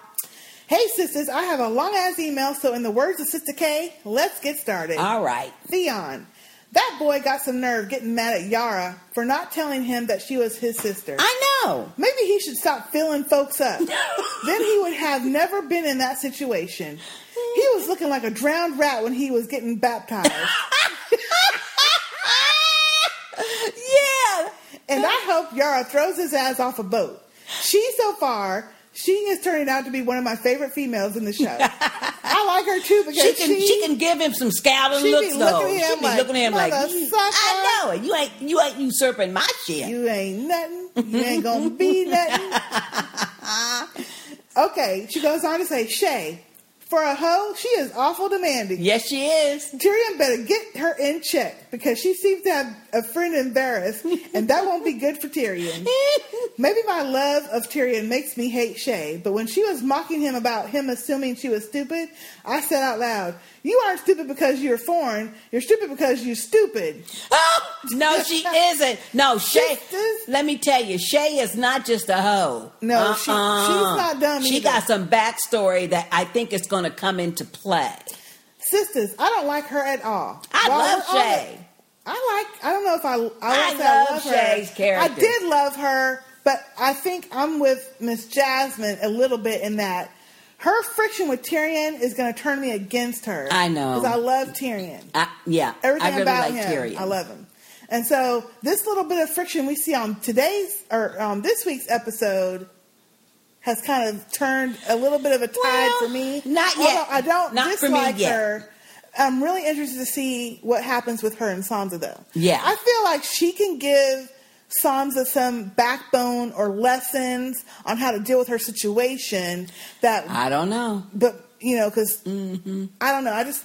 Hey, sisters, I have a long ass email, so in the words of Sister K, let's get started.
All right.
Theon. That boy got some nerve getting mad at Yara for not telling him that she was his sister.
I (laughs) know.
Maybe he should stop filling
(laughs)
folks up. then he would have never been in that situation. He was looking like a drowned rat when he was
(laughs)
getting baptized.
Yeah.
and I hope Yara throws his ass off a boat. She, so far, she is turning out to be one of my favorite females in
(laughs)
the show. I like her too because
She can she, can give him some scouting
she be
looks
looking
though.
at him
she be
like,
looking at him like,
"Motherfucker."
I know it. You ain't you ain't usurping my shit.
You ain't nothing. You ain't
(laughs)
gonna be nothing. okay, she goes on to say, Shay, for a hoe, she is awful demanding.
yes, she
(laughs)
is.
Tyrion better get her in check because she seems to have a friend embarrassed, and that won't be good for Tyrion. Maybe my love of Tyrion makes me hate Shay, but when she was mocking him about him assuming she was stupid, I said out loud, You aren't stupid because you're foreign, you're stupid because you're stupid.
Oh, (laughs) no, she isn't. No, Shay.
Sisters.
Let me tell you, Shay is not just a hoe. Uh-uh.
No, she- she's not dumb
She
either.
got some backstory that I think is going to come into play.
Sisters, I don't like her at all.
I
While
love
we're on the-
Shay.
I like. I don't know if I. I, won't
I
say I
love
love
Shay's
her.
character.
I did love her, but I think I'm with Miss Jasmine a little bit in that her friction with Tyrion is going to turn me against her.
I know.
because I love Tyrion.
I, yeah,
Everything
I really
about
like
him,
Tyrion.
I love him. And so this little bit of friction we see on today's or on this week's episode has kind of turned a little bit of a tide
Well,
for me.
not
Although
yet.
I don't
Not for me
dislike
yet.
her. I'm really interested to see what happens with her and Sansa though.
Yeah.
I feel like she can give Sansa some backbone or lessons on how to deal with her situation that
I don't know.
but you know, because
Mm-hmm.
I don't know. I just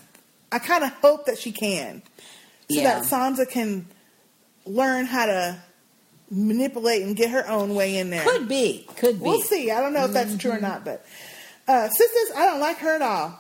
I kind of hope that she can, so
Yeah.
that Sansa can learn how to manipulate and get her own way in there.
Could be. Mm-hmm. Could be.
We'll see. I don't know if that's true or not, but uh, sisters, I don't like her at all.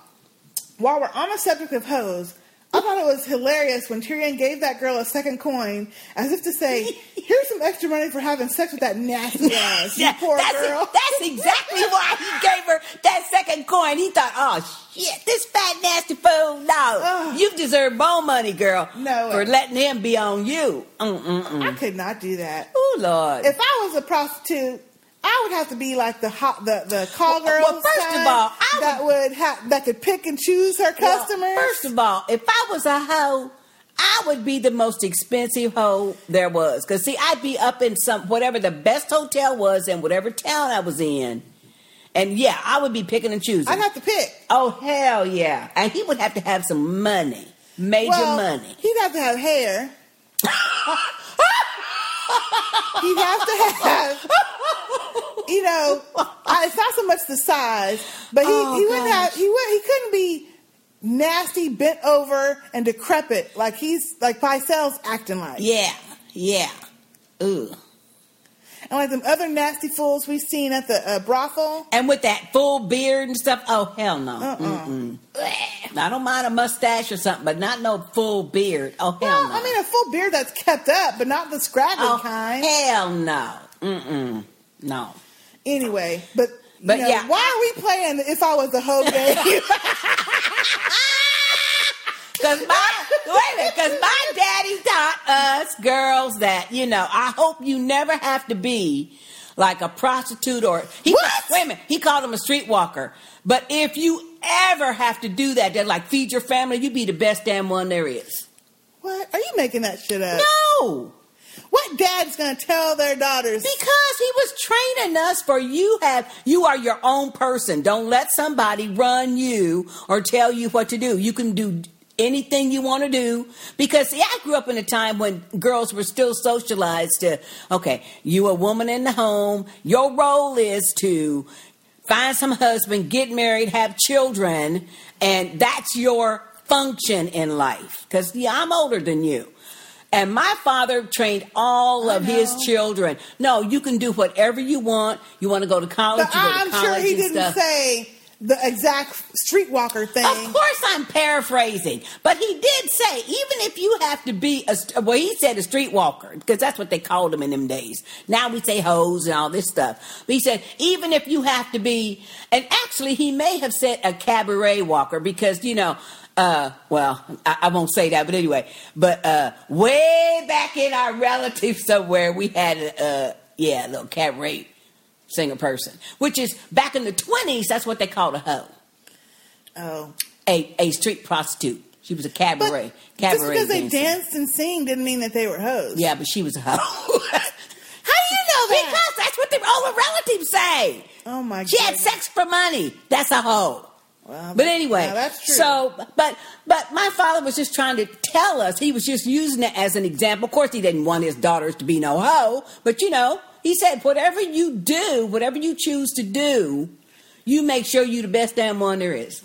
While we're on the subject of hoes, I thought it was hilarious when Tyrion gave that girl a second coin, as if to
(laughs)
say, "Here's some extra money for having sex with that nasty ass,
(laughs)
you
Yeah,
poor
that's,
girl."
that's
(laughs)
exactly why he gave her that second coin. He thought, oh shit, this fat nasty fool. No,
Ugh.
you deserve more money, girl.
No
for
way.
letting him be on you. Mm-mm.
I could not do that.
Oh lord.
if I was a prostitute, I would have to be like the hot, the the call
Well,
girl.
well, first of all, I
that would, have that could pick and choose her
Well,
customers.
first of all, if I was a hoe, I would be the most expensive hoe there was. Cause see, I'd be up in some whatever the best hotel was in whatever town I was in. And yeah, I would be picking and choosing.
I'd have to pick.
oh hell yeah. And he would have to have some money. Major
well,
money.
He'd have to have hair. he'd have to have, you know, I, it's not so much the size, but he,
Oh,
he wouldn't
gosh.
have, he would, he couldn't be nasty, bent over, and decrepit like he's like Pycelle's acting like,
Yeah. Yeah. Ooh.
and like them other nasty fools we've seen at the uh, brothel.
And with that full beard and stuff, oh hell no.
Uh-uh.
Mm-mm. I don't mind a mustache or something, but not no full beard. Oh hell
Well,
no.
I mean, a full beard that's kept up, but not the scraggly
oh,
kind.
Hell no. Mm-mm. No.
Anyway, but you
But
know,
yeah.
why are we playing if I was a
(laughs)
hoe game?
Cause my wait a minute, cause my daddy taught us girls that, you know, I hope you never have to be like a prostitute or he
What?
wait a minute, he called him a streetwalker. But if you ever have to do that, that like feed your family, you be the best damn one there is.
what are you making that shit up?
No.
What dad's gonna tell their daughters?
Because he was training us for you have you are your own person. Don't let somebody run you or tell you what to do. You can do anything you want to do because see I grew up in a time when girls were still socialized to okay, you a woman in the home, your role is to find some husband, get married, have children, and that's your function in life. Cuz yeah, I'm older than you. And my father trained all of his children. No, you can do whatever you want. You want to go to college,
But
you go to
I'm
college
sure he
and
didn't
stuff.
say the exact streetwalker
of
thing.
course, I'm paraphrasing, but he did say even if you have to be a st- well, he said a streetwalker because that's what they called them in them days. Now we say hoes and all this stuff. But he said even if you have to be, and actually he may have said a cabaret walker because you know, uh, well, I, I won't say that, but anyway, but uh, way back in our relative somewhere, we had a uh, yeah, a little cabaret singer person, which is back in the twenties. That's what they called a hoe
Oh,
a, a street prostitute. She was a
but
cabaret.
just
cabaret
because they
dancer.
danced and sing didn't mean that they were hoes.
Yeah, but she was a hoe.
(laughs)
How do you know
that?
Because that's what the older relatives say.
Oh my god.
She had sex for money. That's a hoe.
Well,
But anyway,
now that's true.
so but but my father was just trying to tell us. He was just using it as an example. Of course, he didn't want his daughters to be no hoe, but you know, he said whatever you do, whatever you choose to do, you make sure you the best damn one there is.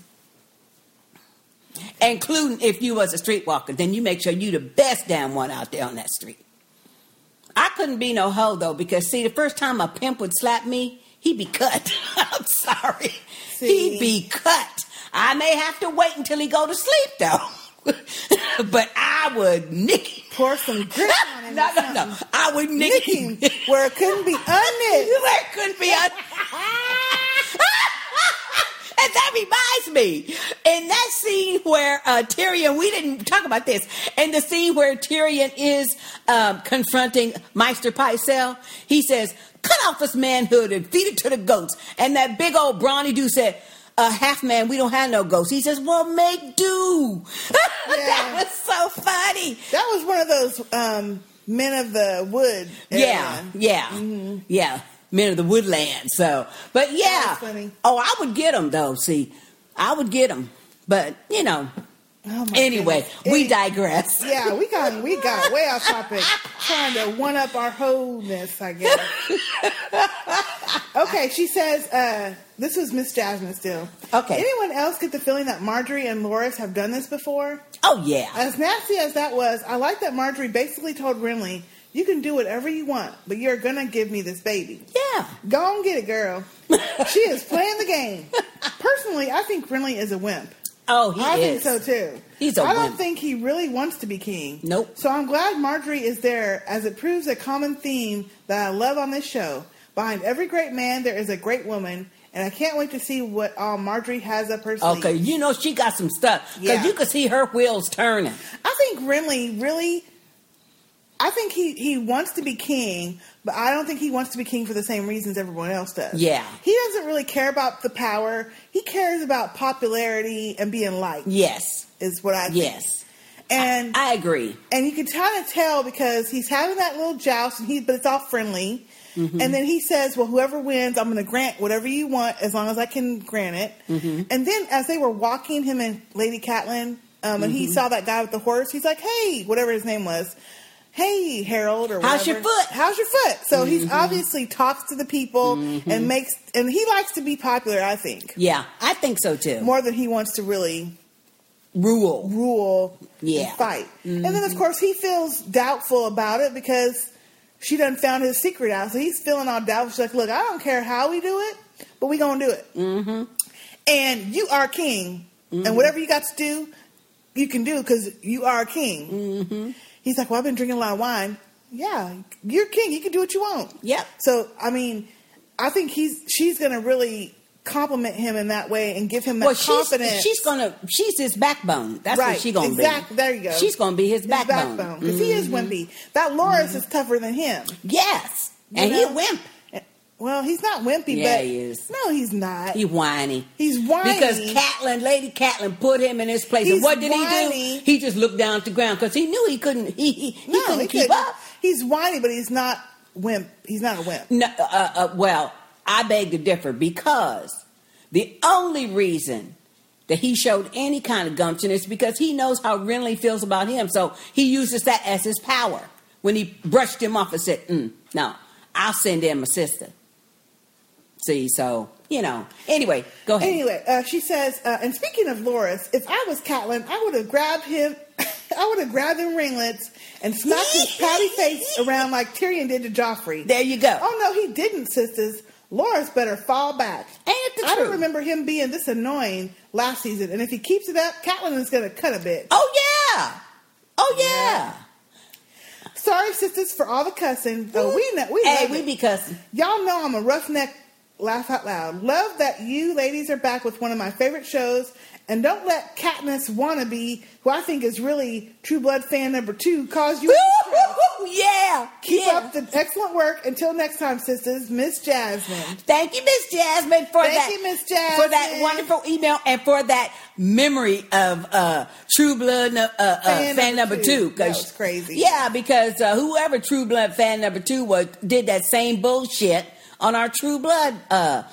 Including if you was a streetwalker, then you make sure you the best damn one out there on that street. I couldn't be no hoe though because see, the first time a pimp would slap me, he'd be cut. (laughs) I'm sorry,
See.
he'd be cut. I may have to wait until he go to sleep though, (laughs) but I would nick him.
pour some grit on
(laughs)
him.
no,
or
no, no.
something.
I would nick,
Nick
him.
him where it couldn't
(laughs)
be unknit.
You ain't couldn't be un- And that reminds me, in that scene where uh, Tyrion, we didn't talk about this, in the scene where Tyrion is um, confronting Meister Pycelle, he says, cut off his manhood and feed it to the goats. And that big old brawny dude said, uh, half man, we don't have no goats. He says, well, make do. (laughs) that
Yeah.
was so funny.
That was one of those um, men of the wood.
Yeah,
era.
yeah,
Mm-hmm.
yeah. Men of the woodland. So, but yeah.
That's funny.
Oh, I would get them though. See, I would get them. But you
(laughs)
know.
Oh my
Anyway,
goodness.
we
Any-
digress.
Yeah, we got we got way off topic, trying to one up our wholeness,
(laughs)
I guess. okay, she says uh, this was Miss Jasmine still.
Okay.
Anyone else get the feeling that Marjorie and Loris have done this before?
Oh yeah.
As nasty as that was, I like that Marjorie basically told Renly, "You can do whatever you want, but you're gonna give me this baby."
Yeah.
Go and get it, girl. she is playing the game. Personally, I think Renly is a wimp.
Oh, he
I
is.
think so too.
He's a
I don't
wimp.
think he really wants to be king.
Nope.
So I'm glad Marjorie is there, as it proves a common theme that I love on this show. Behind every great man, there is a great woman, and I can't wait to see what all Marjorie has up her sleeve.
Okay, you know she got some stuff because
Yeah.
you could see her wheels turning.
I think Renly really. I think he, he wants to be king, but I don't think he wants to be king for the same reasons everyone else does.
Yeah.
He doesn't really care about the power. He cares about popularity and being liked,
Yes,
is what I think.
yes.
And
I agree.
and you can kind of tell because he's having that little joust, and he but it's all friendly.
Mm-hmm.
And then he says, "Well, whoever wins, I'm going to grant whatever you want as long as I can grant it."
Mm-hmm.
And then as they were walking, him and Lady Catlin, um, and he
Mm-hmm.
saw that guy with the horse, he's like, "Hey, whatever his name was." Hey Harold, or
How's your
whatever.
foot? Mm-hmm.
How's your foot? So he's obviously talks to the people and makes, and he likes to be popular. I think
Yeah, I think so too.
more than he wants to really
Rule.
rule
Yeah. Mm-hmm.
and fight. And then of course he feels doubtful about it because she done found his secret out. So he's feeling all doubtful. She's like, look, I don't care how we do it, but we gonna do it. Mm-hmm. And you are king,
Mm-hmm.
and whatever you got to do, you can do because you are a king. Mm-hmm. He's like, well, I've been drinking a lot of wine. Yeah, you're king. You can do what you want.
Yep.
So I mean, I think he's she's gonna really compliment him in that way and give him that
Well, she's,
confidence.
she's gonna she's his backbone. That's
Right,
what she gonna
exact-
be.
there you go.
She's gonna be his
his
backbone. Mm-hmm.
backbone because he is wimpy. That Loris is tougher than him.
Yes,
You
and he
know?
a wimp.
Well, he's not wimpy,
Yeah,
but
he is.
no, he's not.
He whiny.
he's whiny
Because Catlin, Lady Catlin, put him in his place. and
He's
what did he
whiny.
do? He just looked down at the ground because he knew he couldn't. He he, he
no,
couldn't
he
keep
couldn't.
up.
He's whiny, but he's not wimp. He's not a wimp.
No, uh, uh, well, I beg to differ because the only reason that he showed any kind of gumption is because he knows how Renly feels about him. So he uses that as his power. When he brushed him off and said, mm, "No, I'll send in my sister." See, so you know. Anyway, go ahead.
Anyway, uh, she says, uh, and speaking of Loris, if I was Catelyn, I would have grabbed him. (laughs) I would have grabbed him ringlets and smacked his pouty face around like Tyrion did to Joffrey.
There you go.
Oh no, he didn't, sisters. Loris better fall back.
Ain't it the
I
truth?
don't remember him being this annoying last season, and if he keeps it up, Catelyn is going to cut a bit.
Oh yeah. Oh yeah.
Yeah. Sorry, sisters, for all the cussing. Oh, we know, we
hey,
love
we
it.
be cussing.
Y'all know I'm a roughneck. Laugh out loud. Love that you ladies are back with one of my favorite shows, and don't let Katniss wannabe, who I think is really True Blood fan number two, cause
(laughs)
you.
yeah.
Keep
yeah.
up the excellent work. Until next time, sisters. Miss Jasmine.
Thank you, Miss Jasmine, for
Thank
that.
you, Miss
for that
Jasmine.
wonderful email and for that memory of uh, True Blood uh, uh, fan,
Fan
number
number
two.
two. That
'cause-
was crazy.
Yeah, because uh, whoever True Blood fan number two was did that same bullshit on our True Blood uh,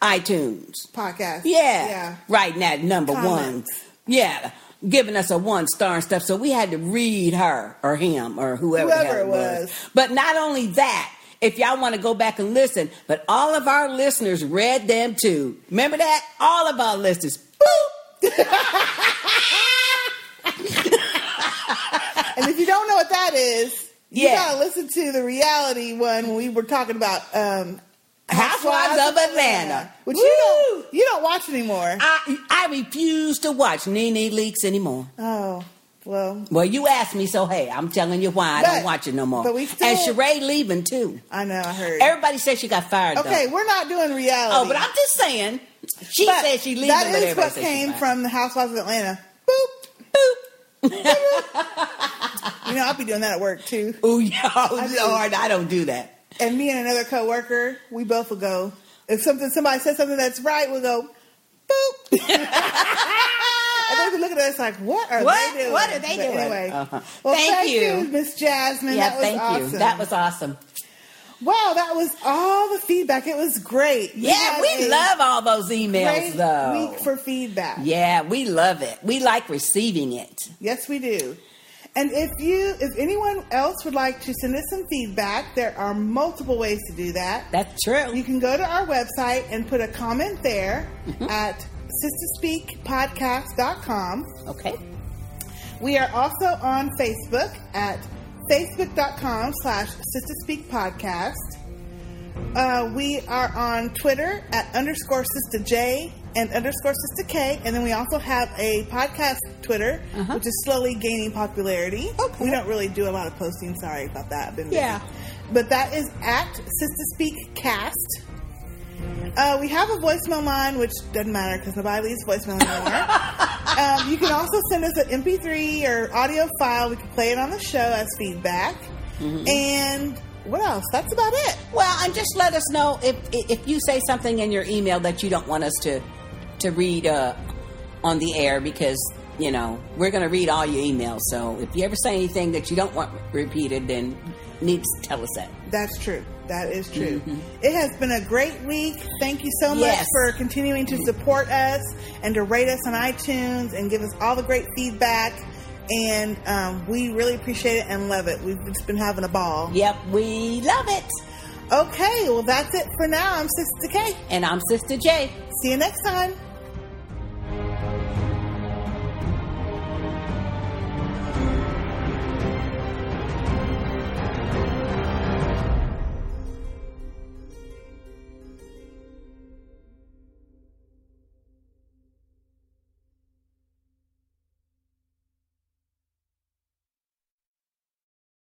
iTunes.
podcast.
Yeah.
Yeah.
Right now, number one.
Comments.
Yeah. Giving us a one star and stuff. So we had to read her or him or whoever, the
Whoever
hell
it was.
But not only that, if y'all want to go back and listen, but all of our listeners read them too. Remember that? All of our listeners. Boop!
And if you don't know what that is,
Yeah.
you gotta listen to the reality one when we were talking about um,
Housewives of Atlanta.
which
Woo!
you don't you don't watch anymore.
I, I refuse to watch Nene Leaks anymore.
oh well,
Well, you asked me, so hey, I'm telling you why I don't
But-
watch it no more.
but we still-
and Sheree leaving too.
I know I heard.
Everybody says she got fired though.
okay, we're not doing reality.
Oh, but I'm just saying. She
But
said she leaving.
That
but
is
everybody
what
says she
came
fired.
from the Housewives of Atlanta. Boop.
(laughs)
You know, I'll be doing that at work too.
Ooh, yeah, (laughs) oh,
do.
Lord, I don't do that.
And me and another coworker, we both will go. If something somebody says something that's right, we'll go boop. (laughs) and they'll be looking at us like, "What are
What?
they doing?
What are they
But
doing?
Anyway,
Uh-huh.
well,
Thank
thank,
you.
you, Miss Jasmine.
yeah,
that was
thank
awesome.
you. That was awesome.
wow. That was all the feedback. It was great.
yeah,
had
we
a
love all those
great
emails, though.
week for feedback.
yeah, we love it. We like receiving it.
Yes, we do. And if you, if anyone else would like to send us some feedback, there are multiple ways to do that.
That's true.
You can go to our website and put a comment there at sisterspeakpodcast.com.
okay.
We are also on Facebook at facebook.com slash sisterspeakpodcast. Uh, we are on Twitter at underscore sister J and underscore sister K. And then we also have a podcast Twitter,
Uh-huh.
which is slowly gaining popularity.
Okay.
We don't really do a lot of posting. Sorry about that. I've been busy.
Yeah.
But that is at Sister Speak Cast. Uh, we have a voicemail line, which doesn't matter because nobody leaves
(laughs)
voicemail anymore. um, you can also send us an MP3 or audio file. We can play it on the show as feedback. Mm-hmm. And what else? That's about it.
Well, and just let us know if if you say something in your email that you don't want us to to read uh, on the air because you know, we're going to read all your emails. So if you ever say anything that you don't want repeated, then you need to tell us that. Mm-hmm.
That's true. That is true. Mm-hmm. It has been a great week. Thank you so much
Yes.
for continuing to support us and to rate us on iTunes and give us all the great feedback. And um, we really appreciate it and love it. We've just been having a ball.
Yep, we love it.
Okay, well, that's it for now. I'm Sister K.
And I'm Sister J.
See you next time.